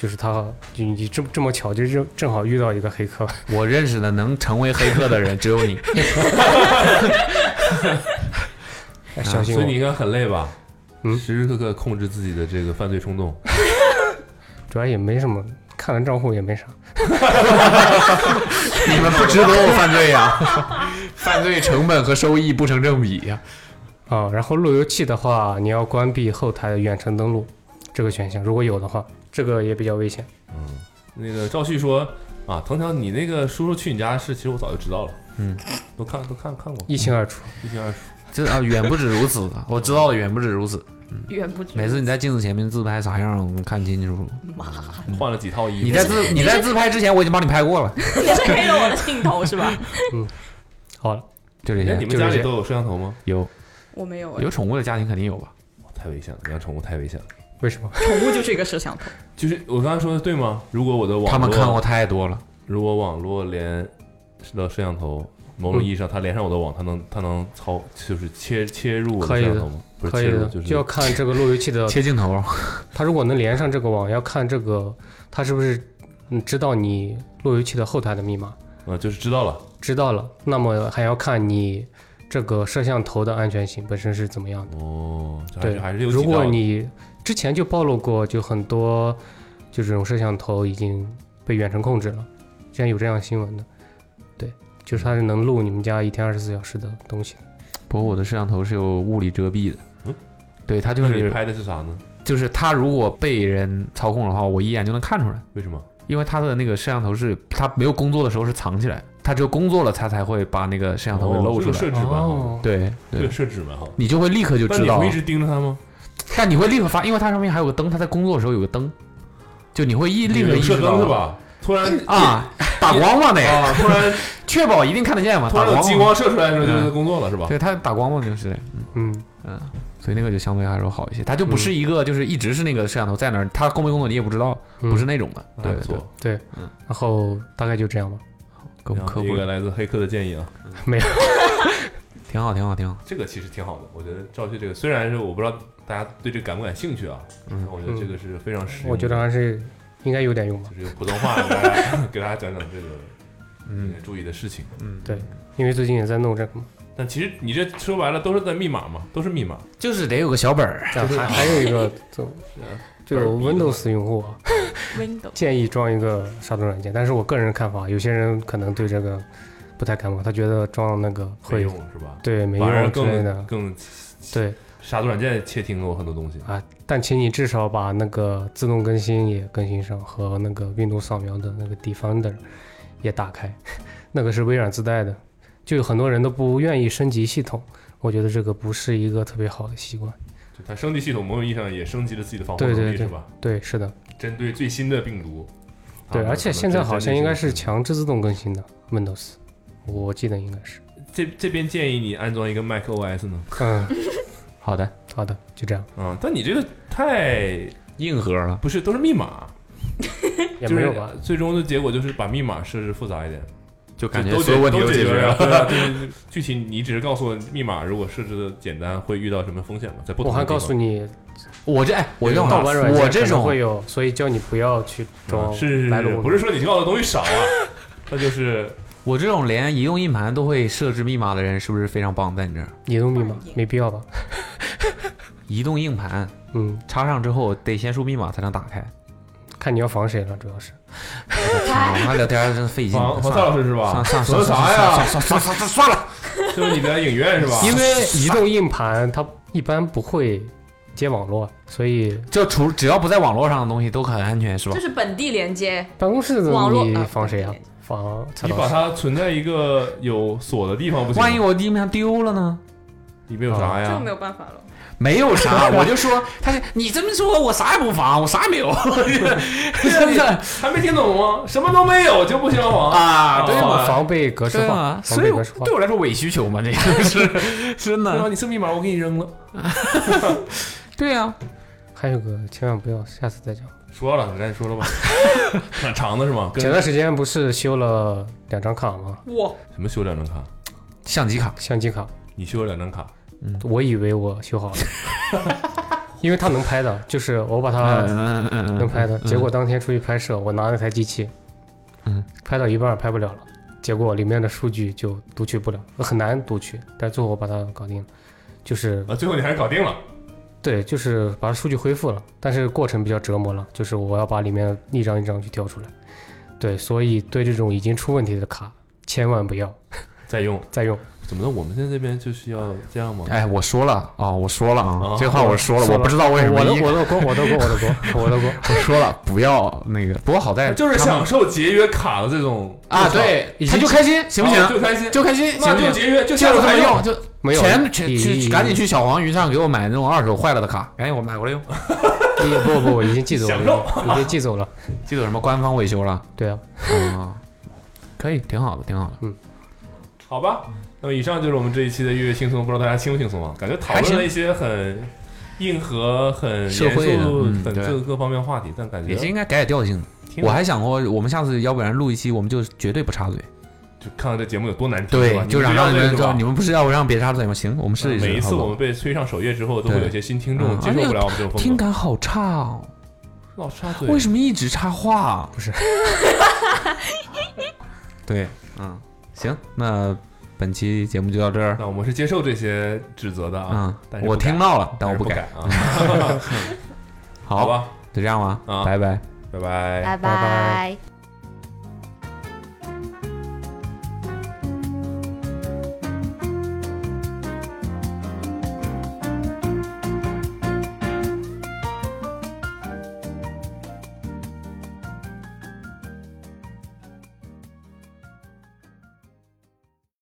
[SPEAKER 4] 就是他就你这么这么巧，就正正好遇到一个黑 客。
[SPEAKER 5] 我认识的能成为黑客的人只 有你。
[SPEAKER 4] 哎小心
[SPEAKER 2] 啊所
[SPEAKER 4] 我
[SPEAKER 2] 以你应该很累吧？
[SPEAKER 4] 嗯
[SPEAKER 2] 时时刻刻控制自己的这个犯罪冲动。
[SPEAKER 4] 主要也没什么，看了账户也没啥。
[SPEAKER 5] 你们不值得我犯罪 呀、犯罪成本和收益不成正比呀、
[SPEAKER 4] 啊，然后路由器的话，你要关闭后台的远程登录这个选项，如果有的话，这个也比较危险。
[SPEAKER 2] 那个赵旭说啊，藤条，你那个叔叔去你家的事，其实我早就知道了，
[SPEAKER 5] 嗯，
[SPEAKER 2] 都看都看看过，
[SPEAKER 4] 一清二楚，
[SPEAKER 2] 一清二楚。
[SPEAKER 5] 这啊，远不止如此的，我知道的远不止如此。
[SPEAKER 3] 远不止
[SPEAKER 5] 每次你在镜子前面自拍啥样，我们看清清楚楚。
[SPEAKER 4] 嗯
[SPEAKER 2] 换了几套衣服。
[SPEAKER 5] 你在自你在自拍之前，我已经 帮你拍过了。
[SPEAKER 3] 你是黑了我的镜头是吧？
[SPEAKER 4] 好了，
[SPEAKER 5] 就这
[SPEAKER 2] 哎
[SPEAKER 5] 些，
[SPEAKER 2] 你们
[SPEAKER 5] 就
[SPEAKER 2] 家
[SPEAKER 5] 这
[SPEAKER 2] 里
[SPEAKER 5] 些
[SPEAKER 2] 都有摄像头吗？
[SPEAKER 5] 有
[SPEAKER 3] 我没有哎，
[SPEAKER 5] 有宠物的家庭肯定有吧？
[SPEAKER 2] 太危险了，养宠物太危险了。
[SPEAKER 4] 为什么？
[SPEAKER 3] 宠物就是一个摄像头，
[SPEAKER 2] 就是我刚才说的对吗？如果我的网络
[SPEAKER 5] 他们看过太多了。
[SPEAKER 2] 如果网络连到摄像头，某种意义上它连上我的网，它能它能操，就是切切入我的
[SPEAKER 4] 可以
[SPEAKER 2] 摄
[SPEAKER 4] 的
[SPEAKER 2] 像头吗？不是
[SPEAKER 4] 可
[SPEAKER 2] 切
[SPEAKER 4] 以
[SPEAKER 2] 入，
[SPEAKER 4] 的，
[SPEAKER 2] 就是
[SPEAKER 4] 就要看这个路由器的，
[SPEAKER 5] 切镜头，啊
[SPEAKER 4] 它如果能连上这个网，要看这个它是不是嗯知道你路由器的后台的密码，
[SPEAKER 2] 呃，就是知道了。
[SPEAKER 4] 知道了，那么还要看你这个摄像头的安全性本身是怎么样的。
[SPEAKER 2] 哦，这还
[SPEAKER 4] 对，
[SPEAKER 2] 是还是有几道
[SPEAKER 4] 如
[SPEAKER 2] 的。
[SPEAKER 4] 果你之前就暴露过，就很多就这种摄像头已经被远程控制了，之前有这样新闻的。对，就是它是能录你们家一天二十四小时的东西的。
[SPEAKER 5] 不过我的摄像头是有物理遮蔽的。
[SPEAKER 2] 嗯，
[SPEAKER 5] 对，它就
[SPEAKER 2] 那你
[SPEAKER 5] 是
[SPEAKER 2] 拍的是啥呢？
[SPEAKER 5] 就是它如果被人操控的话，我一眼就能看出来。
[SPEAKER 2] 为什么？
[SPEAKER 5] 因为他的那个摄像头是他没有工作的时候是藏起来，他只有工作了他才会把那个摄像头给露
[SPEAKER 2] 哦这
[SPEAKER 5] 出
[SPEAKER 2] 个
[SPEAKER 5] 来。
[SPEAKER 2] 设置蛮好的，
[SPEAKER 5] 对
[SPEAKER 2] 这个
[SPEAKER 5] 对，
[SPEAKER 2] 设置蛮好的。
[SPEAKER 5] 你就会立刻就
[SPEAKER 2] 但
[SPEAKER 5] 知
[SPEAKER 2] 你
[SPEAKER 5] 道
[SPEAKER 2] 会一，直盯着它吗？
[SPEAKER 5] 但你会立刻发，因为它上面还有个灯，他在工作的时候有个灯，就你会一立刻
[SPEAKER 2] 有
[SPEAKER 5] 意识
[SPEAKER 2] 射
[SPEAKER 5] 到
[SPEAKER 2] 灯是？吧？突然
[SPEAKER 5] 啊，打光嘛得，
[SPEAKER 2] 啊，突然
[SPEAKER 5] 确保一定看得见嘛，
[SPEAKER 2] 突
[SPEAKER 5] 打
[SPEAKER 2] 然有
[SPEAKER 5] 光
[SPEAKER 2] 激
[SPEAKER 5] 嘛。
[SPEAKER 2] 光射出来的时候，就是它工作了是吧？
[SPEAKER 5] 哎对，它打光嘛就是，
[SPEAKER 4] 嗯，
[SPEAKER 5] 所以那个就相对来说好一些，它就不
[SPEAKER 2] 嗯
[SPEAKER 5] 是一个就是一直是那个摄像头在那儿，它工没工作你也不知道，
[SPEAKER 4] 嗯
[SPEAKER 5] 不是那种的。
[SPEAKER 2] 那
[SPEAKER 5] 对
[SPEAKER 2] 还不
[SPEAKER 5] 对，
[SPEAKER 2] 啊错。
[SPEAKER 4] 对，然后大概就这样吧。
[SPEAKER 5] 科
[SPEAKER 2] 然后
[SPEAKER 5] 科
[SPEAKER 2] 一
[SPEAKER 5] 普
[SPEAKER 2] 个来自黑客的建议啊，
[SPEAKER 4] 没有，
[SPEAKER 5] 挺好，挺好，挺好。
[SPEAKER 2] 这个其实挺好的，我觉得赵旭这个虽然是我不知道大家对这个感不感兴趣啊，嗯，我觉得这个是非常实用的。
[SPEAKER 4] 我觉得还是应该有点用吧
[SPEAKER 2] 就。是用普通话给大 家给大家讲讲这个嗯注意的事情。
[SPEAKER 4] 对，因为最近也在弄这个嘛，
[SPEAKER 2] 但其实你这说白了都是在密码嘛，都是密码。
[SPEAKER 5] 就是得有个小本儿，
[SPEAKER 4] 但还还有一个就
[SPEAKER 2] 呃
[SPEAKER 4] 就
[SPEAKER 2] 本儿逼的
[SPEAKER 4] Windows 用户啊
[SPEAKER 3] Windows
[SPEAKER 4] 建议装一个杀毒软件，但是我个人看法，有些人可能对这个不太感冒，他觉得装那个
[SPEAKER 2] 没
[SPEAKER 4] 会
[SPEAKER 2] 用是吧？
[SPEAKER 4] 对没
[SPEAKER 2] 反而
[SPEAKER 4] 用之类
[SPEAKER 2] 更
[SPEAKER 4] 的，
[SPEAKER 2] 更
[SPEAKER 4] 对
[SPEAKER 2] 杀毒软件窃听了我很多东西。
[SPEAKER 4] 啊。但请你至少把那个自动更新也更新上，和那个 Windows 扫描的那个 Defender 也打开，那个是微软自带的，就有很多人都不愿意升级系统，我觉得这个不是一个特别好的习惯。
[SPEAKER 2] 就它升级系统某种意义上也升级了自己的防护
[SPEAKER 4] 对
[SPEAKER 2] 能
[SPEAKER 4] 对
[SPEAKER 2] 力是吧？
[SPEAKER 4] 对，是的，
[SPEAKER 2] 针对最新的病毒。
[SPEAKER 4] 对，
[SPEAKER 2] 啊
[SPEAKER 4] 而且现在好像应该
[SPEAKER 2] 可
[SPEAKER 4] 是。
[SPEAKER 2] 能针对
[SPEAKER 4] 强制自动更新的 Windows，我记得应该是。
[SPEAKER 2] 这这边建议你安装一个 Mac OS 呢，
[SPEAKER 4] 嗯，
[SPEAKER 5] 好的，
[SPEAKER 4] 好的，就这样，
[SPEAKER 2] 啊，但你这个太
[SPEAKER 5] 硬核了。
[SPEAKER 2] 不是都是密码，
[SPEAKER 4] 也
[SPEAKER 2] 就
[SPEAKER 4] 没
[SPEAKER 2] 是
[SPEAKER 4] 有吧。
[SPEAKER 2] 最终的结果就是把密码设置复杂一点，
[SPEAKER 5] 就感觉
[SPEAKER 2] 都
[SPEAKER 5] 所有问题都解决
[SPEAKER 2] 了。
[SPEAKER 5] 了。
[SPEAKER 2] 对啊对对对具体你只是告诉我密码如果设置的简单会遇到什么风险吗？在不
[SPEAKER 4] 我
[SPEAKER 2] 同的
[SPEAKER 4] 还
[SPEAKER 2] 地方
[SPEAKER 4] 告诉你，
[SPEAKER 5] 我这哎，我用
[SPEAKER 4] 盗版软件
[SPEAKER 5] 我这
[SPEAKER 4] 可能会
[SPEAKER 5] 种
[SPEAKER 4] 有，所以叫你不要去装
[SPEAKER 2] 啊是是
[SPEAKER 4] 白
[SPEAKER 2] 是，
[SPEAKER 4] 萝
[SPEAKER 2] 不
[SPEAKER 4] 卜。
[SPEAKER 2] 是说你听到的东西少啊，那就是
[SPEAKER 5] 我这种连移动硬盘都会设置密码的人，是不是非常棒？在你这儿，
[SPEAKER 4] 移动密码
[SPEAKER 3] 嗯
[SPEAKER 4] 没必要吧？
[SPEAKER 5] 移动硬盘
[SPEAKER 4] 嗯，
[SPEAKER 5] 插上之后得先输密码才能打开。
[SPEAKER 4] 看你要防谁了，主要是。哎
[SPEAKER 5] 哎我们还聊天真费劲。
[SPEAKER 2] 黄黄
[SPEAKER 5] 算
[SPEAKER 2] 蔡
[SPEAKER 5] 了
[SPEAKER 2] 老师是吧？
[SPEAKER 5] 算了
[SPEAKER 2] 说的
[SPEAKER 5] 算了算
[SPEAKER 2] 啥
[SPEAKER 5] 了
[SPEAKER 2] 呀？
[SPEAKER 5] 算了算了算了算了，
[SPEAKER 2] 是不是你的影院是吧？
[SPEAKER 4] 因为移动硬盘它一般不会接网络，所以
[SPEAKER 5] 就除只要不在网络上的东西都很安全，是吧
[SPEAKER 3] 就？是本地连接，
[SPEAKER 4] 办公室的
[SPEAKER 3] 网络
[SPEAKER 4] 你
[SPEAKER 3] 啊
[SPEAKER 4] 防谁啊
[SPEAKER 3] 对对？
[SPEAKER 4] 防蔡
[SPEAKER 2] 你
[SPEAKER 4] 老
[SPEAKER 2] 把
[SPEAKER 4] 师。
[SPEAKER 2] 它存在一个有锁的地方不行吗？
[SPEAKER 5] 万一我硬盘丢了呢？
[SPEAKER 2] 里面有啥
[SPEAKER 3] 这个
[SPEAKER 2] 呀
[SPEAKER 3] 没？有办法了。
[SPEAKER 5] 没有啥，我就说他是你这么说，我啥也不防，我啥也没有， 真的
[SPEAKER 2] 还没听懂吗？什么都没有就不消防？
[SPEAKER 5] 啊，对
[SPEAKER 2] 吧
[SPEAKER 5] 吗？
[SPEAKER 4] 防被格式
[SPEAKER 5] 对
[SPEAKER 4] 化
[SPEAKER 5] 啊，，
[SPEAKER 4] 防
[SPEAKER 5] 所以
[SPEAKER 4] 被
[SPEAKER 5] 我
[SPEAKER 4] 格式化
[SPEAKER 5] 对。我来说啊伪需求嘛，这个 是真
[SPEAKER 2] 对吧？
[SPEAKER 5] 的。
[SPEAKER 2] 你是密码，我给你扔了。
[SPEAKER 5] 对啊，
[SPEAKER 4] 还有个，千万不要，下次再讲。
[SPEAKER 2] 说了，赶紧说了 吧。蛮长的是吗？跟
[SPEAKER 4] 前段时间不是修了两张卡吗？
[SPEAKER 3] 我
[SPEAKER 2] 什么修两张卡？
[SPEAKER 5] 相机卡
[SPEAKER 4] 相机卡，
[SPEAKER 2] 你修了两张卡？
[SPEAKER 4] 我以为我修 好了，因为它能拍的，就是我把它
[SPEAKER 5] 嗯嗯
[SPEAKER 4] 能拍的。结果当天出去拍摄，我拿那台机器，
[SPEAKER 5] 嗯，
[SPEAKER 4] 拍到一半儿拍不了了，结果里面的数据就读取不了，很难读取。但最后我把它搞定了，就是
[SPEAKER 2] 啊，最后你还是搞定了。
[SPEAKER 4] 对，就是把数据恢复了，但是过程比较折磨了，就是我要把里面一张一张去挑出来。对，所以对这种已经出问题的卡，千万不要
[SPEAKER 2] 再用？
[SPEAKER 4] 再用。
[SPEAKER 2] 怎么的？我们现在这边就是要这样吗？
[SPEAKER 5] 哎，我说了啊、我说了啊
[SPEAKER 2] 啊，
[SPEAKER 5] 这话我说了，
[SPEAKER 4] 说了
[SPEAKER 5] 我不知道为什么
[SPEAKER 4] 我的
[SPEAKER 5] 一
[SPEAKER 4] 我的锅，我的锅，我的锅，我的锅。
[SPEAKER 5] 我说了不要那个，不过好在
[SPEAKER 2] 就是
[SPEAKER 5] 哎他们
[SPEAKER 2] 享受节约卡的这种
[SPEAKER 5] 啊，，对，
[SPEAKER 4] 已
[SPEAKER 5] 他
[SPEAKER 4] 经
[SPEAKER 5] 就开心，行不行？
[SPEAKER 2] 就开心，
[SPEAKER 5] 就开心，行
[SPEAKER 2] 那
[SPEAKER 5] 不
[SPEAKER 2] 就
[SPEAKER 5] 行？
[SPEAKER 2] 节约，就下
[SPEAKER 5] 就
[SPEAKER 2] 次
[SPEAKER 5] 这
[SPEAKER 2] 还
[SPEAKER 5] 么用，就
[SPEAKER 4] 没有
[SPEAKER 5] 全全
[SPEAKER 4] 已
[SPEAKER 5] 去
[SPEAKER 4] 已
[SPEAKER 5] 赶紧去小黄鱼上给我买那种二手坏了的卡，赶紧我买回来用。
[SPEAKER 4] 也不不，不已经寄 走
[SPEAKER 2] 享受
[SPEAKER 4] 了，已经寄走了。
[SPEAKER 5] 记得有什么官方维修 了？
[SPEAKER 4] 对啊，
[SPEAKER 5] 啊，可以，挺好的，挺好的。
[SPEAKER 2] 好吧，那么以上就是我们这一期的月月轻松，不知道大家轻不轻松啊？感觉讨
[SPEAKER 5] 还
[SPEAKER 2] 论
[SPEAKER 5] 行
[SPEAKER 2] 了一些很硬核、很
[SPEAKER 5] 社
[SPEAKER 2] 严肃
[SPEAKER 5] 会的、嗯
[SPEAKER 2] 很
[SPEAKER 5] 对
[SPEAKER 2] 各各方面话题，但感
[SPEAKER 5] 也是
[SPEAKER 2] 觉
[SPEAKER 5] 应该改改调性的。
[SPEAKER 2] 挺
[SPEAKER 5] 我还想过，我们下次要不然录一期，我们就绝对不插嘴。
[SPEAKER 2] 就看看这节目有多难听，是吧
[SPEAKER 5] 对，
[SPEAKER 2] 你
[SPEAKER 5] 就
[SPEAKER 2] 们
[SPEAKER 5] 让
[SPEAKER 2] 不
[SPEAKER 5] 让你
[SPEAKER 2] 要这
[SPEAKER 5] 们
[SPEAKER 2] 个
[SPEAKER 5] 知
[SPEAKER 2] 是
[SPEAKER 5] 道，
[SPEAKER 2] 吧啊
[SPEAKER 5] 你们不是要不让别插嘴吗？行，我们试一试。
[SPEAKER 2] 每一次
[SPEAKER 5] 好不
[SPEAKER 2] 我
[SPEAKER 5] 好
[SPEAKER 2] 们被推上首页之后，都会
[SPEAKER 5] 对
[SPEAKER 2] 有一些新听众
[SPEAKER 5] 嗯
[SPEAKER 2] 接受不了我们这种风
[SPEAKER 5] 听
[SPEAKER 2] 格，
[SPEAKER 5] 感好差哦，
[SPEAKER 2] 老插嘴
[SPEAKER 5] 为。什么一直插话？
[SPEAKER 4] 不是，
[SPEAKER 5] 对，嗯，行，那本期节目就到这儿。
[SPEAKER 2] 那我们是接受这些指责的
[SPEAKER 5] 嗯
[SPEAKER 2] 啊，但，是
[SPEAKER 5] 我
[SPEAKER 2] 不改
[SPEAKER 5] 听，到了，但
[SPEAKER 2] 但
[SPEAKER 5] 我
[SPEAKER 2] 是不
[SPEAKER 5] 改。嗯
[SPEAKER 2] 啊，
[SPEAKER 5] 好
[SPEAKER 2] 好，吧，
[SPEAKER 5] 就这样吧，
[SPEAKER 2] 啊
[SPEAKER 5] 拜拜。
[SPEAKER 2] 拜拜。
[SPEAKER 1] 拜
[SPEAKER 4] 拜
[SPEAKER 1] 拜。